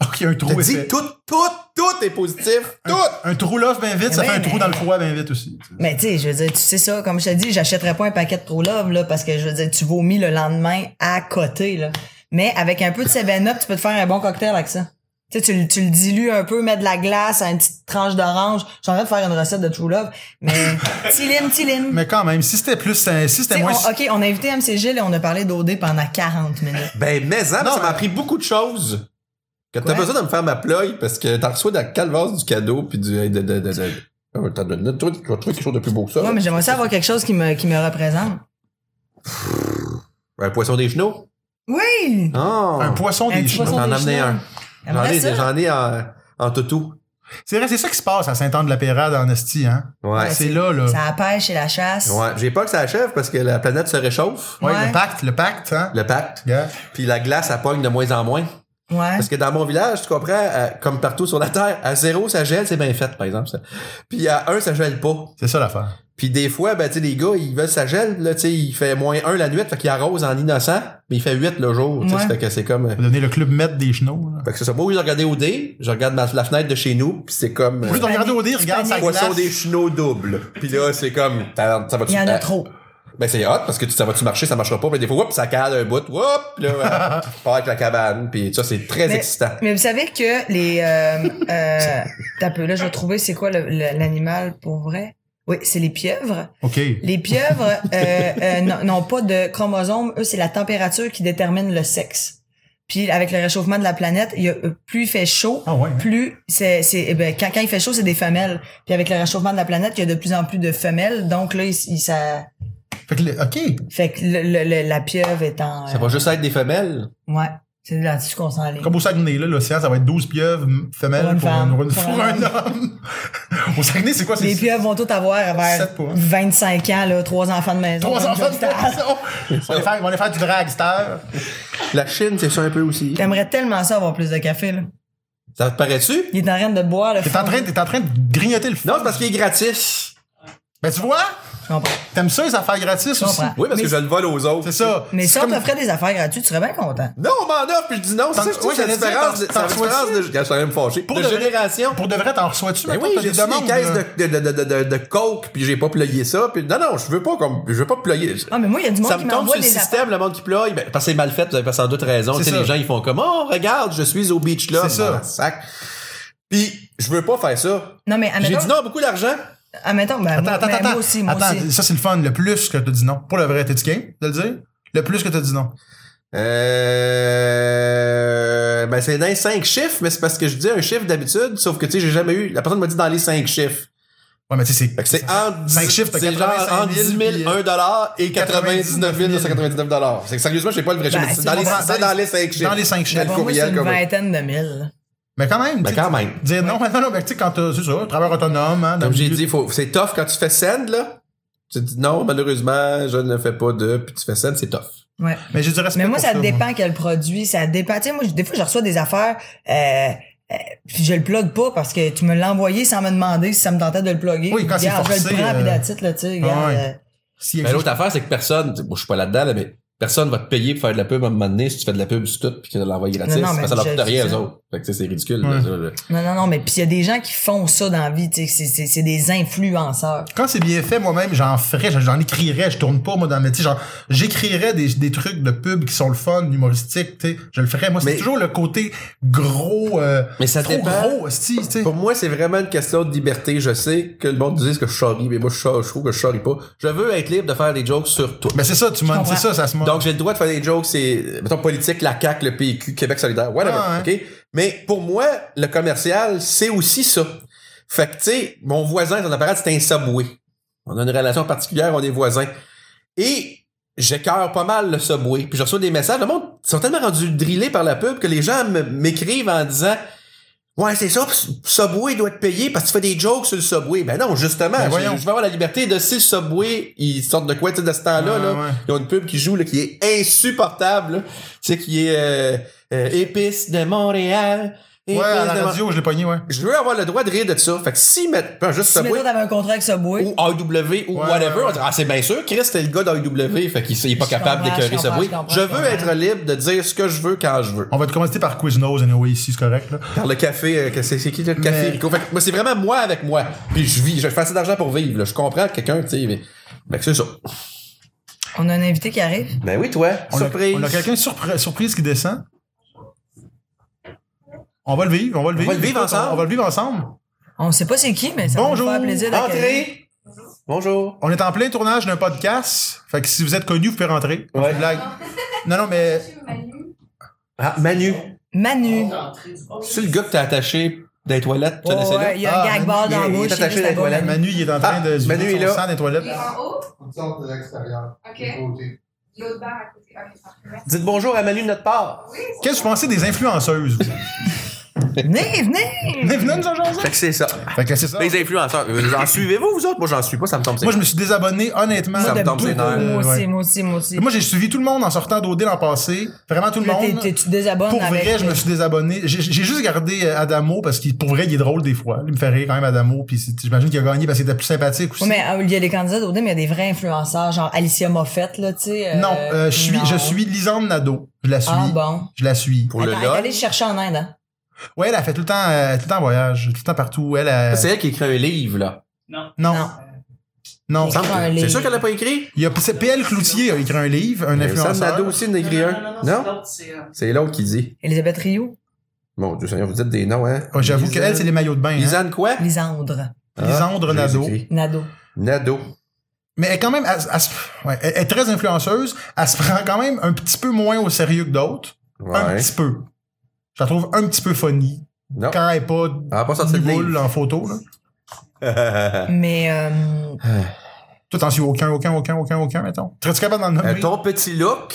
C: Ok, un trou.
E: T'as dit
C: effet.
E: tout, tout, tout est positif. Tout!
C: Un trou love bien vite, ça
B: Mais
C: fait un
B: oui,
C: trou
B: mais-
C: dans le foie bien vite aussi. tu sais.
B: Mais tu sais, je veux dire, tu sais ça, comme je te dis, j'achèterais pas un paquet de True Love, là, parce que je veux dire, tu vomis le lendemain à côté, là. Mais avec un peu de 7-Up, tu peux te faire un bon cocktail avec ça. Tu sais, tu, le- tu le dilues un peu, mets de la glace, une petite tranche d'orange. Je suis en train de faire une recette de True Love, mais petit lime, petit lime.
C: Mais quand même, si c'était plus, si
B: Tu
C: c'était
B: sais,
C: moins.
B: on- OK, on a invité MC Gilles et on a parlé d'OD pendant 40 minutes.
E: Ben, mais hein,
A: Non,
E: ça
A: mais-
E: m'a appris beaucoup de choses.
A: Que t'as
B: Quoi?
A: besoin de me faire ma ploie parce que t'en reçois de la calvasse du cadeau puis du. De, de, de, de, de- Oh, t'as donné- toi, tu vas trouver quelque chose de plus beau que ça.
B: Ouais, mais j'aimerais ça avoir quelque chose qui me, qui me représente.
A: Un poisson des genoux.
B: Oui!
A: Oh.
C: Un poisson
B: Un
C: des
B: petit
C: chevaux.
B: poisson
A: J'en
B: des
A: amenais
B: chenilles.
A: un. J'en ai,
B: J'aimerais ça.
A: j'en ai en, en toutou.
C: C'est vrai, c'est ça qui se passe à Saint-Anne-de-la-Pérade en Estie, hein?
A: Ouais.
B: Ouais.
C: C'est là, là.
B: Ça la pêche et la chasse.
A: Ouais. J'ai peur que ça achève parce que la planète se réchauffe.
C: Ouais,
B: Ouais.
C: le pacte, le pacte, hein?
A: Le pacte.
C: Gars.
A: Puis la glace, elle pogne de moins en moins.
B: Ouais.
A: Parce que dans mon village, tu comprends, euh, comme partout sur la terre, à zéro, ça gèle, c'est bien fait, par exemple. ça. Puis à un, ça gèle pas.
C: C'est ça l'affaire.
A: Puis des fois, ben, tu sais, les gars, ils veulent ça gèle, là, tu sais, il fait moins un la nuit, fait qu'il arrose en innocent, mais il fait huit le jour, tu sais,
B: Ouais.
A: fait que c'est comme... euh,
C: On va devenir le club maître des genoux.
A: Fait que c'est ça. Moi, j'ai regardé au dé, je regarde ma, la fenêtre de chez nous, puis c'est comme... euh,
C: Plus de regarder au dé, regarde sa
A: Poisson
C: glace.
A: des chenaux doubles. Puis là, c'est comme, t'as- ça va-tu...
B: Il y en a
A: euh,
B: trop.
A: Ben, c'est hot, parce que tu- ça va-tu marcher, ça marchera pas. Mais des fois, whoop, ça cale un bout, whoop, là, ouais, tu pars avec la cabane. Puis ça, c'est très
B: Mais-
A: excitant.
B: Mais vous savez que les... Euh, euh, t'as peu, là, je vais trouver c'est quoi le- le- l'animal pour vrai. Oui, c'est les pieuvres.
C: OK.
B: Les pieuvres euh, euh, n'ont- n'ont pas de chromosomes. Eux, c'est la température qui détermine le sexe. Puis avec le réchauffement de la planète, il y a, euh, plus il fait chaud,
C: Ah ouais.
B: plus c'est c'est eh ben, quand, quand il fait chaud, c'est des femelles. Puis avec le réchauffement de la planète, il y a de plus en plus de femelles. Donc là, il, il- ça
C: Fait que, le- OK.
B: fait que le- le- le- la pieuvre est en
A: Ça va
B: euh,
A: juste être des femelles.
B: ouais, c'est là-dessus qu'on s'enligne.
C: Comme au Saguenay, là, l'océan, ça va être 12 pieuvres m-
B: Pour
C: femelles
B: une
C: pour,
B: femme.
C: pour une-
B: Pour
C: pour
B: un
C: un homme. au Saguenay, c'est quoi?
B: Les
C: C'est
B: pieuvres vont tout avoir vers
C: Sept points.
B: 25 ans, là, trois enfants de maison.
C: trois
B: dans le
C: enfants de
B: job stable.
C: poisson. On va les faire- on va les faire du dragster.
A: La Chine, c'est ça un peu aussi.
B: J'aimerais tellement ça avoir plus de café, là.
A: Ça te paraît-tu?
B: Il est en train de boire, le
C: T'es en train, t'es en train de grignoter le fond.
A: Non, c'est parce qu'il est gratis.
C: Ben, tu vois,
B: Je comprends.
C: t'aimes ça, les affaires gratis
B: Je
C: aussi.
B: comprends.
A: Oui, parce
B: Mais-
A: que je le vole aux autres.
C: C'est ça.
B: Mais
C: C'est
B: si on
C: comme-
B: t'offrait des affaires gratuites, tu serais bien content.
A: Non, on m'en offre, puis je dis non. C'est
C: T'en-
A: ça que je trouve,
C: oui,
A: c'est la
C: j'allais dire,
A: différence.
C: t'en-
A: de- C'est la
C: t'en
A: différence de...
C: reçois-tu?
A: Quand je suis en train de me fâcher.
C: Pour
A: de,
C: de vrai-
A: génération.
C: Pour de vrai, t'en reçois-tu?
A: Ben
C: mettons,
A: oui,
C: t'as
A: j'ai reçu
C: des
A: des
C: demandes,
A: caisses
C: là?
A: de, de, de, de, de, de coke, puis j'ai pas ployé ça. Puis non, non, je veux pas comme... Je veux pas ployer.
B: Ah, mais moi, il y a du monde
A: ça
B: qui
A: me tombe sur
B: m'envoie
A: le
B: des affaires.
A: système, le monde qui ploie, ben, parce que c'est mal fait, vous avez sans doute raison.
C: C'est
A: Tu sais,
C: ça.
A: les gens, ils font comme, oh, regarde, je suis au beach là.
C: C'est ça. Ah,
A: Dans le Sac. Puis, je veux pas faire ça.
B: Non, mais
A: J'ai
B: admettons.
A: dit non à beaucoup d'argent.
B: Admettons, ben,
C: Attends,
B: moi,
C: attends,
B: ben,
C: attends.
B: moi aussi, moi
C: attends,
B: aussi.
C: ça, c'est le fun. Le plus que t'as dit non. Pour le vrai, t'es-tu game de le dire? Le plus que t'as dit non.
A: Euh, ben, c'est dans les cinq chiffres, mais c'est parce que je dis un chiffre d'habitude, sauf que, tu sais, j'ai jamais eu, la personne m'a dit dans les cinq chiffres.
C: Ouais, mais tu sais,
A: Fait que
C: c'est.
A: c'est en
C: Cinq
A: 10
C: chiffres, t'as
A: c'est genre
C: 85
A: en 10 000,
C: puis,
A: 1 dollar et 99 999 dollars. C'est que sérieusement, j'ai pas le vrai
B: Ben,
A: chiffre.
B: c'est
A: C'est dans les,
B: bon,
A: c'est dans les 5 chiffres.
C: Dans les cinq chiffres.
A: Dans
B: Bon, Ben, moi,
A: le
B: c'est
A: courriel,
B: une
A: comme.
B: vingtaine de mille.
C: Mais quand même.
A: Ben,
C: tu sais,
A: quand même.
C: Dire non, non, non, mais tu sais, quand t'as, c'est ça, travailleur autonome, hein, dans
A: Comme
C: le
A: j'ai
C: milieu-
A: dit, faut, c'est tough quand tu fais scène, là. Tu dis non, malheureusement, je ne fais pas de, puis tu fais scène, c'est tough.
B: Ouais.
C: Mais j'ai du respect
B: Mais moi,
C: pour
B: ça
C: moi.
B: dépend quel produit, ça dépend. Tu sais, moi, je- des fois, je reçois des affaires, euh, euh, puis je le plug pas parce que tu me l'as envoyé sans me demander si ça me tentait de le plugger.
C: Oui, quand c'est
B: Regarde,
C: forcé,
B: Je le prends,
C: euh,
B: puis la titre, là, tu sais, regarde,
C: ouais.
B: euh,
C: Si-
A: Mais l'autre affaire, c'est que personne, moi, je suis pas là-dedans, là, mais personne va te payer pour faire de la pub à un moment donné si tu fais de la pub sur tout puis que tu l'envoies gratis.
B: Non, non, mais
A: Parce que ça leur
B: je-
A: coûte rien,
B: je-
A: eux autres. Fait que, tu sais, c'est ridicule, là,
C: Ouais.
A: ça, là.
B: euh, Non, non, non, mais puis il y a des gens qui font ça dans la vie, tu sais, c'est- c'est c'est des influenceurs.
C: Quand c'est bien fait, moi-même, j'en ferais, j'en écrirais, je tourne pas, moi, dans le métier. Genre, j'écrirais des, des trucs de pub qui sont le fun, humoristiques, tu sais. Je le ferais. Moi, c'est
A: Mais-
C: toujours le côté gros, euh,
A: Mais ça
C: trop
A: dépend.
C: gros, hostie, tu sais.
A: Pour moi, c'est vraiment une question de liberté. Je sais que le monde dise que je charrie, mais moi, je, char- je trouve que je charrie pas. Je veux être libre de faire des jokes sur toi.
C: Ben, c'est ça, tu m'en,
B: comprends.
C: c'est ça, ça se monte.
A: Donc, j'ai le droit de faire des jokes, c'est, mettons, politique, la CAQ, le PQ, Québec solidaire, whatever,
C: Ah, ouais.
A: OK? Mais pour moi, le commercial, c'est aussi ça. Fait que, tu sais, mon voisin, son appareil, c'est un Subway. On a une relation particulière, on est voisins. Et j'écœure pas mal le Subway. Puis je reçois des messages. Le monde, ils sont tellement rendus drillés par la pub que les gens me- m'écrivent en disant Ouais, c'est ça, puis Subway doit être payé parce que tu fais des jokes sur le Subway. Ben non, justement,
C: Ben
A: je-
C: voyons.
A: je vais avoir la liberté de si le Subway, ils sortent de quoi, tu sais, de ce temps-là,
C: Ah,
A: là.
C: ouais.
A: Ils ont une pub qui joue, là, qui est insupportable, là. Tu sais, qui est, euh, euh, épices de Montréal.
C: ouais,
A: épices
C: à la
A: de Mont-
C: radio, je l'ai pogné, ouais.
A: Je veux avoir le droit de rire de ça. Fait que si, mais, ben, juste
B: Si, mettons,
A: Subway
B: t'avais un contrat avec Subway,
A: ou AEW ou
C: Ouais,
A: whatever.
C: ouais, ouais.
A: On dirait, ah, c'est bien sûr, Chris, t'es le gars d'AEW, fait qu'il il est pas
B: Mm-hmm. Je
A: capable
B: comprends,
A: d'écœurer
B: je comprends,
A: Subway.
B: je comprends,
A: Je
B: je
A: veux
B: comprends.
A: être libre de dire ce que je veux quand je veux.
C: On va te commencer par Quiznos, anyway, ici, c'est correct, là.
A: Par le café, euh, que c'est c'est qui le café
C: Mais-
A: Rico? Fait que moi, c'est vraiment moi avec moi. Puis je vis, je fais assez d'argent pour vivre, là. Je comprends que quelqu'un, tu sais, mais. Ben, c'est ça.
C: Oh.
B: on a un invité qui arrive.
A: Ben oui, toi.
C: On a-
A: surprise.
C: On a, quelqu'un surpre- surprise qui descend. On va le vivre, on va le vivre.
A: va le vivre
C: Écoute, on-
A: ensemble.
C: On va le vivre ensemble.
B: On sait pas c'est qui, mais ça
C: Bonjour.
B: va nous faire plaisir d'accueillir.
A: Entrez. Bonjour.
C: On est en plein tournage d'un podcast. Fait que si vous êtes connu, vous pouvez rentrer. On fait une blague. Non, non, mais
A: Ah, Manu.
B: Manu.
A: Oh, C'est le gars que t'as attaché dans les toilettes, tu as laissé
B: Oh, ouais,
A: là?
B: il y a un
C: Ah,
B: gag
C: Manu,
B: ball dans la
A: il est
B: bouche.
A: attaché
B: juste
A: à la
B: là-bas,
A: toilette.
B: Manu.
C: Manu, il est en train
A: Ah,
C: de vider
A: Manu
C: son
A: est là.
C: sang des toilettes.
F: Il est en haut,
G: On sort de l'extérieur,
F: OK.
G: du côté.
F: L'autre barre à côté. OK, parfait.
A: Dites bonjour à Manu de notre part.
F: Oui,
C: Qu'est-ce que vous pensez des influenceuses? vous?
B: Venez, venez!
C: Mais venez nous en jaser.
A: Fait que c'est ça.
C: Fait que c'est ça.
A: Les influenceurs, vous en suivez-vous, vous autres? Moi, j'en suis pas, ça me tombe. sur
C: Moi, je me suis désabonné, honnêtement.
A: Ça me
B: De
A: tombe ses
B: beaucoup,
A: nerfs.
B: Moi aussi,
C: Ouais.
B: moi aussi, moi aussi.
C: Moi, j'ai suivi tout le monde en sortant d'OD l'an passé. Vraiment tout le
B: Là, t'es-
C: monde.
B: t'es- tu te désabonnes
C: Pour
B: avec-
C: vrai, je me suis désabonné. J'ai j'ai juste gardé euh, Adamo parce qu'il, pour vrai, il est drôle des fois. Il me fait rire quand même, Adamo. Puis c'est- j'imagine qu'il a gagné parce qu'il était plus sympathique aussi.
B: Oui, mais euh, il y a des candidats d'OD, mais il y a des vrais influenceurs, genre Alicia Moffett, là, tu sais. euh,
C: non, euh, je suis,
B: non.
C: je suis Lisande Nadeau. Je la suis.
B: Ah bon.
C: Je la suis.
A: Pour le
B: Attends, elle est
A: LOL.
B: allée le chercher en Inde, hein?
C: Ouais, elle a fait tout le temps, euh, tout le temps voyage, tout le temps partout. Elle, a...
A: C'est elle qui écrit un livre, là.
C: non,
B: Non.
C: non.
B: Écrit un
A: C'est
B: livre.
A: sûr qu'elle a pas écrit?
C: Il y a c'est PL Cloutier a écrit un livre, un
A: Mais Sam
C: influenceur.
A: Nadeau aussi en a écrit un. Non? C'est l'autre qui dit.
B: Elisabeth Rioux,
A: Bon, Dieu Seigneur, vous dites des noms, hein?
C: Oh, J'avoue qu'elle, c'est les maillots de bain. Hein.
A: Lisanne quoi?
B: Lisandre,
A: Ah,
C: Lisandre
A: je les
C: Nadeau.
A: écris.
B: Nado.
A: Nadeau.
C: Mais elle est quand même, elle, elle se- ouais, elle est très influenceuse. Elle se prend quand même un petit peu moins au sérieux que d'autres. Un
A: Ouais.
C: petit peu. Je la trouve un petit peu funny.
A: Non. Ah,
C: Quand elle est pas
A: Elle a pas sorti de
C: une boule
A: livre.
C: en photo, là.
B: Mais, euh,
C: Toi, t'en suis aucun, aucun, aucun, aucun, aucun, mettons. Serais-tu capable d'en nommer?
A: Euh, ton petit look,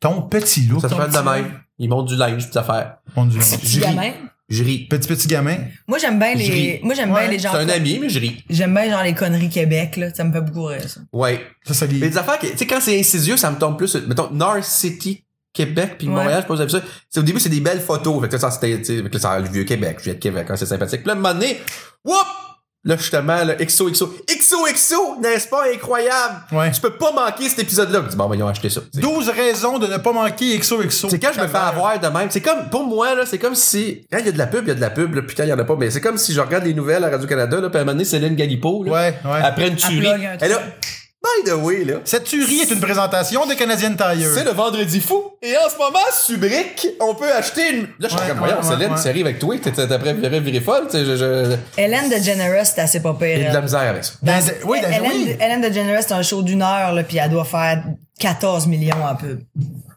C: Ton petit look.
A: ça se
C: ton
A: fait de
C: petit-
A: même. Ils montent du linge, toute affaire.
C: Mon Dieu.
B: petit gamin.
A: Je ris.
C: Petit, petit gamin.
B: Moi, j'aime bien
A: Je
B: les,
A: ris.
B: moi, j'aime
C: Ouais,
B: bien les
A: C'est
B: gens.
A: un ami, mais je ris.
B: J'aime bien, genre, les conneries Québec, là. Ça me fait beaucoup rire, ça.
A: Ouais.
C: Ça, ça les-
A: Mais des affaires, qui- tu sais, quand c'est insidieux, ça me tombe plus. sur- Mettons, North City, Québec, puis
B: Ouais.
A: Montréal, je pense que vous avez vu ça. C'est, au début, c'est des belles photos. Fait que ça, c'était, tu sais, fait que ça, le vieux Québec, je viens de Québec, hein, c'est sympathique. Puis là, à un moment donné, whoop! Là, justement, là, XOXO. XOXO, n'est-ce pas incroyable?
C: Ouais.
A: Tu peux pas manquer cet épisode-là. Je dis, bon, ben, ils ont acheté ça. Tu sais.
C: 12 raisons de ne pas manquer XOXO.
A: C'est quand je me fais avoir de même. C'est comme, pour moi, là, c'est comme si, quand il y a de la pub, il y a de la pub, là, puis quand il y en a pas, mais c'est comme si je regarde les nouvelles à Radio-Canada, là, puis à un moment donné, Céline Galipo, là,
C: Ouais, ouais.
A: après une
B: Elle
A: tuerie.
B: plug un
A: Elle a,
B: truc.
A: by the way, là,
C: Cette tuerie est une présentation de Canadienne Tailleur.
A: C'est le vendredi fou. Et en ce moment, Subric, on peut acheter une. Là, je suis
C: Ouais,
A: comme, voyons,
C: ouais,
A: Céline,
C: ouais.
A: c'est arrive avec toi. T'es t'es après virée, virée folle. Tu sais, je. je...
B: Hélène DeGeneres, c'est assez pas pire.
A: J'ai de la
C: Euh,
B: elle.
A: misère avec ça.
C: Dans- ben, oui, dans-
B: Hélène,
C: oui.
B: Hélène DeGeneres, c'est un show d'une heure, là, puis elle doit faire 14 millions un peu.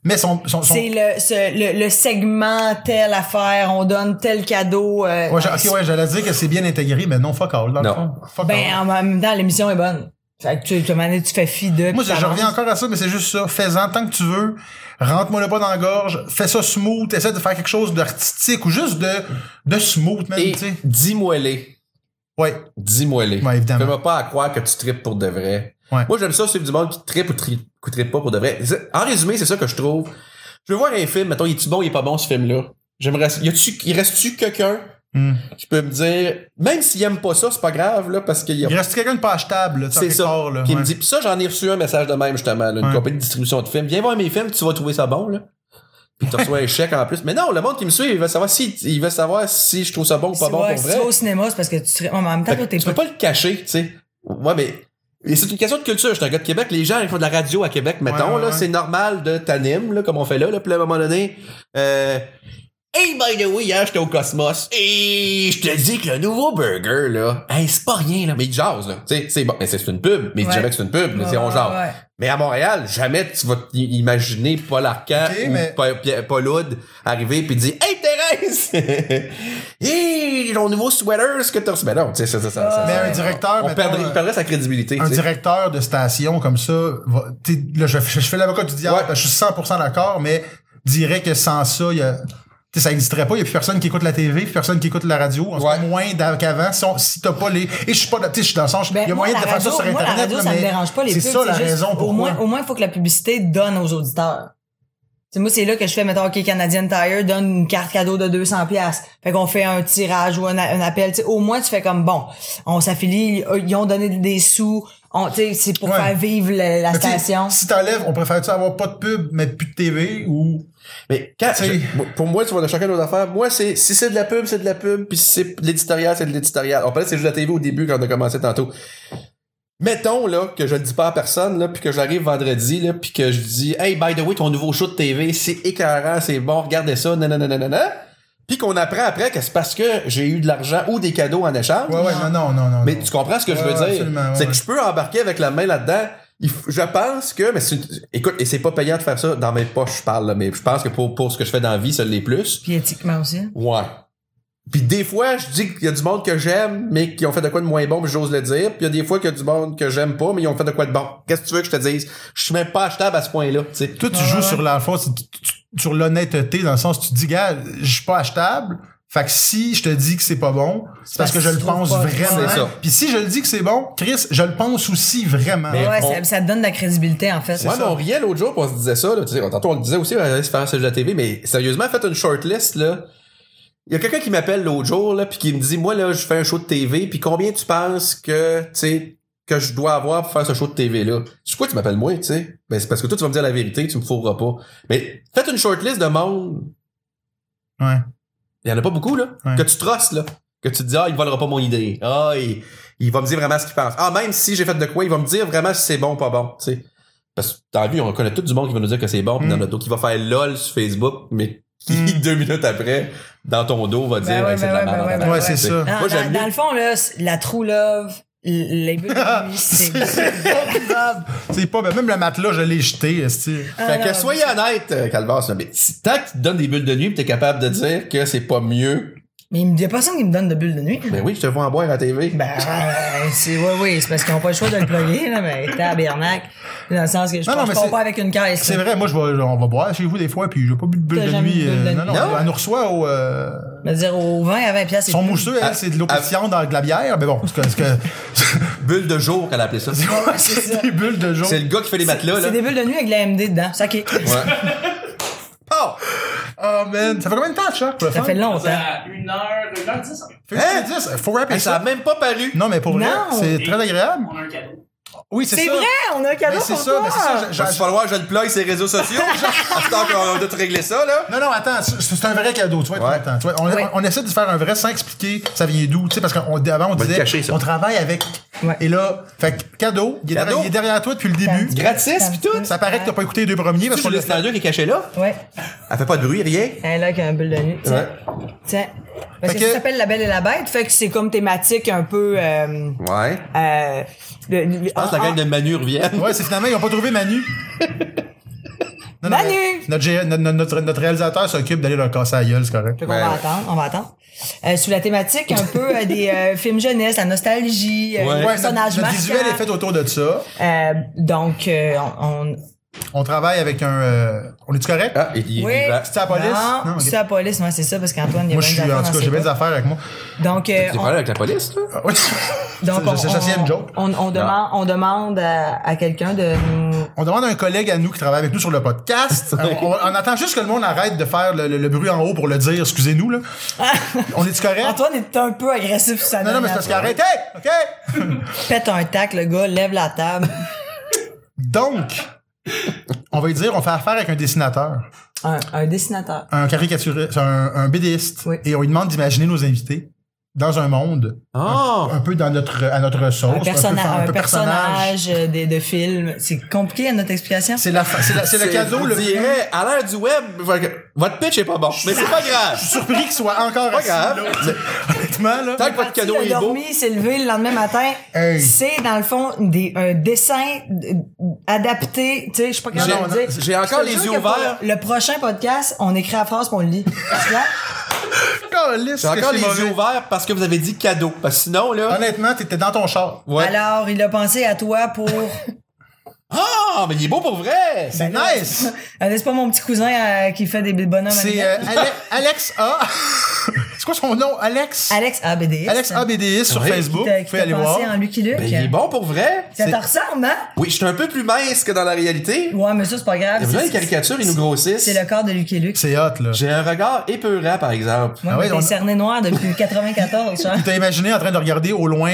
C: Mais son, son, son-
B: C'est le, ce- le, le segment, telle affaire, on donne tel cadeau. euh,
C: Ouais, j'a- ok, ouais, j'allais dire que c'est bien intégré, mais non, fuck all, dans le
A: Non.
C: fond. Fuck
B: Ben,
C: all.
B: en même temps, l'émission est bonne. Fait que tu, tu, à un moment donné, tu fais fi de.
C: Moi,
B: puis
C: je, je
B: t'avances.
C: reviens encore à ça, mais c'est juste ça. Fais-en tant que tu veux. Rentre-moi le pas dans la gorge. Fais ça smooth. Essaie de faire quelque chose d'artistique ou juste de, de smooth, même,
A: Et
C: tu sais.
A: dis-moi-les.
C: Ouais.
A: Dis-moi-les.
C: Ouais, évidemment.
A: Fais-moi pas à croire que tu tripes pour de vrai.
C: Ouais.
A: Moi, j'aime ça, c'est du monde qui tripe ou tri- qui tripe pas pour de vrai. C'est- En résumé, c'est ça que je trouve. Je veux voir un film, mettons, il est-tu bon, il est pas bon, ce film-là? J'aimerais, y a-tu, il reste-tu quelqu'un
C: Hmm.
A: qui peut me dire, même s'il aime pas ça, c'est pas grave, là, parce qu'il y a
C: Il reste quelqu'un de pas achetable, là, tu sais,
A: C'est
C: quelque
A: ça.
C: part, là,
A: qui
C: ouais.
A: me dit. Puis ça, j'en ai reçu un message de même, justement, là, une
C: Ouais.
A: compagnie de distribution de films. Viens voir mes films, tu vas trouver ça bon, là. Puis tu reçois un chèque en plus. Mais non, le monde qui me suit, il veut savoir si, il veut savoir si je trouve ça bon ou
B: Si
A: pas
B: tu
A: bon
B: vas-
A: pour
B: si
A: vrai.
B: tu vas au cinéma, c'est parce que tu serais. En même temps,
A: Fait
B: toi,
A: que
B: t'es
A: tu peux
B: pas.
A: pas le cacher, tu sais. Ouais, mais. Et c'est une question de culture. Je suis un gars de Québec. Les gens, ils font de la radio à Québec, mettons.
C: ouais,
A: là,
C: ouais.
A: C'est normal de t'animer, là, comme on fait là, là. Puis là, à un moment donné, euh, Hey, by the way, hier, j'étais au Cosmos. Et je te dis que le nouveau burger, là, hey, c'est pas rien, là. Mais ils jasent, là. Tu sais, c'est bon. Mais c'est une pub. Mais ils disent
B: Ouais.
A: jamais que c'est une pub. mais
B: Ouais,
A: c'est on
B: ouais,
A: genre.
B: ouais.
A: Mais à Montréal, jamais tu vas t- i- imaginer Paul Arcand
C: Ok,
A: ou
C: mais-
A: Pa- Pi- Paul Hood arriver puis dire Hey Thérèse! Hé, ton nouveau sweater, ce que t'as reçu. Ben non, tu sais, ça, ça, ça. ça-
C: Mais
A: ça-
C: un directeur,
A: on
C: mettons,
A: perdrait, il
C: euh,
A: perdrait sa crédibilité.
C: un
A: tu sais.
C: directeur de station comme ça, va- t'sais, là, je, je- je fais l'avocat du diable,
A: Ouais.
C: parce que je suis 100% d'accord, mais dirait que sans ça, il y a- t'sais, ça n'existerait pas. Il n'y a plus personne qui écoute la TV, plus personne qui écoute la radio. En tout cas,
A: Ouais.
C: moins d'av- qu'avant. Si, on- si t'as pas les. Et je suis pas. Tu sais, je suis dans le sens. Il
B: Ben,
C: y
B: moi,
C: a moyen
B: la
C: de faire ça
B: radio-
C: sur
B: moi,
C: Internet.
B: la radio,
C: là,
B: ça me
C: mais
B: dérange pas, les
C: C'est
B: pubs,
C: ça la
B: juste,
C: raison
B: Au
C: pourquoi.
B: moins, au moins, il faut que la publicité donne aux auditeurs. Tu sais, moi, c'est là que je fais, mettons, OK, Canadian Tire donne une carte cadeau de 200 pièces. Fait qu'on fait un tirage ou un, a- un appel. Tu sais, au moins, tu fais comme, bon, on s'affilie, ils- ils ont donné des sous. On- Tu sais, c'est pour
C: Ouais.
B: faire vivre la, la
C: Mais t'sais,
B: station.
C: Si t'enlèves, on préfère-tu avoir pas de pub, mais plus de TV ou.
A: Mais quand,
C: Tu sais-
A: je- pour moi, tu vois, de chacun nos affaires. Moi, c'est, si c'est de la pub, c'est de la pub, puis si c'est de l'éditorial, c'est de l'éditorial. On parlait, c'est juste de la TV au début quand on a commencé tantôt. Mettons, là, que je le dis pas à personne, là, puis que j'arrive vendredi, là, puis que je dis, hey, by the way, ton nouveau show de TV, c'est éclairant, c'est bon, regardez ça, nanana, nanana. Puis qu'on apprend après que c'est parce que j'ai eu de l'argent ou des cadeaux en échange.
C: Ouais, ouais, non, non, non, non.
A: Mais
C: non.
A: tu comprends ce que je veux
C: Ouais,
A: dire?
C: absolument, ouais,
A: c'est que
C: ouais.
A: je peux embarquer avec la main là-dedans. Il f- Je pense que, mais c'est une- écoute, et c'est pas payant de faire ça dans mes poches, je parle, là, mais je pense que pour, pour ce que je fais dans la vie, ça l'est plus.
B: Puis éthiquement aussi.
A: Ouais. Puis des fois, je dis qu'il y a du monde que j'aime, mais qui ont fait de quoi de moins bon, puis j'ose le dire. Puis il y a des fois qu'il y a du monde que j'aime pas, mais ils ont fait de quoi de bon. Qu'est-ce que tu veux que je te dise? Je suis même pas achetable à ce point-là, tu sais.
C: Toi, tu joues sur la fausse, tu, tu- sur l'honnêteté, dans le sens où tu te dis, gars, je suis pas achetable. Fait que si je te dis que c'est pas bon, c'est parce que je le
B: tu trouves
C: pense
B: pas.
C: vraiment.
A: C'est ça.
C: Puis si je le dis que c'est bon, Chris, je le pense aussi vraiment.
A: Mais-
B: Ouais,
A: on-
B: ça, ça te donne de la crédibilité, en fait.
A: Ouais, mais on riait l'autre jour, puis on se disait ça. Là, tu sais, tantôt, on le disait aussi, on allait se faire un sujet de la TV, mais sérieusement, faites une shortlist. Là. Il y a quelqu'un qui m'appelle l'autre jour, là, puis qui me dit, moi, là, je fais un show de TV, puis combien tu penses que, tu sais, que je dois avoir pour faire ce show de TV-là? C'est quoi tu m'appelles moi, tu sais? Ben, c'est parce que toi, tu vas me dire la vérité, tu me fourras pas. Mais faites une shortlist de monde.
C: Ouais.
A: Il y en a pas beaucoup, là.
C: Ouais.
A: Que tu trosses, là. Que tu te dis, ah, il volera pas mon idée. Ah, il, il va me dire vraiment ce qu'il pense. Ah, même si j'ai fait de quoi, il va me dire vraiment si c'est bon ou pas bon, tu sais. Parce que dans la vie, on reconnaît tout du monde qui va nous dire que c'est bon, puis
C: Mm.
A: dans notre dos, qui va faire lol sur Facebook, mais qui,
C: Mm.
A: deux minutes après, dans ton dos, va dire,
B: Ben ouais,
A: Hey, c'est de
B: ben
A: la
B: ouais,
A: merde.
B: ben
A: en
B: ouais,
A: tabarnak.
C: ouais, c'est
A: Tu sais.
C: ça.
B: Dans,
A: Moi,
B: dans-
A: j'aime mieux-
B: dans le fond, là, c- la true love, l- les bulles de nuit, c'est...
C: C'est pas, ben, même le matelas, je l'ai jeté, esti.
A: Fait que
B: Alors,
A: soyez honnête, euh, Calvas, là, mais si- tant que tu te donnes des bulles de nuit, pis t'es capable de dire que c'est pas mieux,
B: Mais il y a personne qui me donne de bulles de nuit.
A: ben oui, je te vois en boire à la TV.
B: Ben, euh, c'est, oui, oui, c'est parce qu'ils n'ont pas le choix de le plugger, là, mais tabernacle. Dans le sens que je
C: Non, non,
B: pense
C: mais
B: qu'on
C: c'est-
B: pas avec une caisse.
C: C'est
B: là.
C: vrai, moi, je vais, on va boire chez vous des fois, puis j'ai pas bu de bulle
B: T'as
C: de
B: jamais
C: nuit.
B: bu de bulle
C: euh,
B: de
C: non, non,
B: nuit.
A: Non?
C: elle nous reçoit au, euh,
B: Me dire au 20 à 20 piastres, c'est
C: son
B: plus-
C: mousseux,
A: Ah,
C: elle, c'est de l'eau
A: ah,
C: pétillante dans de la bière. Mais bon, c'est que, c'est que-
A: Bulle de jour qu'elle appelait ça.
C: c'est des bulles de jour.
A: C'est le gars qui fait les matelas, là.
B: C'est des bulles de nuit avec de la MD dedans. Ça, ok.
A: Oh!
C: Oh, man. Ça fait combien de temps, Chuck?
B: Ça fait longtemps.
H: à 1h, 1h10.
C: Hein? 10, faut rapper
A: Hey, Ah, ça a même pas paru.
C: Non, mais pour vrai,
B: Non.
C: c'est très agréable.
H: On a un cadeau.
C: Oui,
B: C'est
C: ça.
B: vrai, on a un
C: Mais
B: cadeau
C: c'est
B: pour
C: ça,
B: toi.
C: mais c'est ça, je-
A: Je vais falloir que je le plug ses réseaux sociaux. Attends qu'on doit te régler ça, là.
C: Non, non, attends, c'est c'est un vrai cadeau, tu vois,
A: Ouais.
C: tu vois, on,
B: Ouais.
C: on- on essaie de faire un vrai sans expliquer ça vient d'où, tu sais, parce qu'avant, on
A: le
C: disait,
A: cacher, ça.
C: on travaille avec,
B: Ouais.
C: et là, fait que cadeau, il est,
A: Cadeau.
C: derrière, il est derrière toi depuis le début,
A: Gratis, pis tout.
C: ça paraît que t'as pas écouté les deux premiers, parce
A: C'est
C: qu'on l'a
A: le scénario qui est caché là.
B: Ouais.
A: Elle fait pas de bruit, rien.
B: Elle est là qui a un bulle de nuit. Tiens. Tiens. Parce
C: Fait
B: que,
C: que-
B: ça s'appelle La Belle et la Bête, fait que c'est comme thématique un peu. Euh,
A: Ouais.
B: euh, le- le- ah,
A: Je pense que la
B: en-
A: gang de Manu revient.
C: Ouais, c'est finalement, ils ont pas trouvé Manu. Non, non,
B: Manu!
C: mais Notre, gé- notre, notre, notre réalisateur s'occupe d'aller leur casser la gueule, c'est correct.
B: Fait ah, qu'on va
A: Ouais.
B: attendre, on va attendre. Euh, sous la thématique un peu euh, des euh, films jeunesse, la nostalgie, euh, les
C: Ouais, notre,
B: personnages
C: notre
B: marquants.
C: visuel est fait autour de ça.
B: Euh, donc, euh, on... on-
C: On travaille avec un, euh, on est-tu correct?
A: Ah, il il est
B: Oui.
A: vivant.
C: C'est à la police?
B: Non,
C: ok.
B: c'est la police, ouais, c'est ça, parce qu'Antoine, il y a
C: Moi,
B: plein
C: je suis,
B: d'affaires
C: en tout
B: dans
C: cas,
B: ses
C: j'ai bien
B: pas.
C: des affaires avec moi.
B: Donc, euh,
A: Des
B: on,
A: problèmes avec la police, là?
C: Oui.
B: donc on,
C: C'est- c'est- c'est une joke.
B: on, on demande, on demande à, à quelqu'un de nous...
C: On demande à un collègue à nous qui travaille avec nous sur le podcast. Euh, on, on attend juste que le monde arrête de faire le, le- le bruit en haut pour le dire. Excusez-nous, là. on est-tu correct?
B: Ah. Antoine est un peu agressif sur sa
C: Non, non, mais c'est parce qu'arrêtez! OK?
B: Pète un tac, le gars, lève la table.
C: Donc, on va lui dire, on fait affaire avec un dessinateur,
B: Un, un dessinateur.
C: un caricaturiste, un, un BDiste.
B: Oui.
C: Et on lui demande d'imaginer nos invités dans un monde,
A: Oh!
C: un peu dans notre, à notre sauce.
B: Un,
C: peu
B: personna-
C: fan-
B: un
C: peu
B: personnage de, de film. C'est compliqué à notre explication.
C: C'est la, fa- c'est la- c'est le cadeau,
A: vous
C: le plus-
A: direz, à l'ère du web, votre pitch est pas bon. Mais c'est pas grave.
C: surpris qu'il soit encore
A: Pas
C: assis,
A: grave.
C: là. Honnêtement, là.
A: Tant que votre cadeau
B: Il a
A: est beau.
B: dormi, s'est levé le lendemain matin.
C: Hey.
B: C'est dans le fond des, un dessin d- adapté. Tu sais, je sais pas comment
C: J'ai-
B: le dire.
A: j'ai encore
B: Je te jure
A: les yeux
B: que pour
A: ouverts.
B: Le, le prochain podcast, on écrit la phrase pour on le lit. Tu vois?
C: Calisse,
A: J'ai encore
C: que
A: les
C: c'est
A: yeux
C: mauvais.
A: ouverts parce que vous avez dit cadeau. Parce que sinon, là.
C: Honnêtement, t'étais dans ton char.
A: Ouais.
B: Alors, il a pensé à toi pour.
A: Ah, mais il est beau pour vrai!
B: Ben
C: C'est nice!
B: Ah, c'est pas mon petit cousin euh, qui fait des bonhommes.
C: C'est euh,
B: animés.
C: Ale- Alex A. C'est quoi son nom?
A: euh,
C: Alex?
B: Alex ABD.
C: Alex A BDS sur
A: Oui.
C: Facebook.
B: Qui t'a-
C: Vous
B: qui
C: pouvez
B: t'a
C: aller voir.
B: pensé en Lucky Luke.
A: Mais Ben, il est bon pour vrai!
B: Ça
A: C'est-
B: te ressemble, hein?
A: Oui, je suis un peu plus mince que dans la réalité.
B: Ouais, mais ça, c'est pas grave.
A: Il y a
B: C'est-
A: les caricatures, ils nous grossissent.
B: C'est le corps de Lucky Luke.
C: C'est hot, là.
A: J'ai un regard épeurant, par exemple.
B: Moi,
C: Ah ouais,
B: j'ai
C: on-
B: des cerné noirs depuis 94, genre.
C: Tu t'as imaginé en train de regarder au loin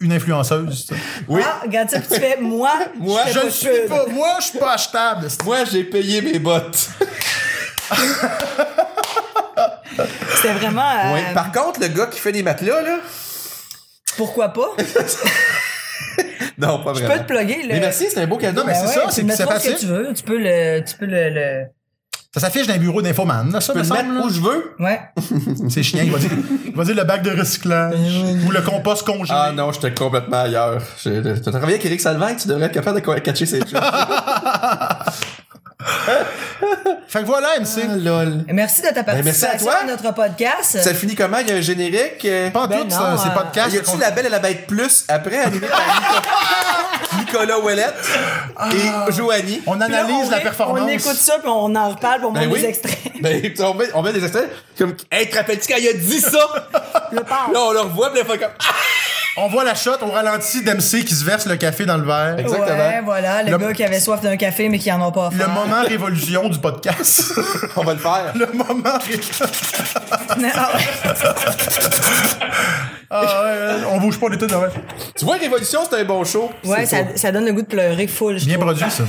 C: une influenceuse. tu sais.
A: Oui.
B: Ah, regarde ça, puis tu fais moi.
A: Moi,
B: fais
C: Je
B: pas
C: le
B: de
C: suis
B: pub.
C: pas. Moi, je suis pas achetable. c'est-
A: Moi, j'ai payé mes bottes.
B: C'était vraiment. euh,
A: Oui. Par contre, le gars qui fait des matelas, là.
B: Pourquoi pas?
A: Non, pas
B: Tu peux
A: vraiment.
B: te plugger, là.
A: Mais merci, c'est un beau cadeau.
C: Non, mais
B: Ben
C: c'est
B: ouais,
C: ça,
B: tu
C: c'est-
B: mets
C: c'est
B: trop ce que
C: facile.
B: tu veux. Tu peux le. Tu peux le. le-
C: Ça s'affiche dans un bureau d'infoman, là, ça,
A: Je
C: me
A: peux le
C: semble.
A: mettre où je veux.
B: Ouais.
C: là. C'est chiant. Il va, dire, il va dire le bac de recyclage ou le compost congelé.
A: Ah non, j'étais complètement ailleurs. Je- T'as travaillé avec Eric Salvin, tu devrais être capable de catcher ces choses. Ah,
C: Fait que voilà, MC.
A: lol.
B: Merci de ta
A: Ben, merci à
B: participation
A: toi.
B: à notre podcast.
A: Ça finit comment? Il y a un générique? euh,
C: Pas en
B: Ben
C: tout,
B: non,
C: ça,
B: euh,
C: c'est
A: Ah,
C: podcast.
A: y a-tu la belle et la bête plus après animé par Nicolas, Nicolas Ouellette
C: Ah.
A: et Joanie.
C: On
B: Puis là,
C: analyse
B: on
C: la
B: ré-
C: performance.
B: On écoute ça, puis on en reparle, puis on
A: Ben
B: montre
A: oui.
B: des extraits.
A: Ben, tu sais, on, met, on met des extraits. Comme, hey, te rappelles-tu quand il a dit ça?
B: Le parle.
A: Là, on le revoit, puis là, il fait comme, ah!
C: On voit la shot au ralenti d'MC qui se verse le café dans le verre.
A: Exactement.
B: Ouais, voilà, le,
C: Le-
B: gars qui avait soif d'un café, mais qui en a pas
C: Le
B: offert.
C: moment révolution du podcast.
A: On va le faire.
C: le moment révolution.
B: Ah ouais.
C: Ah, ouais, ouais, on bouge pas du tout. ouais.
A: Tu vois, Révolution, c'est un bon show.
B: Ouais,
A: C'est
B: ça,
A: pas-
B: ça donne le goût de pleurer full. je
C: Bien
B: trouve.
C: produit, ça.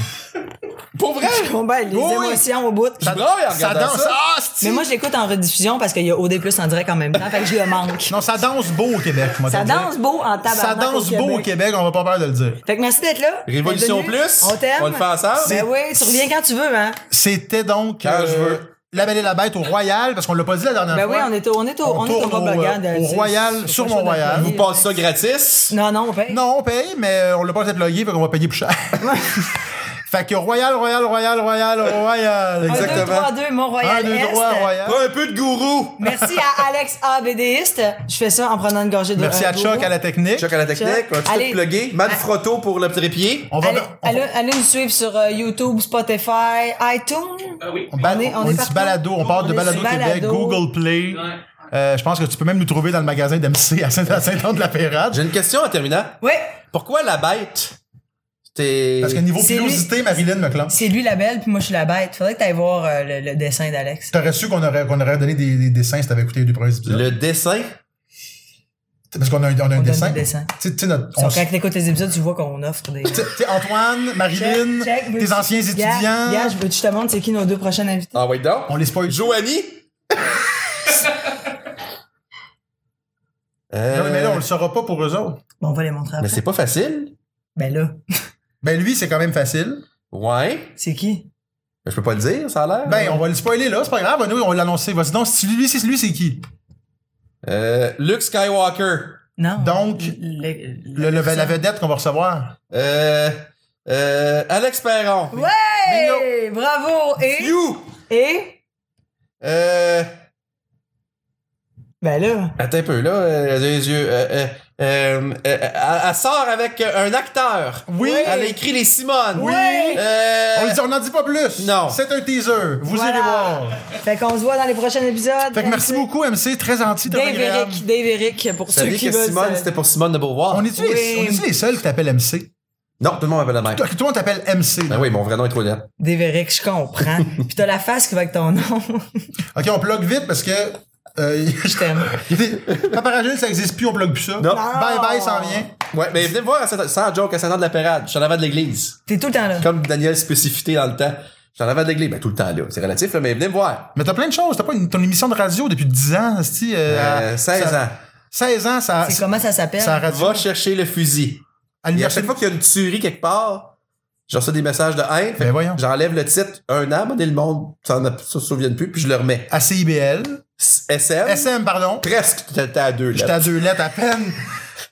A: Pour vrai!
B: Je comprends, les
A: Oui.
B: émotions au bout.
A: Je braille en
C: Ça
A: regardant
C: danse.
A: ça.
C: Ah, c'est-
B: Mais moi, je l'écoute en rediffusion parce qu'il y a OD Plus en direct en même temps, fait que je le manque.
C: Non, ça danse beau au Québec, moi,
B: Ça
C: te le dire.
B: danse beau en tabarnak
C: Ça danse beau au Québec, on va pas peur de le dire.
B: Fait que merci d'être là.
A: Révolution
B: Bienvenue.
A: Plus.
B: On t'aime.
A: On le fait ensemble.
B: Ben oui, tu reviens quand tu veux, hein.
C: C'était donc euh,
A: Quand je veux.
C: La Belle et la Bête au Royal, parce qu'on l'a pas dit la dernière
B: Ben oui,
C: fois.
B: on est au, on est au,
C: On
B: on est au
C: tourne
B: Bob
C: au,
B: Lagan,
C: euh,
B: de-
C: au
B: c'est-
C: Royal,
B: c'est
C: sur
B: pas
C: mon
B: chaud de
C: Royal.
B: parler.
A: Vous passez ça gratis.
B: Non, non, ben, on paye.
C: Non, on paye, mais euh, on l'a pas peut-être logué, fait qu'on va payer plus cher. fait que Royal, Royal, Royal, Royal, Royal.
B: Un,
C: Exactement.
B: deux, trois, deux, Mont Royal.
C: Un, deux,
B: Est.
C: trois, Royal.
A: Pas un peu de gourou.
B: Merci à Alex A, BDiste. Je fais ça en prenant une gorgée de
C: Merci
B: euh,
C: à Chuck,
B: d'eau.
C: à la technique.
A: Choc à la technique,
B: Choc.
A: on a tout
B: Allez. Ah.
A: plugué. Matt Frotto pour le trépied.
C: On va,
B: Allez,
C: on va-
B: allez, allez nous suivre sur euh, YouTube, Spotify, iTunes.
H: Ah oui.
C: on ba-
B: on est- on
C: on
B: est
C: est sur
B: partout.
C: balado, on parle
B: On
C: de
B: est
C: balado
B: sur
C: Québec,
B: Balado.
C: Google Play.
H: Ouais.
C: Euh, je pense que tu peux même nous trouver dans le magasin d'MC à Saint-Anne-de-la-Pérade.
A: J'ai une question en terminant.
B: Oui,
A: Pourquoi la bête? C'était.
C: Parce que niveau
B: C'est lui.
C: pilosité, Marilyn me clame.
B: c'est lui la belle, puis moi je suis la bête. Faudrait que t'ailles voir euh, le, le dessin d'Alex.
C: T'aurais su qu'on aurait, qu'on aurait donné des, des dessins si t'avais écouté les deux premiers épisodes.
A: Le dessin.
C: Parce qu'on a un, on a un
B: donne
C: dessin.
B: des dessins.
C: Tu sais- tu sais, notre-
B: Sur-
C: on-
B: Quand t'écoutes les épisodes, tu vois qu'on offre des.
C: tu sais- tu sais, Antoine,
B: Check,
C: Marilyn,
B: check, veux-tu-
C: tes anciens étudiants.
B: Gars, gars, je veux que tu te montres c'est qui nos deux prochains invités.
A: Ah, wait, donc.
C: On les spoil.
A: Joanie.
C: Non,
A: Euh,
C: mais là, on le saura pas pour eux autres.
B: Bon, on va les montrer
A: mais
B: après.
A: c'est pas facile.
B: Ben là,
C: Ben lui, c'est quand même facile.
A: Ouais.
B: c'est qui?
A: Mais Je peux pas le dire, ça a l'air.
C: Ben, on va le spoiler là, c'est pas grave, nous, on va l'annoncer. Vas-y donc, si lui, c'est lui, c'est qui?
A: Euh, Luke Skywalker.
B: Non.
C: Donc,
B: le,
C: Le, le- la vedette qu'on va recevoir.
A: Euh, euh, Alex Perron.
B: Hey! Bravo! Et.
A: You.
B: Et.
A: Euh,
B: Ben là.
A: attends un peu, là. euh, les yeux. Euh, euh, euh, euh, elle, elle sort avec un acteur.
C: Oui.
A: Elle écrit les Simones.
C: Oui.
A: Euh,
C: On le dit, on n'en dit pas plus.
A: Non.
C: C'est un teaser. Vous
B: Voilà.
C: irez voir.
B: Fait qu'on se voit dans les prochains épisodes.
C: Fait que merci beaucoup, MC. Très gentil. très
B: Dave
C: agréable.
B: Eric, Dave Eric, pour
A: Vous
B: ceux
A: saviez
B: qui
A: que
B: veulent.
A: Simone,
B: ça-
A: c'était pour Simone de Beauvoir.
C: On est-tu les,
B: Oui.
C: on est-tu les seuls qui t'appellent MC?
A: Non, tout le monde m'appelle la même.
C: Toi, tout le monde t'appelle MC.
A: Ben oui, mon vrai nom est trop laid.
B: Dave Eric, je comprends. Puis t'as la face qui va avec ton nom.
C: OK, on plug vite parce que... Euh,
B: je t'aime.
C: il était- Papa Rajul, ça existe plus, on plug plus ça.
A: Non.
C: Bye bye, ça en vient.
A: Ouais, mais venez me voir à Saint- sans joke à Saint-Anne de la Pérade. Je suis en avant de l'église.
B: T'es tout le temps là.
A: Comme Daniel spécifité dans le temps. Je suis en avant de l'église. Ben, tout le temps là. C'est relatif, là, mais venez me voir.
C: Mais t'as plein de choses. T'as pas une, ton émission de radio depuis 10 ans, sti,
A: Euh, 16
C: ça-
A: ans.
C: 16 ans, ça...
B: C'est comment ça s'appelle?
C: Ça radio.
A: Va chercher le fusil. Et
C: À
A: à
C: l'université-
A: chaque fois qu'il y a une tuerie quelque part, je reçois des messages de haine. Fait
C: Ben
A: que
C: voyons.
A: J'enlève le titre un an, abonné le monde, s'en a- se souviennent plus, puis je le remets.
C: à CIBL.
A: S- SM.
C: SM, pardon.
A: Presque, t'étais à deux.
C: J'étais
A: Là.
C: à deux lettres à peine.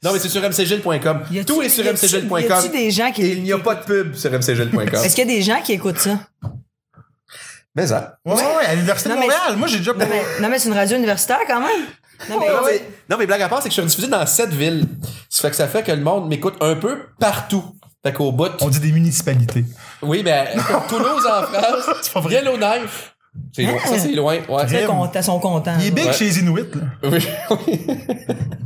A: Non, mais c'est sur mcgil.com.
B: Y a-tu-
A: Tout est sur
B: y a-tu-
A: mcgil.com.
B: Y a-tu des gens
A: Et il
B: qui.
A: n'y a pas de pub sur mcgil.com.
B: Est-ce qu'il y a des gens qui écoutent ça?
A: mais ça.
C: Ouais, ouais, ouais, à l'Université de
B: Non, mais-
C: Montréal. Moi, j'ai déjà...
B: Non, mais, non, mais c'est une radio universitaire quand même. Non, mais.
C: Ah
A: Non, mais, non, mais blague à part, c'est que je suis rediffusé dans sept villes. Ça fait que ça fait que le monde m'écoute un peu partout. Fait qu'au bout.
C: On dit des municipalités.
A: Oui, mais euh, comme Toulouse en France,
C: pas vrai.
A: Yellowknife. C'est loin. Ça, c'est loin.
B: Ils
A: Ouais.
B: sont contents, ils sont contents.
C: Il est big
A: Ouais.
C: chez les Inuits, là.
A: Oui, oui.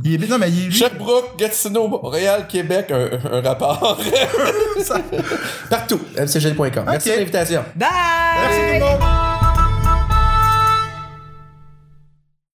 C: Il est big. Non, mais il est... lui-
A: Sherbrooke, Gatineau, Montréal, Québec, un, un rapport. Partout. mcgl.com. Merci
C: Ok.
A: de l'invitation.
B: Bye!
C: Merci tout le monde.